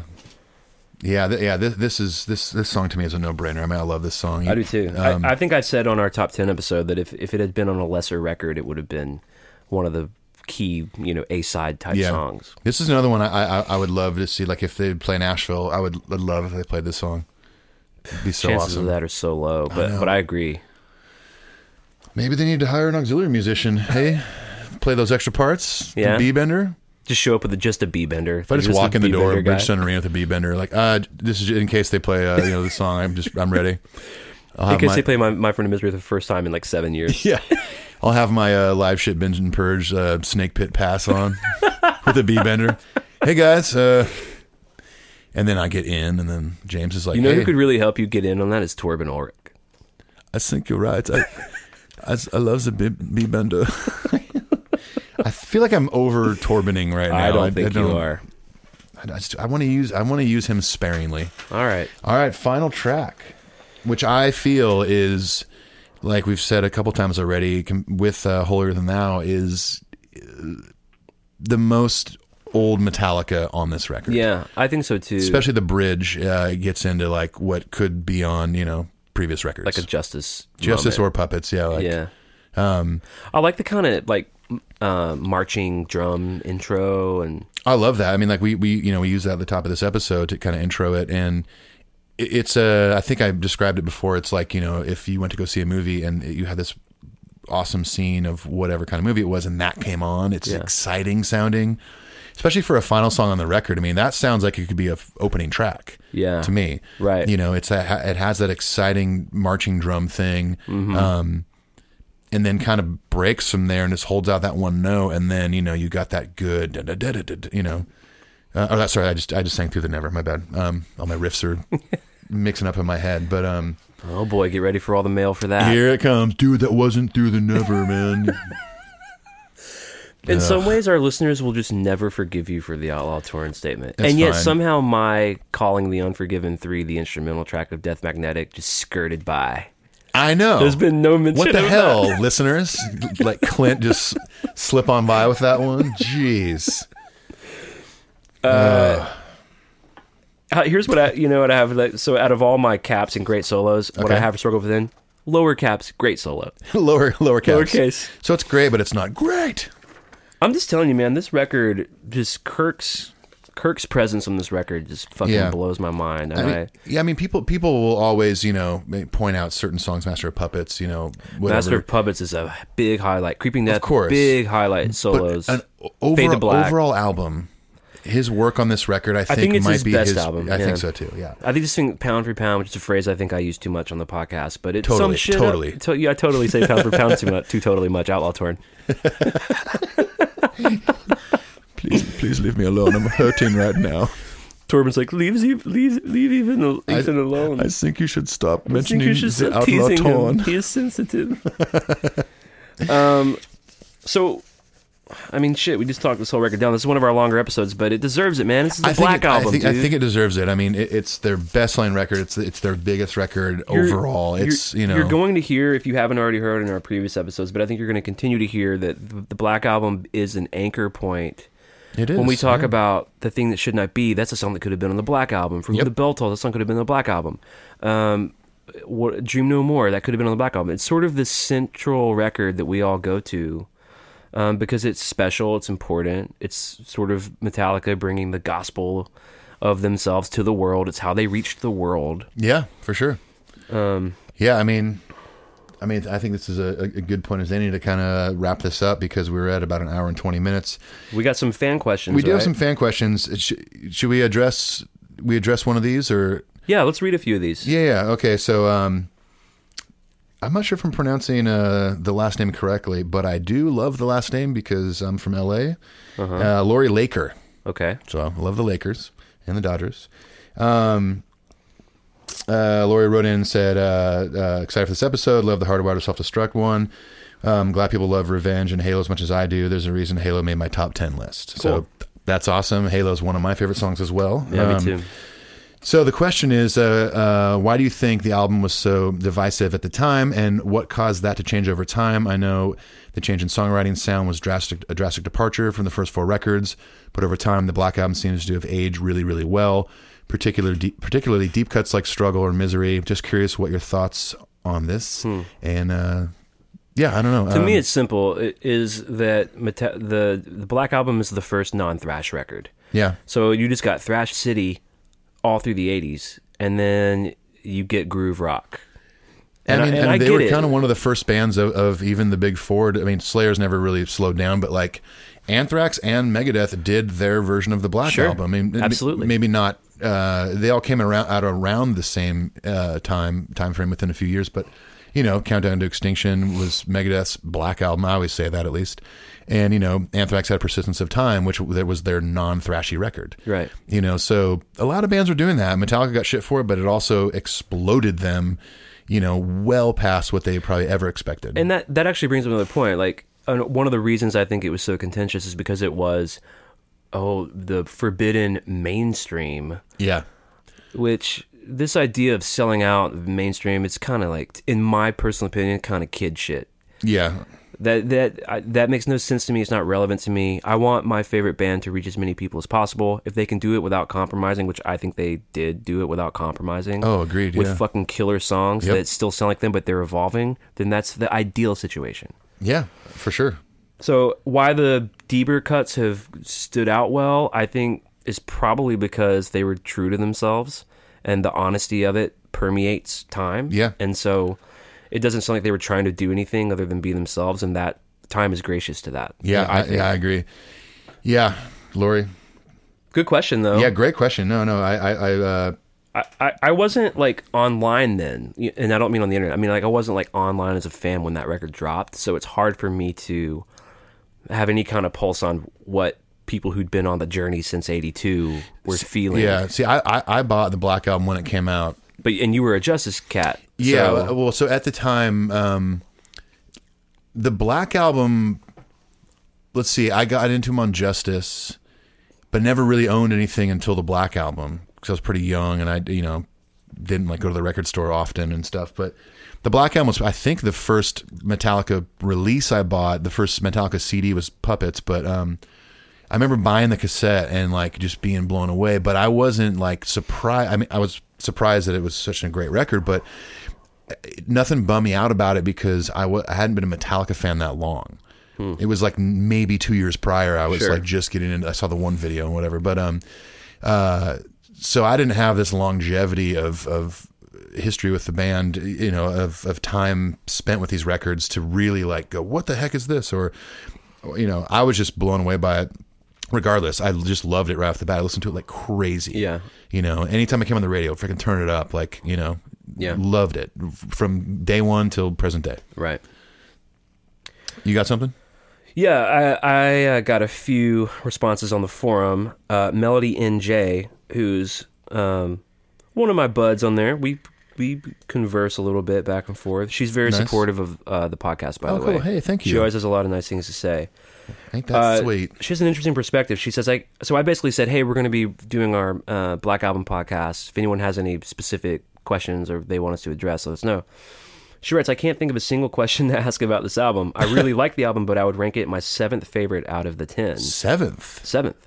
Speaker 3: yeah, th- yeah. This this is this this song to me is a no brainer. I mean, I love this song.
Speaker 4: I do too.
Speaker 3: Um,
Speaker 4: I, I think I said on our top ten episode that if, if it had been on a lesser record, it would have been one of the key, you know, A side type
Speaker 3: yeah,
Speaker 4: songs.
Speaker 3: this is another one I, I I would love to see. Like if they play Nashville, I would would love if they played this song. It'd be so
Speaker 4: Chances
Speaker 3: awesome.
Speaker 4: of that are so low, but but I agree.
Speaker 3: Maybe they need to hire an auxiliary musician. Hey, play those extra parts.
Speaker 4: Yeah.
Speaker 3: B bender.
Speaker 4: Just show up with a, just a B bender.
Speaker 3: If I just walk in the door of
Speaker 4: guy.
Speaker 3: Bridgestone Arena with a B bender, like uh, this is in case they play uh, you know the song. I'm just I'm ready. I'll
Speaker 4: in
Speaker 3: have
Speaker 4: case
Speaker 3: my-
Speaker 4: they play my, my friend of misery for the first time in like seven years.
Speaker 3: Yeah. I'll have my uh, live shit binge and purge uh, snake pit pass on with a B bender. Hey guys, uh, and then I get in, and then James is like,
Speaker 4: You know
Speaker 3: "Hey."
Speaker 4: who could really help you get in on that is Torben Ulrich.
Speaker 5: I think you're right. I, I, I love the B, B bender.
Speaker 3: I feel like I'm over torbining right now.
Speaker 4: I don't think you
Speaker 3: don't-
Speaker 4: are.
Speaker 3: I, just- I want to use I want to use him sparingly.
Speaker 4: All right.
Speaker 3: All right, final track, which I feel is like we've said a couple times already com- with uh, Holier Than Thou is uh, the most old Metallica on this record.
Speaker 4: Yeah, I think so too.
Speaker 3: especially the bridge uh, it gets into like what could be on you know previous records
Speaker 4: like a justice.
Speaker 3: justice Um,
Speaker 4: moment.
Speaker 3: or puppets yeah like,
Speaker 4: yeah. I like the kind of like m- uh, marching drum intro and
Speaker 3: i love that i mean like we we you know we use that at the top of this episode to kind of intro it and it- it's a i think i described it before it's like you know if you went to go see a movie and you had this awesome scene of whatever kind of movie it was and that came on it's
Speaker 4: Yeah.
Speaker 3: exciting sounding especially for a final song on the record. I mean, that sounds like it could be a f- opening track.
Speaker 4: Yeah.
Speaker 3: To me,
Speaker 4: Right.
Speaker 3: You know, it's that it has that exciting marching drum thing,
Speaker 4: Mm-hmm.
Speaker 3: um, and then kind of breaks from there and just holds out that one note, and then you know you got that good, da, da, da, da, da, da, you know. Uh, oh, that's sorry. I just I just sang through the never. My bad. Um, all my riffs are mixing up in my head, but um.
Speaker 4: Oh boy, get ready for all the mail for that.
Speaker 3: Here it comes, dude. That wasn't through the never, man.
Speaker 4: In some ways, our listeners will just never forgive you for the Outlaw Torn statement.
Speaker 3: That's
Speaker 4: and yet,
Speaker 3: fine.
Speaker 4: somehow, my calling The Unforgiven 3, the instrumental track of Death Magnetic, just skirted by.
Speaker 3: I know.
Speaker 4: There's been no mention
Speaker 3: What the
Speaker 4: of
Speaker 3: hell, listeners? Let Clint just slip on by with that one. Jeez.
Speaker 4: Uh, here's what I, you know, what I have. Like, so, out of all my caps and great solos, what I
Speaker 3: Okay.
Speaker 4: have struggled with then, lower caps, great solo.
Speaker 3: Lower lowercase.
Speaker 4: Lowercase.
Speaker 3: So it's great, but it's not great.
Speaker 4: I'm just telling you, man, this record, just Kirk's Kirk's presence on this record just fucking
Speaker 3: Yeah.
Speaker 4: blows my mind. And
Speaker 3: I
Speaker 4: I
Speaker 3: mean, yeah, I mean, people people will always, you know, may- point out certain songs, Master of Puppets, you know, whatever.
Speaker 4: Master of Puppets is a big highlight. Creeping Death,
Speaker 3: course.
Speaker 4: big hight solos.
Speaker 3: but an o-
Speaker 4: Fade to
Speaker 3: overall,
Speaker 4: Black.
Speaker 3: overall album, his work on this record, I think,
Speaker 4: think it's
Speaker 3: might
Speaker 4: his
Speaker 3: be
Speaker 4: best
Speaker 3: his.
Speaker 4: album,
Speaker 3: I
Speaker 4: yeah.
Speaker 3: think so too. Yeah.
Speaker 4: I think this thing pound for pound, which is a phrase I think I use too much on the podcast, but it's some
Speaker 3: Totally,
Speaker 4: shit.
Speaker 3: totally.
Speaker 4: to- yeah, I totally say pound for pound too much, too totally much. Outlaw torn.
Speaker 5: Please, please leave me alone. I'm hurting right now.
Speaker 4: Torben's like leave, leave, leave, leave even al- Ethan alone.
Speaker 5: I think you should stop
Speaker 4: I think
Speaker 5: mentioning
Speaker 4: you should
Speaker 5: the
Speaker 4: stop
Speaker 5: outlaw
Speaker 4: teasing
Speaker 5: torn.
Speaker 4: him. He is sensitive. um, so. I mean, shit. We just talked this whole record down. This is one of our longer episodes, but it deserves it, man. This is the
Speaker 3: I think it-
Speaker 4: Black Album,
Speaker 3: I think,
Speaker 4: dude.
Speaker 3: I think it deserves it. I mean, it, it's their best selling record. It's it's their biggest record
Speaker 4: You're-
Speaker 3: overall.
Speaker 4: you're-
Speaker 3: It's you know
Speaker 4: you're going to hear if you haven't already heard in our previous episodes, but I think you're going to continue to hear that th- the Black Album is an anchor point
Speaker 3: it is
Speaker 4: when we talk
Speaker 3: yeah.
Speaker 4: about the thing that should not be. That's a song that could have been on the Black Album. From
Speaker 3: Yep.
Speaker 4: the Bell Tolls, that song could have been on the Black Album. Um, what, Dream No More, that could have been on the Black Album. It's sort of the central record that we all go to. Um, because it's special, it's important. It's sort of Metallica bringing the gospel of themselves to the world. It's how they reached the world.
Speaker 3: yeah for sure. Um, yeah, I mean, I mean, I think this is a, a good point as any to kind of wrap this up because we're at about an hour and twenty minutes.
Speaker 4: We got some fan questions.
Speaker 3: We do have
Speaker 4: right?
Speaker 3: some fan questions. Should, should we address we address one of these or
Speaker 4: Yeah, let's read a few of these.
Speaker 3: yeah yeah okay so um. I'm not sure if I'm pronouncing uh, the last name correctly, but I do love the last name because I'm from LA. Uh, Lori Laker.
Speaker 4: Okay.
Speaker 3: So I love the Lakers and the Dodgers. Um, uh, Lori wrote in and said, uh, uh, excited for this episode. Love the hardwired self destruct one. Um, glad people love revenge and Halo as much as I do. There's a reason Halo made my top 10 list. So
Speaker 4: Cool.
Speaker 3: that's awesome. Halo's one of my favorite songs as well.
Speaker 4: Yeah, me
Speaker 3: Um,
Speaker 4: too.
Speaker 3: So the question is, uh, uh, why do you think the album was so divisive at the time, and what caused that to change over time? I know the change in songwriting sound was drastic, a drastic departure from the first four records, but over time, the Black Album seems to have aged really, really well. Particular, deep, particularly deep cuts like "Struggle" or "Misery." Just curious what your thoughts on this, and uh, yeah, I don't know.
Speaker 4: Hmm.
Speaker 3: um,
Speaker 4: To me, it's simple. It is that Meta- the the Black Album is the first non thrash record.
Speaker 3: yeah,
Speaker 4: So you just got thrash city all through the '80s, and then you get groove rock. And I-
Speaker 3: I mean,
Speaker 4: and
Speaker 3: and
Speaker 4: I
Speaker 3: they
Speaker 4: get
Speaker 3: were
Speaker 4: it.
Speaker 3: kind of one of the first bands of, of even the big four. I mean, Slayer's never really slowed down, but like Anthrax and Megadeth did their version of the Black
Speaker 4: Sure.
Speaker 3: Album. I mean, m-
Speaker 4: Absolutely.
Speaker 3: Maybe not. Uh, they all came around out around the same uh, time time frame within a few years, but you know, Countdown to Extinction was Megadeth's Black Album. I always say that at least. And you know, Anthrax had Persistence of Time, which that was their non-thrashy record.
Speaker 4: Right.
Speaker 3: You know, so a lot of bands were doing that. Metallica got shit for it, but it also exploded them, you know, well past what they probably ever expected.
Speaker 4: And that that actually brings up another point. Like uh, one of the reasons I think it was so contentious is because it was oh the forbidden mainstream
Speaker 3: yeah.
Speaker 4: which this idea of selling out mainstream it's kind of like in my personal opinion kind of kid shit
Speaker 3: Yeah.
Speaker 4: That that I, that makes no sense to me. It's not relevant to me. I want my favorite band to reach as many people as possible. If they can do it without compromising, which I think they did do it without compromising.
Speaker 3: Oh, agreed,
Speaker 4: With
Speaker 3: yeah.
Speaker 4: fucking killer songs
Speaker 3: Yep.
Speaker 4: that still sound like them, but they're evolving. Then that's the ideal situation.
Speaker 3: Yeah, for sure.
Speaker 4: So why the deeper cuts have stood out well, I think, is probably because they were true to themselves, and the honesty of it permeates time.
Speaker 3: Yeah.
Speaker 4: and so it doesn't sound like they were trying to do anything other than be themselves, and that time is gracious to that.
Speaker 3: Yeah, I, yeah, I agree. Yeah, Lori?
Speaker 4: Good question though.
Speaker 3: Yeah, great question. No, no, I, I, I uh,
Speaker 4: I, I, I wasn't like online then, y- and I don't mean on the internet. I mean like I wasn't like online as a fan when that record dropped, so it's hard for me to have any kind of pulse on what people who'd been on the journey since '82 were feeling.
Speaker 3: yeah. See, I, I, I bought the Black Album when it came out.
Speaker 4: but and you were a Justice Cat.
Speaker 3: Yeah.
Speaker 4: so-
Speaker 3: well, so at the time, um, the Black Album. Let's see. I got into them on Justice, but never really owned anything until the Black Album because I was pretty young and I, you know, didn't like go to the record store often and stuff. But the Black Album was, I think, the first Metallica release I bought. The first Metallica CD was Puppets, but um, I remember buying the cassette and like just being blown away. But I wasn't like surprised. I mean, I was surprised that it was such a great record, but nothing bummed me out about it because I w- I hadn't been a Metallica fan that long. It was like maybe two years prior. I was like just getting into. I saw the one video and whatever, but um, uh, so I didn't have this longevity of of history with the band. You know, of of time spent with these records to really like go, what the heck is this? Or, you know, I was just blown away by it. Regardless, I just loved it right off the bat. I listened to it like crazy.
Speaker 4: Yeah.
Speaker 3: You know, anytime I came on the radio, freaking turn it up. Like, you know,
Speaker 4: Yeah.
Speaker 3: loved it from day one till present day.
Speaker 4: right.
Speaker 3: You got something?
Speaker 4: Yeah, I, I uh, got a few responses on the forum. Uh, Melody NJ, who's um, one of my buds on there, we we converse a little bit back and forth. She's very
Speaker 3: Nice.
Speaker 4: supportive of uh, the podcast, by
Speaker 3: Oh,
Speaker 4: the
Speaker 3: cool.
Speaker 4: way.
Speaker 3: Hey, thank
Speaker 4: She
Speaker 3: you.
Speaker 4: always has a lot of nice things to say.
Speaker 3: I think that's
Speaker 4: Uh,
Speaker 3: sweet.
Speaker 4: She has an interesting perspective. She says, "I so I basically said, hey, we're going to be doing our uh, Black Album podcast. If anyone has any specific questions or they want us to address, let us know." She writes, "I can't think of a single question to ask about this album. I really like the album, but I would rank it my seventh favorite out of the ten.
Speaker 3: Seventh.
Speaker 4: Seventh.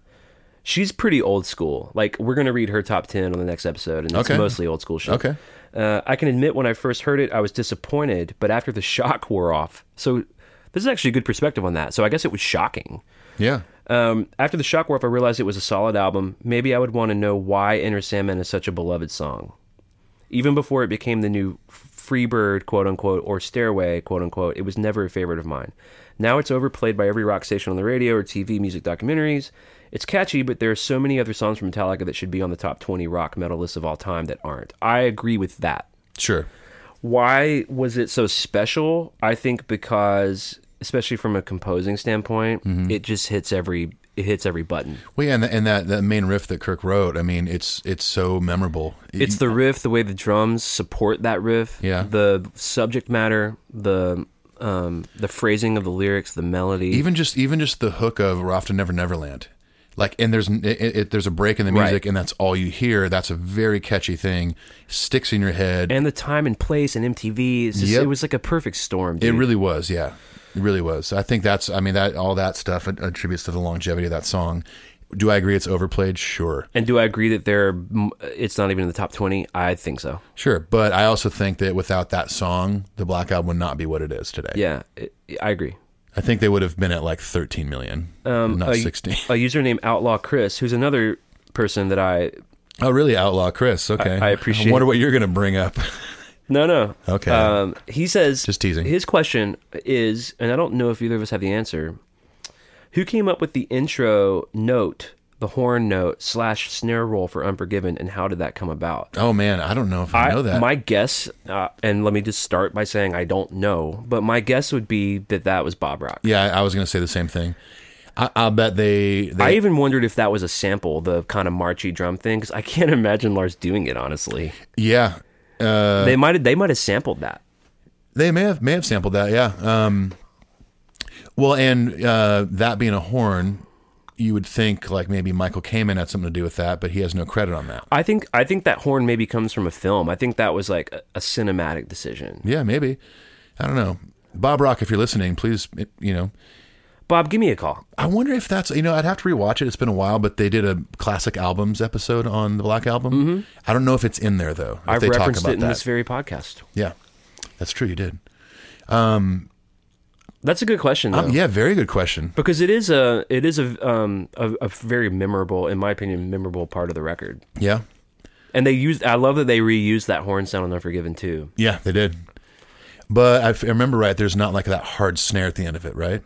Speaker 4: She's pretty old school. Like we're going to read her top ten on the next episode, and it's
Speaker 3: Okay.
Speaker 4: mostly old school shit.
Speaker 3: Okay.
Speaker 4: Uh, I can admit when I first heard it, I was disappointed, but after the shock wore off, so." This is actually a good perspective on that. So I guess it was shocking.
Speaker 3: Yeah.
Speaker 4: Um, after the shock warp, I realized it was a solid album. Maybe I would want to know why Enter Sandman is such a beloved song. Even before it became the new Freebird, quote unquote, or Stairway, quote unquote, it was never a favorite of mine. Now it's overplayed by every rock station on the radio or TV music documentaries. It's catchy, but there are so many other songs from Metallica that should be on the top 20 rock metal lists of all time that aren't. I agree with that
Speaker 3: Sure.
Speaker 4: why was it so special? I think because especially from a composing standpoint,
Speaker 3: Mm-hmm.
Speaker 4: it just hits every it hits every button.
Speaker 3: Well, yeah, and, the, and that that main riff that Kirk wrote. I mean, it's it's so memorable. E,
Speaker 4: It's the riff, the way the drums support that riff,
Speaker 3: Yeah.
Speaker 4: the subject matter, the um, the phrasing of the lyrics, the melody.
Speaker 3: even just even just the hook of "We're off to Never Neverland," like, and there's it, it, there's a break in the
Speaker 4: Right.
Speaker 3: music, and that's all you hear. That's a very catchy thing. Sticks in your head.
Speaker 4: and the time and place and MTV, it's just,
Speaker 3: Yep.
Speaker 4: it was like a perfect storm.
Speaker 3: It
Speaker 4: dude.
Speaker 3: really was, yeah. It really was. I think that's I mean that all that stuff att- attributes to the longevity of that song. Do I agree it's overplayed? Sure.
Speaker 4: and do I agree that they're? m- It's not even in the top twenty. I think so.
Speaker 3: Sure, but I also think that without that song, the Black Album would not be what it is today.
Speaker 4: Yeah, it, I agree.
Speaker 3: I think they would have been at like 13 million, not
Speaker 4: a,
Speaker 3: 16.
Speaker 4: a user named Outlaw Chris, who's another person that I
Speaker 3: Oh, really, Outlaw Chris? Okay,
Speaker 4: I appreciate-
Speaker 3: wonder what you're going to bring up.
Speaker 4: No, no.
Speaker 3: Okay.
Speaker 4: Um, he says,
Speaker 3: Just teasing.
Speaker 4: His question is, and I don't know if either of us have the answer. Who came up with the intro note, the horn note slash snare roll for Unforgiven, and how did that come about?
Speaker 3: Oh man, I don't know if I, know that.
Speaker 4: My guess, uh, and let me just start by saying I don't know, but my guess would be that that was Bob Rock.
Speaker 3: yeah, I I was going to say the same thing. I, I'll bet they. they
Speaker 4: I even wondered if that was a sample, the kind of marchy drum thing, because I can't imagine Lars doing it. Honestly,
Speaker 3: yeah, Uh,
Speaker 4: they might have they might have sampled that.
Speaker 3: They may have may have sampled that, yeah. Um, well, and uh, that being a horn, you would think like maybe Michael Kamen had something to do with that, but he has no credit on that.
Speaker 4: I think I think that horn maybe comes from a film. I think that was like a, a cinematic decision.
Speaker 3: Yeah, maybe. I don't know. Bob Rock, if you're listening, please, you know.
Speaker 4: Bob, give me a call.
Speaker 3: I wonder if that's you know I'd have to rewatch it. It's been a while, but they did a classic albums episode on the Black Album. I don't know if it's in there though. If
Speaker 4: Mm-hmm. I've
Speaker 3: they talk
Speaker 4: referenced
Speaker 3: about
Speaker 4: it in
Speaker 3: that.
Speaker 4: this very podcast.
Speaker 3: yeah, that's true. You did.
Speaker 4: That's a good question though.
Speaker 3: Um, yeah, very good question.
Speaker 4: Because it is a it is a um a, a very memorable, in my opinion, memorable part of the record.
Speaker 3: Yeah,
Speaker 4: And they used I love that they reused that horn sound on Unforgiven too.
Speaker 3: yeah, they did. But if I remember right, there's not like that hard snare at the end of it, right?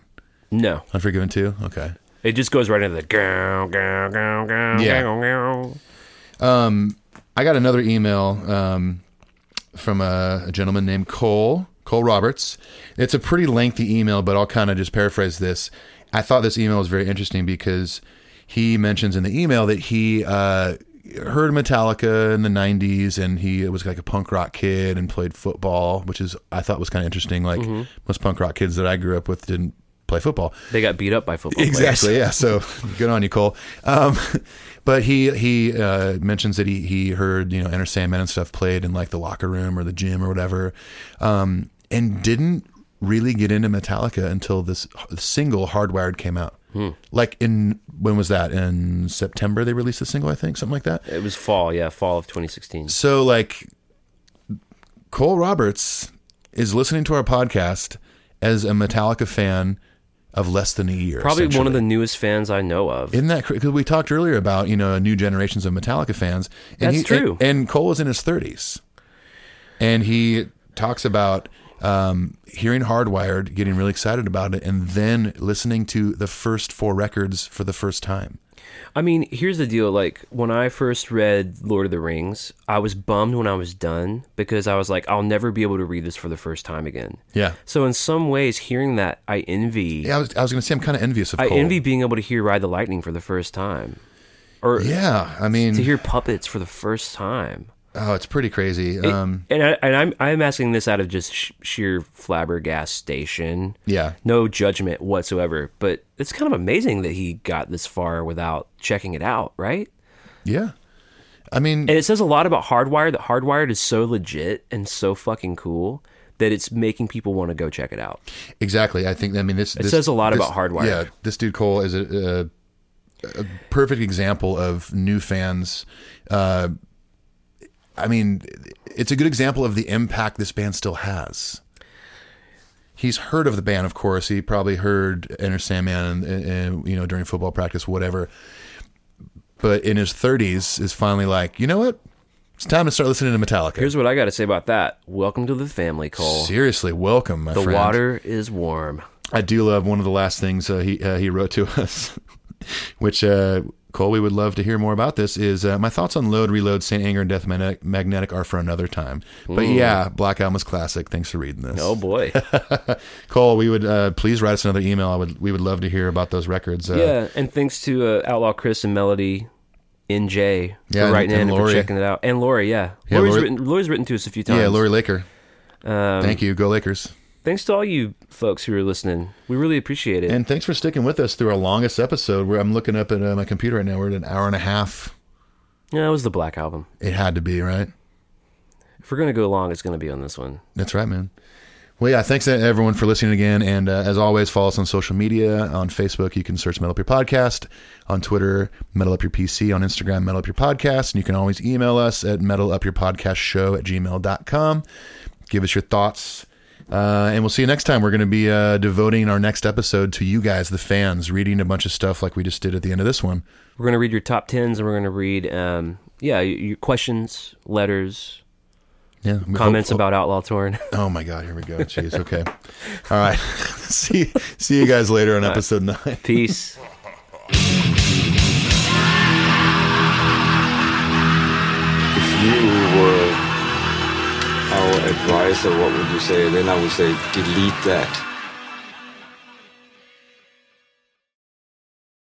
Speaker 4: No.
Speaker 3: Unforgiven too. Okay.
Speaker 4: It just goes right into the gow, gow, gow, gow,
Speaker 3: Yeah.
Speaker 4: gow, gow.
Speaker 3: I got another email um, from a, a gentleman named Cole, Cole Roberts. It's a pretty lengthy email, but I'll kind of just paraphrase this. I thought this email was very interesting because he mentions in the email that he uh, heard Metallica in the 90s and he was like a punk rock kid and played football, which is, I thought was kind of interesting. Like most punk rock kids that I grew up with didn't play football.
Speaker 4: They got beat up by football. players.
Speaker 3: Exactly. Yeah. So good on you, Cole. Um, but he he uh, mentions that he he heard you know Enter Sandman and stuff played in like the locker room or the gym or whatever, um,
Speaker 4: Hmm.
Speaker 3: and didn't really get into Metallica until this h- single Hardwired came out.
Speaker 4: Hmm.
Speaker 3: Like in when was that? In September they released the single, I think, something like that.
Speaker 4: It was fall, yeah, fall of 2016.
Speaker 3: So like Cole Roberts is listening to our podcast as a Metallica fan of less than a year.
Speaker 4: Probably one
Speaker 3: essentially.
Speaker 4: of the newest fans I know of.
Speaker 3: Isn't that because we talked earlier about you know new generations of Metallica fans? And
Speaker 4: That's
Speaker 3: he-
Speaker 4: true.
Speaker 3: And, and Cole is in his thirties, and he talks about um, hearing Hardwired, getting really excited about it, and then listening to the first four records for the first time.
Speaker 4: I mean, here's the deal. Like, when I first read Lord of the Rings, I was bummed when I was done because I was like, I'll never be able to read this for the first time again.
Speaker 3: Yeah,
Speaker 4: So, in some ways, hearing that, I envy.
Speaker 3: yeah. I was, I was going to say I'm kind of envious of
Speaker 4: I
Speaker 3: Cole.
Speaker 4: envy being able to hear Ride the Lightning for the first time. Or
Speaker 3: Yeah, I mean,
Speaker 4: to hear puppets for the first time.
Speaker 3: oh, it's pretty crazy. um,
Speaker 4: And, I, and I'm, I'm asking this out of just sh- sheer flabbergastation.
Speaker 3: yeah,
Speaker 4: No judgment whatsoever. But it's kind of amazing that he got this far without checking it out, right?
Speaker 3: yeah. I mean,
Speaker 4: And it says a lot about Hardwired that Hardwired is so legit and so fucking cool that it's making people want to go check it out.
Speaker 3: Exactly. I think. I mean, this it
Speaker 4: says a lot about Hardwired.
Speaker 3: Yeah, this dude Cole is a, a, a perfect example of new fans. Uh, I mean, it's a good example of the impact this band still has. He's heard of the band, of course. He probably heard Enter Sandman, and, and you know, during football practice, whatever. But in his 30s, is finally like, you know what? It's time to start listening to Metallica.
Speaker 4: Here's what I got to say about that. Welcome to the family, Cole.
Speaker 3: Seriously, welcome, my
Speaker 4: the
Speaker 3: friend.
Speaker 4: water is warm.
Speaker 3: I do love one of the last things uh, he uh, he wrote to us, which uh, Cole, we would love to hear more about. This is uh, my thoughts on Load, Reload, Saint Anger, and Death Magnetic, Magnetic are for another time. But yeah, Black Album is classic. Thanks for reading this,
Speaker 4: Oh boy.
Speaker 3: Cole. We would uh, please write us another email. I would we would love to hear about those records. Uh,
Speaker 4: yeah, and thanks to uh, Outlaw Chris and Melody NJ
Speaker 3: Yeah,
Speaker 4: for
Speaker 3: and-
Speaker 4: writing
Speaker 3: and
Speaker 4: in and for
Speaker 3: Lori.
Speaker 4: checking it out. And Lori, yeah.
Speaker 3: Yeah,
Speaker 4: Lori's,
Speaker 3: Lori-
Speaker 4: written, Lori's written to us a few times.
Speaker 3: yeah, Lori Laker.
Speaker 4: Um,
Speaker 3: Thank you, go Lakers,
Speaker 4: Thanks to all you folks who are listening. We really appreciate it.
Speaker 3: and thanks for sticking with us through our longest episode. Where I'm looking up at uh, my computer right now. We're at an hour and a half.
Speaker 4: yeah, it was the Black Album.
Speaker 3: It had to be right.
Speaker 4: If we're going to go long, it's going to be on this one.
Speaker 3: That's right, man. Well, yeah, thanks to everyone for listening again. And uh, as always, follow us on social media. On Facebook, you can search Metal Up Your Podcast. On Twitter, Metal Up Your PC. On Instagram, Metal Up Your Podcast. And you can always email us at metalupyourpodcastshow at gmail.com. Give us your thoughts. Uh, and we'll see you next time. We're going to be uh, devoting our next episode to you guys, the fans, reading a bunch of stuff like we just did at the end of this one.
Speaker 4: We're going to read your top tens and we're going to read, um, yeah, y- your questions, letters,
Speaker 3: Yeah. We
Speaker 4: comments
Speaker 3: hope-
Speaker 4: about Outlaw Torn.
Speaker 3: Oh my God! Here we go. Jeez. Okay. All right. see see you guys later on episode nine.
Speaker 4: Peace.
Speaker 6: If you were our advisor, what would you say? Then I would say, delete that.